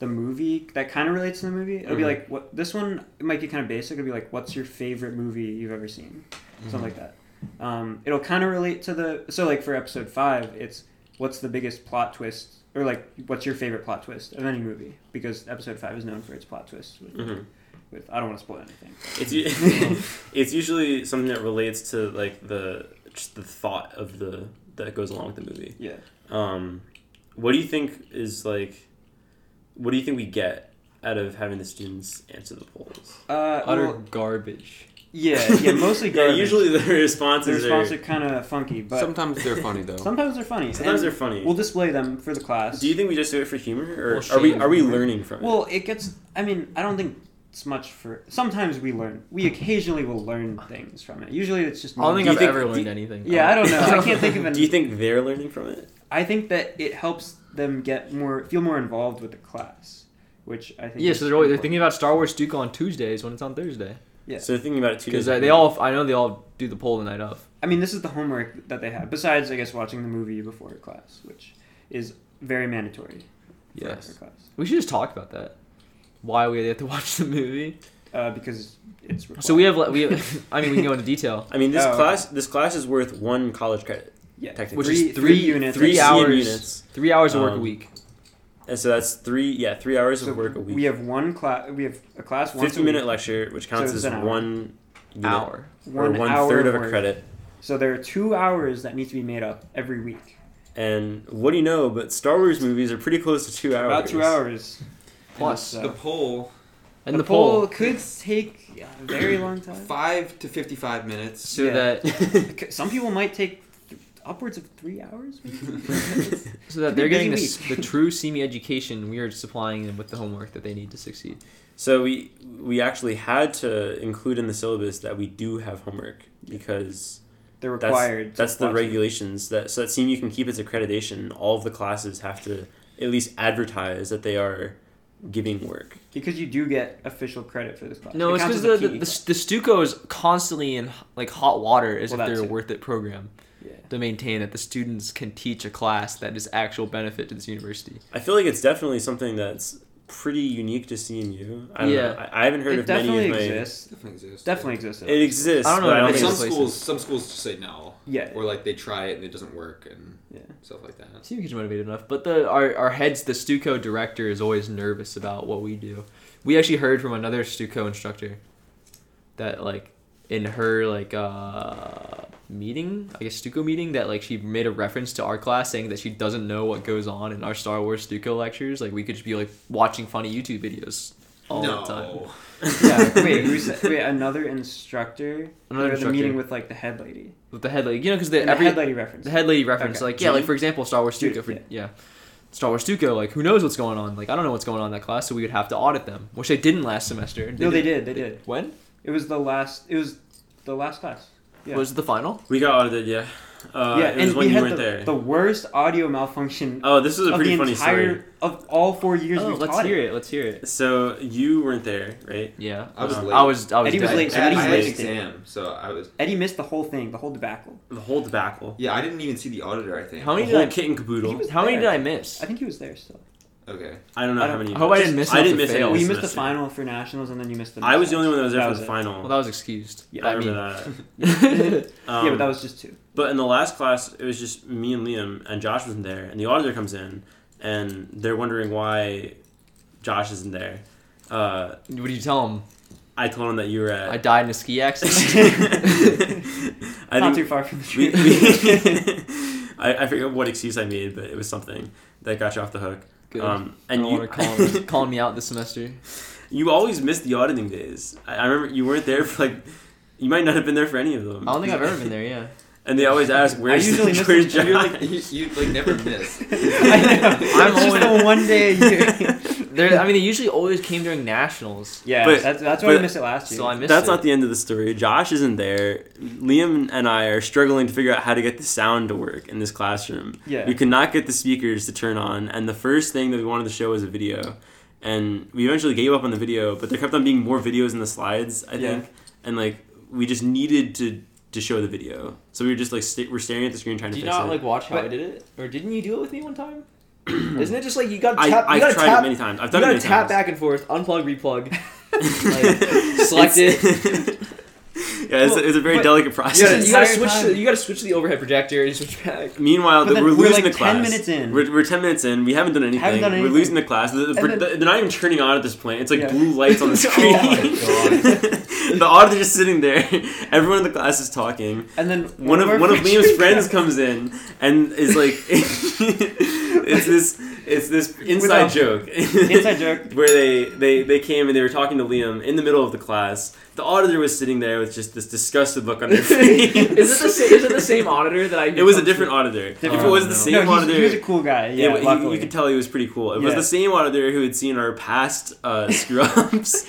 Speaker 2: the movie that kind of relates to the movie. It'll be
Speaker 3: Mhm.
Speaker 2: like what this one it might be kind of basic. It'll be like, what's your favorite movie you've ever seen, something
Speaker 3: Mm-hmm.
Speaker 2: like that. Um, it'll kind of relate to the so like for episode five, it's what's the biggest plot twist or like what's your favorite plot twist of any movie because episode five is known for its plot twists. With,
Speaker 3: Mhm.
Speaker 2: with I don't want to spoil anything.
Speaker 3: It's
Speaker 2: <laughs>
Speaker 3: u- <laughs> it's usually something that relates to like the just the thought of the that goes along with the movie.
Speaker 2: Yeah.
Speaker 3: Um, what do you think is like? What do you think we get out of having the students answer the polls?
Speaker 2: Uh,
Speaker 1: Utter
Speaker 2: well,
Speaker 1: garbage.
Speaker 2: yeah,
Speaker 3: <laughs>
Speaker 2: yeah, mostly
Speaker 3: Yeah,
Speaker 2: garbage.
Speaker 3: usually the <laughs>
Speaker 2: the
Speaker 3: responses
Speaker 2: responses are
Speaker 3: are.
Speaker 2: kind of funky, but
Speaker 11: Sometimes they're funny though.
Speaker 2: sometimes they're funny.
Speaker 3: Sometimes
Speaker 2: and
Speaker 3: they're funny.
Speaker 2: We'll display them for the class.
Speaker 3: do you think we just do it for humor, or
Speaker 12: Well,
Speaker 3: are we
Speaker 12: shame.
Speaker 3: are we learning from it?
Speaker 2: Well, it gets. I mean, I don't think it's much for. Sometimes we learn. We occasionally will learn things from it. Usually, it's just.
Speaker 1: I don't think
Speaker 3: Do you
Speaker 1: I've
Speaker 3: think-
Speaker 1: ever
Speaker 3: do-
Speaker 1: learned anything.
Speaker 2: Yeah, I
Speaker 3: <laughs>
Speaker 2: don't know. I can't think of any.
Speaker 3: do you think they're learning from it?
Speaker 2: I think that it helps them get more, feel more involved with the class, which I think.
Speaker 1: Yeah,
Speaker 2: is
Speaker 1: so they're always, they're
Speaker 2: important.
Speaker 1: thinking about Star Wars Duke on Tuesdays when it's on Thursday
Speaker 2: Yeah.
Speaker 3: So thinking about it two
Speaker 1: because uh,
Speaker 3: days.
Speaker 1: they all I know they all do the poll the night of.
Speaker 2: I mean, this is the homework that they have. Besides, I guess watching the movie before class, which is very mandatory. for-
Speaker 1: Yes.
Speaker 2: For class,
Speaker 1: We should just talk about that. Why we have to <laughs> watch the movie?
Speaker 2: uh, because it's. Required.
Speaker 1: So we have like, we have, <laughs> I mean we can go into detail.
Speaker 3: I mean, this
Speaker 2: Oh, okay.
Speaker 3: class this class is worth one college credit,
Speaker 2: yeah.
Speaker 3: technically.
Speaker 1: Which
Speaker 2: Three-
Speaker 1: is
Speaker 2: three
Speaker 1: three
Speaker 2: units.
Speaker 1: units,
Speaker 3: three
Speaker 1: three
Speaker 3: CM
Speaker 1: hours,
Speaker 3: units.
Speaker 1: three hours of work a
Speaker 3: Um,
Speaker 1: week.
Speaker 3: And so that's three, yeah, three hours
Speaker 2: So
Speaker 3: of work a week.
Speaker 2: we have one class. We have a class once a
Speaker 3: fifteen
Speaker 2: week,
Speaker 3: minute lecture, which counts
Speaker 2: So it's
Speaker 3: as
Speaker 2: an hour.
Speaker 3: one unit,
Speaker 1: Hour.
Speaker 3: or
Speaker 2: one,
Speaker 3: one
Speaker 2: hour
Speaker 3: third of a
Speaker 2: work.
Speaker 3: credit.
Speaker 2: So there are two hours that need to be made up every week.
Speaker 3: And what do you know? But Star Wars movies are pretty close to two hours.
Speaker 2: About two hours.
Speaker 1: Plus
Speaker 2: And
Speaker 11: the
Speaker 2: it's, uh,
Speaker 11: poll
Speaker 1: And the, poll,
Speaker 2: could take a very long time.
Speaker 11: five to fifty-five minutes.
Speaker 1: so
Speaker 2: yeah. <laughs>
Speaker 1: that
Speaker 2: Okay, Some people might take th- upwards of three hours. Maybe?
Speaker 1: so that they're getting
Speaker 2: Busy
Speaker 1: this, the
Speaker 2: week.
Speaker 1: true semi education. We are supplying them with the homework that they need to succeed.
Speaker 3: So we we actually had to include in the syllabus that we do have homework because
Speaker 2: They're
Speaker 3: that's
Speaker 2: required. to
Speaker 3: that's the
Speaker 2: watch it.
Speaker 3: regulations that so that seem you can keep its accreditation. All of the classes have to at least advertise that they are giving work.
Speaker 2: Because you do get official credit for this class.
Speaker 1: No,
Speaker 2: It
Speaker 1: it's
Speaker 2: counts
Speaker 1: because the,
Speaker 2: as
Speaker 1: the,
Speaker 2: a
Speaker 1: the,
Speaker 2: PE class.
Speaker 1: the Stuco is constantly in like hot water as
Speaker 2: Well,
Speaker 1: if
Speaker 2: that
Speaker 1: they're a
Speaker 2: too.
Speaker 1: worth it program
Speaker 2: Yeah.
Speaker 1: to maintain that the students can teach a class that is actual benefit to this university.
Speaker 3: I feel like it's definitely something that's pretty unique to CMU. I don't
Speaker 1: Yeah.
Speaker 3: know. I, I haven't heard
Speaker 2: It
Speaker 3: of many
Speaker 2: definitely
Speaker 3: of my.
Speaker 2: exists.
Speaker 11: Definitely exists.
Speaker 2: Definitely exists.
Speaker 3: It exists.
Speaker 1: I don't know
Speaker 3: but
Speaker 1: if
Speaker 3: I
Speaker 1: it
Speaker 3: don't
Speaker 1: think
Speaker 4: some
Speaker 1: it's places.
Speaker 4: schools, some schools just say no,
Speaker 3: <laughs>
Speaker 2: Yeah.
Speaker 4: or like they try it and it doesn't work and
Speaker 2: Yeah.
Speaker 4: stuff like that.
Speaker 1: Seem kids motivated enough, but the our, our heads, the Stuco director, is always nervous about what we do. We actually heard from another Stuco instructor that like in her like uh meeting, I guess Stuco meeting, that like she made a reference to our class saying that she doesn't know what goes on in our Star Wars Stuco lectures. Like we could just be like watching funny YouTube videos all
Speaker 4: no.
Speaker 1: the time.
Speaker 4: <laughs>
Speaker 2: yeah. Wait, who said, wait, another instructor.
Speaker 1: Another
Speaker 2: Another
Speaker 1: instructor.
Speaker 2: The meeting with like the head lady.
Speaker 1: With the head lady, you know, because
Speaker 2: The,
Speaker 1: the every
Speaker 2: the head lady reference.
Speaker 1: the head lady reference,
Speaker 2: Okay.
Speaker 1: like yeah, like
Speaker 2: Judy?
Speaker 1: for example, Star Wars
Speaker 2: Judy,
Speaker 1: Stuco, for,
Speaker 2: yeah.
Speaker 1: yeah. Star Wars Stuco, like who knows what's going on? Like I don't know what's going on in that class, so we would have to audit them, which they didn't last semester.
Speaker 2: no, they did. They did.
Speaker 1: When
Speaker 2: It was the last. It was the last class. Yeah.
Speaker 1: was the final?
Speaker 3: We got audited, yeah. Uh,
Speaker 2: yeah,
Speaker 3: it was
Speaker 2: and we
Speaker 3: when you
Speaker 2: had
Speaker 3: weren't
Speaker 2: the,
Speaker 3: there.
Speaker 2: the worst audio malfunction
Speaker 3: oh, this was a
Speaker 2: of the
Speaker 3: pretty funny
Speaker 2: entire
Speaker 3: story.
Speaker 2: of all four years.
Speaker 1: Oh,
Speaker 2: we've
Speaker 1: let's
Speaker 2: taught
Speaker 1: hear it. Let's hear it.
Speaker 3: So you weren't there, right?
Speaker 1: Yeah,
Speaker 4: I was
Speaker 3: Um,
Speaker 4: late.
Speaker 1: I was. I was.
Speaker 2: Eddie was
Speaker 1: dead.
Speaker 2: late, so
Speaker 4: I, I
Speaker 2: Eddie
Speaker 4: had an
Speaker 2: missed it.
Speaker 4: exam, so I was.
Speaker 2: Eddie missed the whole thing, the whole debacle.
Speaker 3: The whole debacle.
Speaker 4: Yeah, I didn't even see the auditor. I think.
Speaker 1: How
Speaker 3: The
Speaker 1: many
Speaker 3: whole
Speaker 1: did
Speaker 3: kit and
Speaker 2: He
Speaker 3: caboodle.
Speaker 2: was-
Speaker 1: I? How many
Speaker 2: there.
Speaker 1: did I miss?
Speaker 2: I think he was there still.
Speaker 4: Okay.
Speaker 3: I don't know
Speaker 2: I
Speaker 3: how
Speaker 2: don't-
Speaker 3: many.
Speaker 1: I hope I didn't miss
Speaker 3: I didn't
Speaker 1: enough
Speaker 3: miss
Speaker 1: to
Speaker 3: any.
Speaker 1: fail.
Speaker 2: Well,
Speaker 1: was
Speaker 2: you
Speaker 3: this
Speaker 2: missed the
Speaker 3: semester.
Speaker 2: final for nationals, and then you missed the.
Speaker 3: I was the only one that was there
Speaker 2: That was
Speaker 3: for the
Speaker 2: it.
Speaker 1: Well,
Speaker 3: final.
Speaker 1: that was excused.
Speaker 2: Yeah,
Speaker 3: I
Speaker 1: I mean,
Speaker 3: remember
Speaker 1: <laughs>
Speaker 3: that.
Speaker 2: yeah,
Speaker 3: Um,
Speaker 2: but that was just two.
Speaker 3: But in the last class, it was just me and Liam, and Josh wasn't there. And the auditor comes in, and they're wondering why Josh isn't there. Uh,
Speaker 1: what do you tell them?
Speaker 3: I told him that you were
Speaker 1: I
Speaker 3: <laughs> at.
Speaker 1: died in a ski accident.
Speaker 2: <laughs>
Speaker 3: I
Speaker 2: Not
Speaker 3: think
Speaker 2: too far from the
Speaker 3: <laughs> we, <laughs>
Speaker 2: truth.
Speaker 1: <laughs>
Speaker 2: <laughs>
Speaker 3: we- I, I forget what excuse I made, but it was something that got you off the hook.
Speaker 1: Good.
Speaker 3: Um,
Speaker 1: and
Speaker 3: and
Speaker 1: you calling,
Speaker 3: <laughs> you,
Speaker 1: calling me out this semester.
Speaker 3: you always missed the auditing days. I, I remember you weren't there for like. You might not have been there for any of them.
Speaker 1: I don't think I've ever been there. Yeah.
Speaker 3: And they always ask, "Where's
Speaker 2: usually miss
Speaker 3: where's
Speaker 2: them.
Speaker 3: Josh?"
Speaker 4: You're like <laughs> you, you like never
Speaker 2: <laughs>
Speaker 4: <laughs> miss.
Speaker 3: <laughs>
Speaker 2: I know.
Speaker 1: I'm
Speaker 2: it's just
Speaker 1: only-
Speaker 2: the one day a year.
Speaker 1: There. I mean, they usually always came during nationals.
Speaker 2: yeah,
Speaker 3: But-
Speaker 2: that's, that's why <laughs> I
Speaker 3: but-
Speaker 2: missed it last year.
Speaker 1: So I missed
Speaker 3: That's
Speaker 1: it.
Speaker 3: not the end of the story. Josh isn't there. Liam and I are struggling to figure out how to get the sound to work in this classroom.
Speaker 2: Yeah.
Speaker 3: We could not get the speakers to turn on, and the first thing that we wanted to show was a video. And we eventually gave up on the video, but there kept on being more videos in the slides, I
Speaker 2: Yeah.
Speaker 3: think. And like we just needed to to show the video. So we were just like st- we're staring at the screen trying
Speaker 12: Do
Speaker 3: to
Speaker 12: you
Speaker 3: fix
Speaker 12: not
Speaker 1: <clears throat>
Speaker 3: it.
Speaker 12: like watch how
Speaker 1: But-
Speaker 12: I did it, or didn't you do it with me one time? Isn't it just like you got to
Speaker 3: I,
Speaker 12: tap? you
Speaker 3: I've
Speaker 12: gotta
Speaker 3: tried
Speaker 12: tap,
Speaker 3: it many times. Hmm. I've
Speaker 12: You
Speaker 3: done it
Speaker 12: gotta
Speaker 3: many
Speaker 12: tap
Speaker 3: times.
Speaker 12: back and forth, unplug,
Speaker 3: <laughs>
Speaker 12: replug. like, select
Speaker 3: yeah, it's, a, it's a very
Speaker 2: Well, but-
Speaker 3: delicate
Speaker 12: You gotta,
Speaker 3: process.
Speaker 12: you gotta
Speaker 2: Entire
Speaker 12: switch.
Speaker 2: time.
Speaker 12: To, you gotta switch to the overhead projector and switch
Speaker 3: <laughs>
Speaker 12: back.
Speaker 3: Meanwhile,
Speaker 2: But
Speaker 3: the,
Speaker 2: then
Speaker 3: we're
Speaker 2: we're
Speaker 3: losing
Speaker 2: like 10
Speaker 3: the class.
Speaker 2: minutes in.
Speaker 3: We're, we're ten minutes in. We haven't done anything.
Speaker 2: done
Speaker 3: We're
Speaker 2: anything.
Speaker 3: losing the class. The- the-
Speaker 2: And then-
Speaker 3: they're not even turning on at this point. It's like
Speaker 2: Yeah.
Speaker 3: blue
Speaker 12: <laughs>
Speaker 3: lights on the screen.
Speaker 12: Oh
Speaker 3: <laughs> the auditor's just sitting there. <laughs> Everyone in the class is talking.
Speaker 2: and then
Speaker 3: One
Speaker 2: <laughs>
Speaker 3: of
Speaker 2: our
Speaker 3: one of
Speaker 2: friends-
Speaker 3: <laughs> Liam's friends comes in and is like, it's this It's this inside
Speaker 2: Without-
Speaker 3: joke.
Speaker 2: Inside joke.
Speaker 3: <laughs> Where they, they, they came and they were talking to Liam in the middle of the class. The auditor was sitting there with just this disgusted look
Speaker 1: <laughs>
Speaker 2: <laughs>
Speaker 3: on their face.
Speaker 1: is it the same? Is it the same auditor that I?
Speaker 3: <laughs> It was a different auditor. if it was the
Speaker 6: no.
Speaker 3: same
Speaker 2: No, he's,
Speaker 3: auditor,
Speaker 2: he was a cool guy. Yeah,
Speaker 3: it, he,
Speaker 2: luckily.
Speaker 3: you could tell he was pretty cool. It was
Speaker 2: Yeah.
Speaker 3: the same auditor who had seen our past uh, screw ups.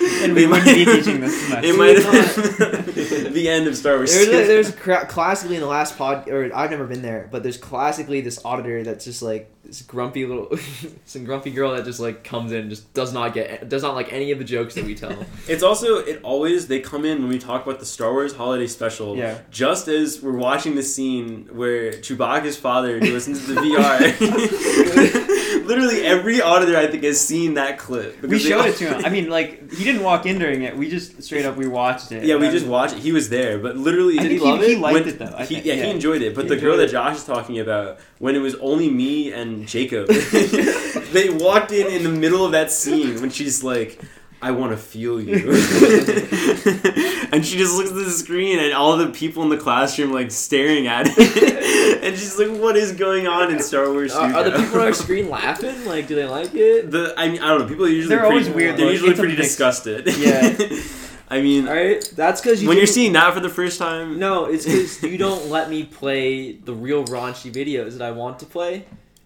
Speaker 2: <laughs> and we
Speaker 3: It
Speaker 2: wouldn't
Speaker 3: might-
Speaker 2: be teaching this
Speaker 3: <laughs>
Speaker 2: semester.
Speaker 3: It might have <laughs> been the end of Star Wars.
Speaker 1: There's
Speaker 3: <laughs>
Speaker 1: a, there's cra- classically in the last pod, or I've never been there, but there's classically this auditor that's just like this grumpy little, <laughs> some grumpy girl that just like comes in, and just does not get, does not like any of the jokes that we
Speaker 3: <laughs>
Speaker 1: tell.
Speaker 3: It's also it always they come in when we talk about the Star Wars holiday special.
Speaker 2: Yeah.
Speaker 3: Just as we're watching the scene where Chewbacca's father listens
Speaker 2: <laughs>
Speaker 3: to the VR. <laughs> Literally every auditor I think has seen that clip.
Speaker 2: we
Speaker 3: because they
Speaker 2: showed
Speaker 3: <laughs> all-
Speaker 2: it to him. I mean, like he didn't walk in during it. We just straight up we watched it.
Speaker 3: Yeah, we
Speaker 2: And
Speaker 3: just watched it. He was there, but literally,
Speaker 2: I think he, he liked it though. I
Speaker 3: he,
Speaker 2: think.
Speaker 3: yeah, he enjoyed it. But
Speaker 2: He
Speaker 3: the girl
Speaker 2: enjoyed
Speaker 3: that
Speaker 2: it.
Speaker 3: Josh is talking about, when it was only me
Speaker 2: <laughs>
Speaker 3: and Jacob, <laughs> they walked in in the middle of that scene when she's like, "I want to feel you," <laughs> and she just looks at the screen and all the people in the classroom like staring at it, <laughs> and she's like, "What is going on in Star Wars?"
Speaker 1: Uh, Are, are the
Speaker 3: Studio?"
Speaker 1: people
Speaker 3: <laughs>
Speaker 1: on our screen laughing? Like, do they like it?
Speaker 3: The I mean I don't know. People are usually
Speaker 2: They're
Speaker 3: pretty,
Speaker 2: always weird,
Speaker 3: They're
Speaker 2: though.
Speaker 3: usually
Speaker 2: It's a
Speaker 3: pretty
Speaker 2: mix.
Speaker 3: disgusted.
Speaker 2: Yeah.
Speaker 3: <laughs> I mean,
Speaker 1: All right, that's because you
Speaker 3: when you're
Speaker 1: didn't-
Speaker 3: seeing that for the first time,
Speaker 1: No, it's because you don't let me play the real raunchy videos that I want to play.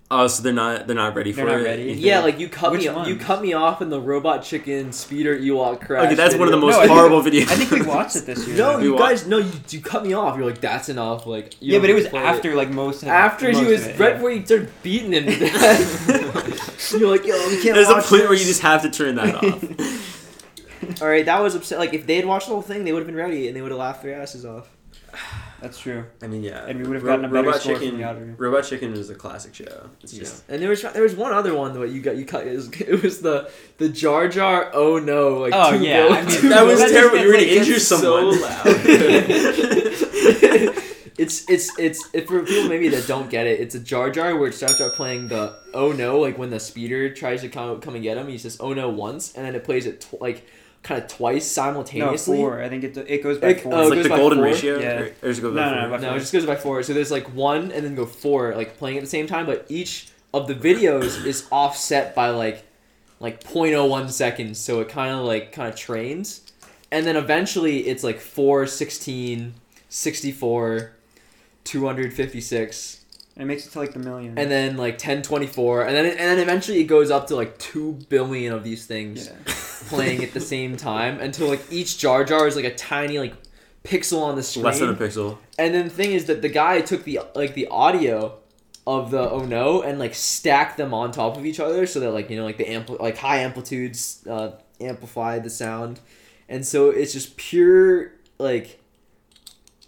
Speaker 3: Oh, so they're not they're not ready
Speaker 2: They're
Speaker 3: for
Speaker 2: not
Speaker 3: it.
Speaker 2: ready.
Speaker 3: you think?
Speaker 1: Yeah, like you cut
Speaker 2: Which
Speaker 1: me
Speaker 2: ones?
Speaker 1: you cut me off in the robot chicken speeder Ewok crash.
Speaker 3: okay, that's one of the
Speaker 1: video.
Speaker 3: most
Speaker 2: No, I think-
Speaker 3: horrible videos.
Speaker 2: I think we watched it
Speaker 3: <laughs>
Speaker 2: this year.
Speaker 1: No,
Speaker 2: though.
Speaker 3: We
Speaker 1: you
Speaker 3: wa-
Speaker 1: guys, no, you, you cut me off. You're like, that's enough. Like, you
Speaker 2: yeah,
Speaker 1: don't
Speaker 2: but it was
Speaker 1: play
Speaker 2: after like most. of-
Speaker 1: After he
Speaker 2: most
Speaker 1: was
Speaker 2: of it,
Speaker 1: right
Speaker 2: yeah.
Speaker 1: before he started beating him.
Speaker 2: <laughs>
Speaker 3: <laughs>
Speaker 1: to death. <laughs> You're like, yo, we can't.
Speaker 3: There's a
Speaker 1: watch
Speaker 3: point where you just have to turn that off.
Speaker 1: just. All right, that was upset. Like, if they had watched the whole thing, they would have been ready and they would have laughed their asses off.
Speaker 2: <laughs> That's true.
Speaker 3: I mean, yeah.
Speaker 2: And we would've
Speaker 3: Ro-
Speaker 2: gotten a better
Speaker 3: Robot
Speaker 2: score from
Speaker 3: Chicken.
Speaker 2: the auditor.
Speaker 3: Robot Chicken is a classic show. It's just
Speaker 1: And there was there was one other one that you got you cut. It was, <laughs> it was the the Jar Jar. Oh no! Like
Speaker 2: Oh,
Speaker 1: two
Speaker 2: yeah,
Speaker 1: bill-
Speaker 2: I mean,
Speaker 1: two
Speaker 3: that was
Speaker 1: bill-
Speaker 3: terrible.
Speaker 1: just
Speaker 3: You were gonna
Speaker 1: gets, like,
Speaker 3: injure
Speaker 1: so
Speaker 3: someone.
Speaker 1: loud. <laughs> it's it's it's if for people maybe that don't get it, it's a Jar Jar where it starts out playing the oh no like when the speeder tries to come come and get him. He says oh no once, and then it plays it tw- like kind of twice
Speaker 2: No,
Speaker 1: simultaneously.
Speaker 2: four. I think it it Oh, goes by
Speaker 1: Like,
Speaker 2: four.
Speaker 1: uh,
Speaker 3: it's
Speaker 1: goes
Speaker 3: like the
Speaker 1: by
Speaker 3: golden
Speaker 1: four?
Speaker 3: ratio.
Speaker 2: Yeah.
Speaker 3: Or, or does it go
Speaker 2: No, no,
Speaker 3: by four?
Speaker 2: no, by
Speaker 1: No, it just goes by four. So there's like one and then go four, like playing at the same time, but each of the videos
Speaker 3: <coughs>
Speaker 1: is offset by like like 0.01 seconds, so it kind of like kind of trains. And then eventually it's like 4, 16, 64, 256,
Speaker 2: And it makes it to like the million.
Speaker 1: and then like 1024, and then and then eventually it goes up to like 2 billion of these
Speaker 2: yeah.
Speaker 1: things <laughs>
Speaker 3: <laughs>
Speaker 1: playing at the same time until like each Jar Jar is like a tiny like pixel on the screen.
Speaker 3: Less than a pixel.
Speaker 1: And then the thing is that the guy took the like the audio of the oh no and like stacked them on top of each other so that like you know like the ampl- like high amplitudes uh, amplify the sound, and so it's just pure like.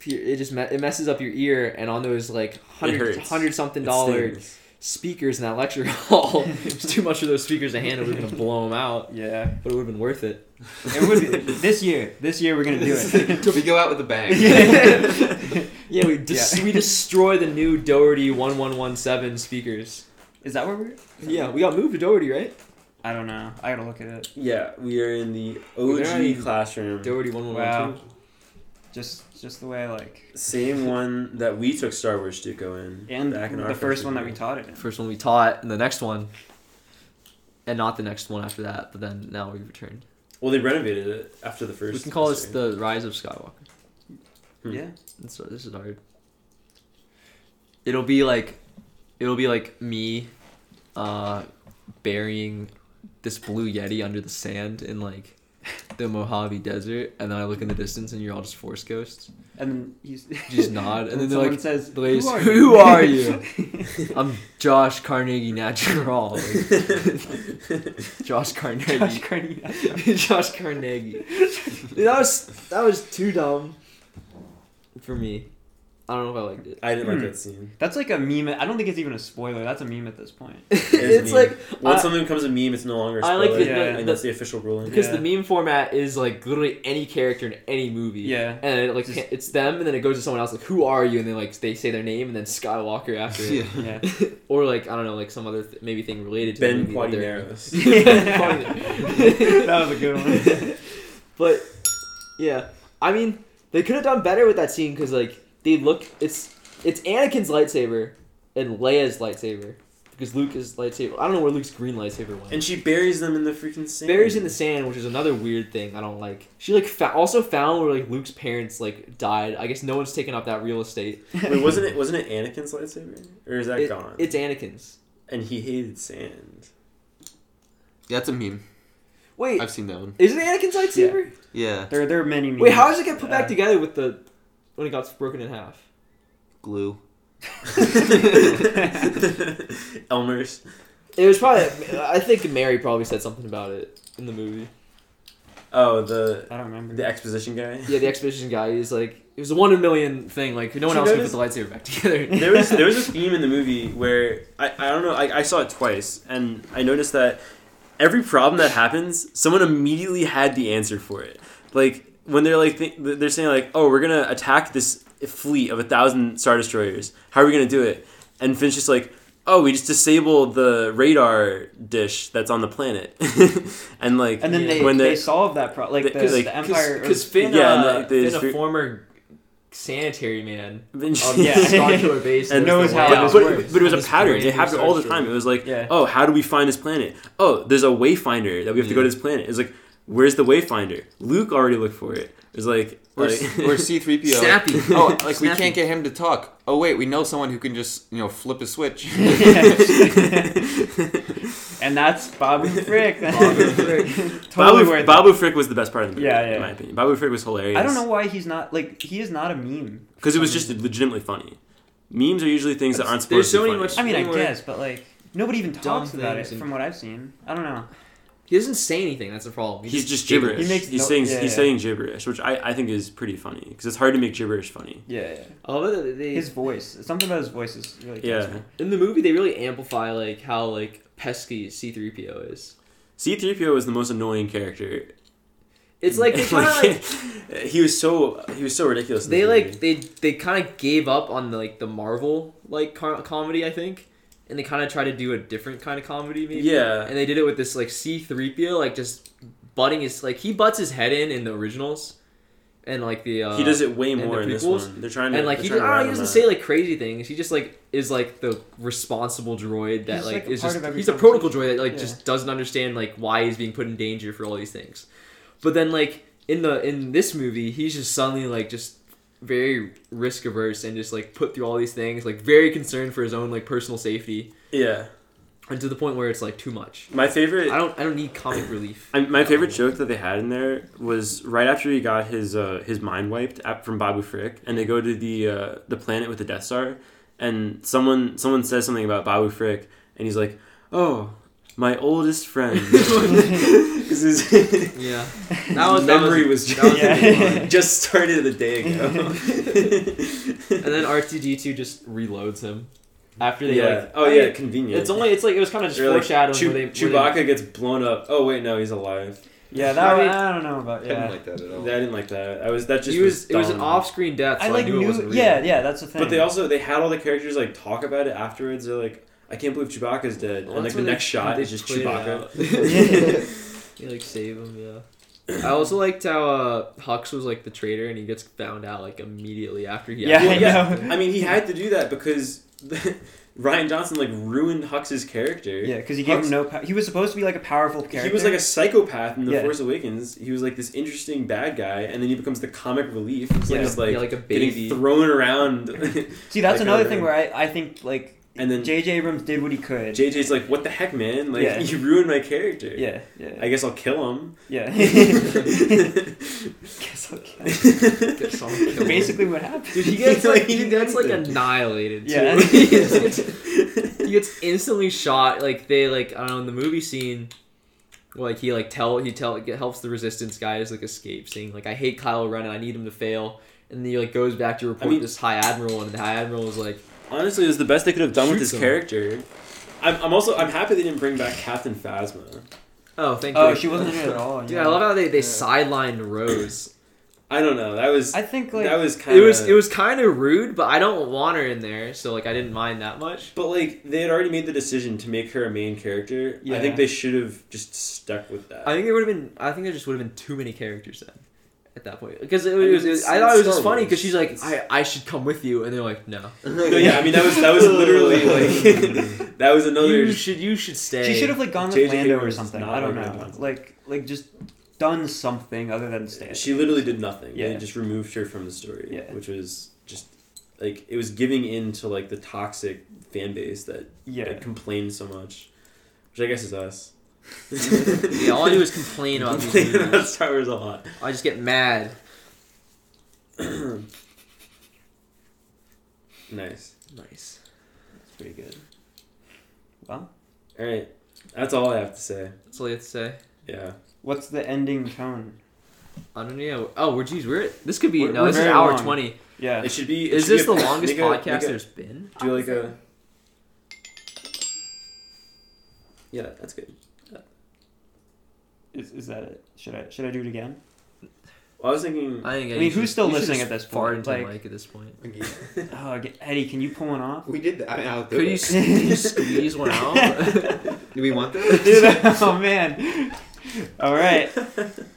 Speaker 1: Pure, it just me- it messes up your ear and on those like hundred
Speaker 3: hurts.
Speaker 1: hundred something
Speaker 3: It
Speaker 1: dollar
Speaker 3: stings.
Speaker 1: speakers in that lecture hall. it's too much of those speakers to handle. We're gonna blow them out,
Speaker 2: yeah.
Speaker 1: but it would have been worth it.
Speaker 2: <laughs> It would be, <laughs> this year. This year we're gonna do
Speaker 1: <laughs>
Speaker 2: it.
Speaker 4: <laughs> we go out with
Speaker 2: <laughs>
Speaker 4: a bang.
Speaker 1: Yeah, we dis-
Speaker 2: Yeah.
Speaker 1: we destroy the new Doherty one one one seven speakers.
Speaker 2: Is that where we're?
Speaker 1: Yeah, we got moved to Doherty, right?
Speaker 2: I don't know. I gotta look at it.
Speaker 3: <laughs> Yeah, we are in the
Speaker 1: We're in-
Speaker 3: OG classroom.
Speaker 1: Doherty one one
Speaker 2: Wow.
Speaker 1: one two.
Speaker 2: Just just the way I like.
Speaker 3: Same one that we took Star Wars Stuco in.
Speaker 2: And
Speaker 3: back in our
Speaker 2: the first one that we
Speaker 3: year.
Speaker 2: taught it in.
Speaker 6: First one we taught, and the next one, and not the next one after that. But then now we've returned.
Speaker 3: Well, they renovated it after the first.
Speaker 6: We can call this
Speaker 3: semester.
Speaker 6: the Rise of Skywalker.
Speaker 3: Hmm.
Speaker 2: Yeah.
Speaker 6: It's, this is hard. It'll be like, it'll be like me, uh, burying this blue yeti under the sand in like <laughs> the Mojave Desert, and then I look in the distance, and you're all just force ghosts.
Speaker 2: And then he's
Speaker 6: You just nod, and then they're
Speaker 2: someone
Speaker 6: like,
Speaker 2: says,
Speaker 6: the ladies,
Speaker 2: "Who are
Speaker 6: "Who
Speaker 2: you?"
Speaker 6: are you?"
Speaker 2: <laughs>
Speaker 6: "I'm Josh Carnegie Natural." Like, Josh Carnegie.
Speaker 2: Josh Carnegie.
Speaker 1: <laughs> Josh
Speaker 2: <laughs>
Speaker 1: Carnegie. Dude, that was that was too dumb for me. I don't know if I liked it.
Speaker 3: I didn't like
Speaker 2: Hmm.
Speaker 3: that scene.
Speaker 2: That's like a meme. I don't think it's even a spoiler. That's a meme at this point.
Speaker 1: <laughs>
Speaker 3: is
Speaker 1: it's
Speaker 3: mean.
Speaker 1: like
Speaker 3: Once
Speaker 1: I-
Speaker 3: something becomes a meme, it's no longer. A
Speaker 1: I like
Speaker 3: spoiler,
Speaker 2: the- Yeah.
Speaker 3: and that's the official ruling.
Speaker 1: because
Speaker 2: Yeah.
Speaker 1: the meme format is like literally any character in any movie.
Speaker 2: Yeah.
Speaker 1: And it, like
Speaker 2: Just-
Speaker 1: it's them, and then it goes to someone else. Like who are you? And then like they say their name, and then Skywalker after it.
Speaker 2: Yeah.
Speaker 1: or like I don't know, like some other th- maybe thing related to
Speaker 3: Ben
Speaker 1: the movie that they're-
Speaker 3: <laughs> Quadineros.
Speaker 1: <laughs>
Speaker 2: that was a good one.
Speaker 1: <laughs> But yeah, I mean, they could have done better with that scene because like they look, it's it's Anakin's lightsaber and Leia's lightsaber, because Luca's lightsaber. I don't know where Luke's green lightsaber went.
Speaker 3: And she buries them in the freaking sand.
Speaker 1: Buries in the sand, which is another weird thing I don't like. She like fa- also found where like Luke's parents like died. I guess no one's taken up that real estate.
Speaker 3: Wait, wasn't it wasn't it Anakin's lightsaber, or is that
Speaker 1: It-
Speaker 3: gone?
Speaker 1: It's Anakin's.
Speaker 3: and he hated
Speaker 1: <laughs>
Speaker 3: sand. <laughs>
Speaker 4: Yeah, that's a meme.
Speaker 1: Wait,
Speaker 4: I've seen that one.
Speaker 1: is it Anakin's lightsaber?
Speaker 4: Yeah,
Speaker 2: There, there are many. Memes.
Speaker 1: Wait, how does it get put back
Speaker 2: Uh,
Speaker 1: together with the when it got broken in half?
Speaker 4: glue.
Speaker 3: Elmer's.
Speaker 1: It was probably. I think Mary probably said something about it in the movie.
Speaker 3: Oh, the
Speaker 2: I don't remember.
Speaker 3: the exposition guy.
Speaker 1: Yeah, the expedition guy is like it was a one in a million thing. Like no one
Speaker 3: Did
Speaker 1: else
Speaker 3: you
Speaker 1: could put the lightsaber back together.
Speaker 3: <laughs>
Speaker 1: <laughs>
Speaker 3: There was there was a theme in the movie where I, I don't know I, I saw it twice and I noticed that every problem that happens someone immediately had the answer for it like when they're like th- they're saying like oh we're gonna attack this fleet of a thousand star destroyers how are we gonna do it and Finn's just like oh we just disable the radar dish that's on the planet <laughs> and like
Speaker 2: and then they
Speaker 3: when
Speaker 2: they,
Speaker 3: they-
Speaker 2: solve that problem. Like
Speaker 3: they-
Speaker 2: the,
Speaker 3: 'cause-
Speaker 2: the Empire.
Speaker 1: Because Finn,
Speaker 3: Yeah, and
Speaker 1: uh,
Speaker 3: the- the-
Speaker 1: Finn, a former sanitary
Speaker 3: <laughs>
Speaker 1: man of
Speaker 3: and-
Speaker 1: the
Speaker 2: Oh, Yeah.
Speaker 1: Starkiller base,
Speaker 3: And
Speaker 1: knows
Speaker 2: knows
Speaker 1: the
Speaker 2: how
Speaker 1: layout.
Speaker 2: this
Speaker 3: but,
Speaker 2: works.
Speaker 3: but it was
Speaker 1: And
Speaker 3: a
Speaker 1: this
Speaker 3: pattern.
Speaker 1: brand
Speaker 3: It
Speaker 1: new
Speaker 3: happened all the
Speaker 1: Starkiller.
Speaker 3: time. It was like,
Speaker 2: Yeah.
Speaker 3: oh, how do we find this planet? Oh, there's a wayfinder that we have to go
Speaker 4: Yeah.
Speaker 3: to this planet. It's like, where's the wayfinder? Luke already looked for it. It was like,
Speaker 4: Or,
Speaker 3: like-
Speaker 4: <laughs> or
Speaker 3: <laughs>
Speaker 4: C3PO.
Speaker 1: Snappy.
Speaker 4: Oh, like we
Speaker 1: Snappy.
Speaker 4: can't get him to talk. Oh wait, we know someone who can just you know flip a switch. <laughs>
Speaker 2: and that's
Speaker 3: <laughs>
Speaker 2: Bobby Frick.
Speaker 3: Babu Frick.
Speaker 2: totally
Speaker 3: Babu,
Speaker 2: worth it.
Speaker 3: Babu Frick was the best part of the movie,
Speaker 2: Yeah, yeah.
Speaker 3: in my opinion. Babu Frick was hilarious.
Speaker 2: I don't know why he's not like he is not a meme.
Speaker 3: because it was just legitimately funny. Memes are usually things that aren't
Speaker 1: There's
Speaker 3: supposed to
Speaker 1: so
Speaker 3: be
Speaker 1: many
Speaker 3: funny.
Speaker 1: much-
Speaker 2: I mean, I
Speaker 1: Anyway.
Speaker 2: guess, but like nobody even
Speaker 1: Dumb
Speaker 2: talks about it
Speaker 1: things and-
Speaker 2: from what I've seen. I don't know.
Speaker 1: <laughs> He doesn't say anything. That's the problem. He
Speaker 3: He's just gibberish.
Speaker 2: He makes
Speaker 3: he's
Speaker 2: no-
Speaker 3: saying
Speaker 2: yeah,
Speaker 3: he's
Speaker 2: yeah.
Speaker 3: saying gibberish, which I, I think is pretty funny because it's hard to make gibberish funny.
Speaker 2: Yeah, yeah.
Speaker 1: Although they, they-
Speaker 2: His voice. Something about his voice is really.
Speaker 3: Yeah.
Speaker 2: catchy.
Speaker 1: in the movie, they really amplify like how like pesky C-3PO is.
Speaker 3: C-3PO was the most annoying character
Speaker 1: It's
Speaker 3: Mm. <laughs>
Speaker 1: like they kind of like
Speaker 3: he was so he was so ridiculous. in
Speaker 1: they
Speaker 3: this
Speaker 1: like
Speaker 3: movie.
Speaker 1: they they kind of gave up on the, like the Marvel like com- comedy, I think, and they kind of tried to do a different kind of comedy, maybe.
Speaker 3: Yeah.
Speaker 1: And they did it with this like C three PO, like just butting his like he butts his head in in the originals, and like the uh,
Speaker 3: he does it way
Speaker 1: and the
Speaker 3: more in this
Speaker 1: prequels,
Speaker 3: one. They're trying to
Speaker 1: and uh, like
Speaker 3: they're
Speaker 1: he,
Speaker 3: trying to
Speaker 1: I don't know,
Speaker 3: ride
Speaker 1: he
Speaker 3: on
Speaker 1: doesn't
Speaker 3: that.
Speaker 1: say like crazy things. He just like is like the responsible droid that
Speaker 2: He's,
Speaker 1: like,
Speaker 2: like, a
Speaker 1: is
Speaker 2: part
Speaker 1: just
Speaker 2: of every
Speaker 1: he's a protocol droid
Speaker 2: conversation.
Speaker 1: that like
Speaker 2: Yeah.
Speaker 1: just doesn't understand like why he's being put in danger for all these things. But then like in the in this movie, he's just suddenly like just very risk averse and just like put through all these things, like very concerned for his own like personal safety,
Speaker 3: yeah.
Speaker 1: and to the point where it's like too much.
Speaker 3: My favorite
Speaker 1: I don't I don't need comic relief.
Speaker 3: I, my favorite joke that they had in there was right after he got his uh, his mind wiped at, from Babu Frick, and they go to the uh, the planet with the Death Star, and someone someone says something about Babu Frick, and he's like, "Oh, my oldest
Speaker 1: <laughs>
Speaker 3: friend." <laughs> 'Cause his
Speaker 2: <laughs>
Speaker 1: Yeah, that was that
Speaker 3: memory
Speaker 1: was,
Speaker 3: was, <laughs>
Speaker 1: that was
Speaker 2: Yeah.
Speaker 1: a good one.
Speaker 3: just started the day <laughs> ago.
Speaker 1: <laughs> and <laughs> then R2D2 just reloads him after they like
Speaker 3: yeah. Oh yeah, convenient.
Speaker 1: It's only it's like it was kind of just
Speaker 3: Or, like,
Speaker 1: foreshadowing.
Speaker 3: Chew-
Speaker 1: where they,
Speaker 3: Chewbacca gets blown up. Oh wait, no, he's alive.
Speaker 2: Yeah, that
Speaker 1: I
Speaker 2: I,
Speaker 1: mean-
Speaker 2: I don't know about.
Speaker 4: I didn't
Speaker 2: Yeah,
Speaker 4: like that at
Speaker 3: I
Speaker 4: all.
Speaker 3: didn't like that. I was that
Speaker 1: where
Speaker 3: just
Speaker 1: they, he was it was an
Speaker 3: dumb.
Speaker 1: off-screen death, so
Speaker 2: I
Speaker 1: I,
Speaker 2: like
Speaker 1: knew it wasn't
Speaker 2: knew.
Speaker 1: real.
Speaker 2: Yeah, yeah, that's the thing.
Speaker 3: But they also they had all the characters like talk about it afterwards. They're like, I can't believe Chewbacca's dead.
Speaker 1: Well,
Speaker 3: and like
Speaker 1: that's
Speaker 3: the
Speaker 1: what
Speaker 3: next
Speaker 1: they-
Speaker 3: shot
Speaker 1: they
Speaker 3: is just
Speaker 1: played it
Speaker 3: Chewbacca.
Speaker 1: out. <laughs> you like save him, yeah. I also liked how uh, Hux was like the traitor, and he gets found out like immediately after he.
Speaker 2: Yeah,
Speaker 1: actually-
Speaker 2: I
Speaker 3: Well, yeah.
Speaker 2: <laughs> know.
Speaker 3: <laughs> I mean, he had to do that because <laughs> Ryan Johnson like ruined Hux's character.
Speaker 2: Yeah, because he gave him no. pow- he was supposed to be like a powerful character.
Speaker 3: He was like a psychopath in The
Speaker 2: Yeah.
Speaker 3: Force Awakens. He was like this interesting bad guy, and then he becomes the comic relief. So
Speaker 2: Yeah.
Speaker 3: he's like,
Speaker 1: Yeah, like a baby.
Speaker 3: getting <laughs> thrown around.
Speaker 2: See, that's
Speaker 3: like
Speaker 2: another
Speaker 3: a-
Speaker 2: thing where I, I think like
Speaker 3: And then-
Speaker 2: J.J. Abrams did what he could.
Speaker 3: JJ's like, what the heck, man? Like,
Speaker 2: Yeah.
Speaker 3: you ruined my character.
Speaker 2: yeah, yeah,
Speaker 3: I guess I'll kill him. <laughs>
Speaker 2: yeah. Guess I'll kill him.
Speaker 1: <laughs> Get someone to kill him.
Speaker 2: Basically, what happened?
Speaker 1: <laughs> Dude, he
Speaker 2: <laughs>
Speaker 1: gets like
Speaker 3: He
Speaker 1: he
Speaker 3: didn't
Speaker 1: gets
Speaker 3: do
Speaker 1: like
Speaker 3: anything.
Speaker 1: annihilated. too.
Speaker 2: Yeah. <laughs>
Speaker 1: he, gets, <laughs> he gets instantly shot. Like they like I don't know in the movie scene, where, like he like tell he tell it helps the resistance guys like escape, saying like I hate Kylo Ren and I need him to fail. And then he like goes back to report
Speaker 3: mean-
Speaker 1: this high admiral, and the high admiral is like,
Speaker 3: Honestly, it was the best they could have done with
Speaker 1: Shoots
Speaker 3: this
Speaker 1: him.
Speaker 3: character. I'm, I'm also I'm happy they didn't bring back Captain Phasma.
Speaker 1: "Oh, thank you."
Speaker 2: Oh, she wasn't in it at all.
Speaker 1: Dude,
Speaker 2: yeah.
Speaker 1: I love how they, they
Speaker 2: Yeah.
Speaker 1: sidelined Rose.
Speaker 3: I don't know. That was
Speaker 2: I think like
Speaker 3: that was kind
Speaker 1: it
Speaker 3: of
Speaker 1: was it was kind of rude, but I don't want her in there, so like I didn't mind that much.
Speaker 3: But like they had already made the decision to make her a main character. I
Speaker 2: Yeah.
Speaker 3: think they should have just stuck with that.
Speaker 1: I think there would have been I think there just would have been too many characters then.
Speaker 6: at that point because it
Speaker 3: I mean,
Speaker 6: was. it was-
Speaker 3: it's-
Speaker 6: I thought
Speaker 3: it's
Speaker 6: it was
Speaker 3: Star
Speaker 6: funny
Speaker 3: Wars.
Speaker 6: because she's like,
Speaker 3: It's-
Speaker 6: I, I should come with you, and they're like, no.
Speaker 3: No, yeah, I mean that was that was literally
Speaker 4: <laughs>
Speaker 3: like <laughs> that was another.
Speaker 1: you should you should stay.
Speaker 2: She should have like gone with
Speaker 3: J.J.
Speaker 2: Lando or
Speaker 3: Abrams is
Speaker 2: something.
Speaker 3: not
Speaker 2: I don't
Speaker 3: a good
Speaker 2: know.
Speaker 3: one.
Speaker 2: Like like just done something other than stay.
Speaker 3: She literally did nothing. They
Speaker 2: Yeah.
Speaker 3: just removed her from the story,
Speaker 2: Yeah.
Speaker 3: which was just like it was giving in to like the toxic fan base that,
Speaker 2: yeah.
Speaker 3: that complained so much, which I guess is us.
Speaker 1: <laughs> Yeah, all I do is complain about these
Speaker 3: complain about
Speaker 1: movies.
Speaker 3: Star Wars a lot.
Speaker 1: I just get mad.
Speaker 3: Nice,
Speaker 1: Nice.
Speaker 3: that's pretty good.
Speaker 2: Well.
Speaker 3: all right, that's all I have to say.
Speaker 1: That's all you have to say.
Speaker 3: Yeah,
Speaker 2: What's the ending tone?
Speaker 1: I don't know. Oh, we're geez, we're at- this could be
Speaker 2: We're-
Speaker 1: no.
Speaker 2: we're
Speaker 1: This is
Speaker 2: very
Speaker 1: hour
Speaker 2: long.
Speaker 1: twenty.
Speaker 2: Yeah.
Speaker 3: it should be. it
Speaker 1: Is
Speaker 3: should be
Speaker 1: this
Speaker 3: a-
Speaker 1: the longest
Speaker 3: make a- make
Speaker 1: podcast
Speaker 3: a-
Speaker 1: there's been?
Speaker 3: do like a. Yeah, that's good.
Speaker 2: Is, is that it? Should I should I do it again?
Speaker 3: <laughs> Well, I was thinking.
Speaker 1: I think.
Speaker 2: I mean,
Speaker 1: you
Speaker 2: who's
Speaker 1: should-
Speaker 2: still
Speaker 1: you should
Speaker 2: listening
Speaker 1: just
Speaker 2: at this
Speaker 1: Fart
Speaker 2: point?
Speaker 1: into
Speaker 2: Like-
Speaker 1: the mic at this point.
Speaker 2: Oh, ag- Eddie, can you pull one off?
Speaker 7: We did that. I mean, I'll do
Speaker 1: Could you,
Speaker 7: it.
Speaker 1: s- could you squeeze one out?
Speaker 7: Do we want that?
Speaker 2: <laughs> Dude, oh man. All right.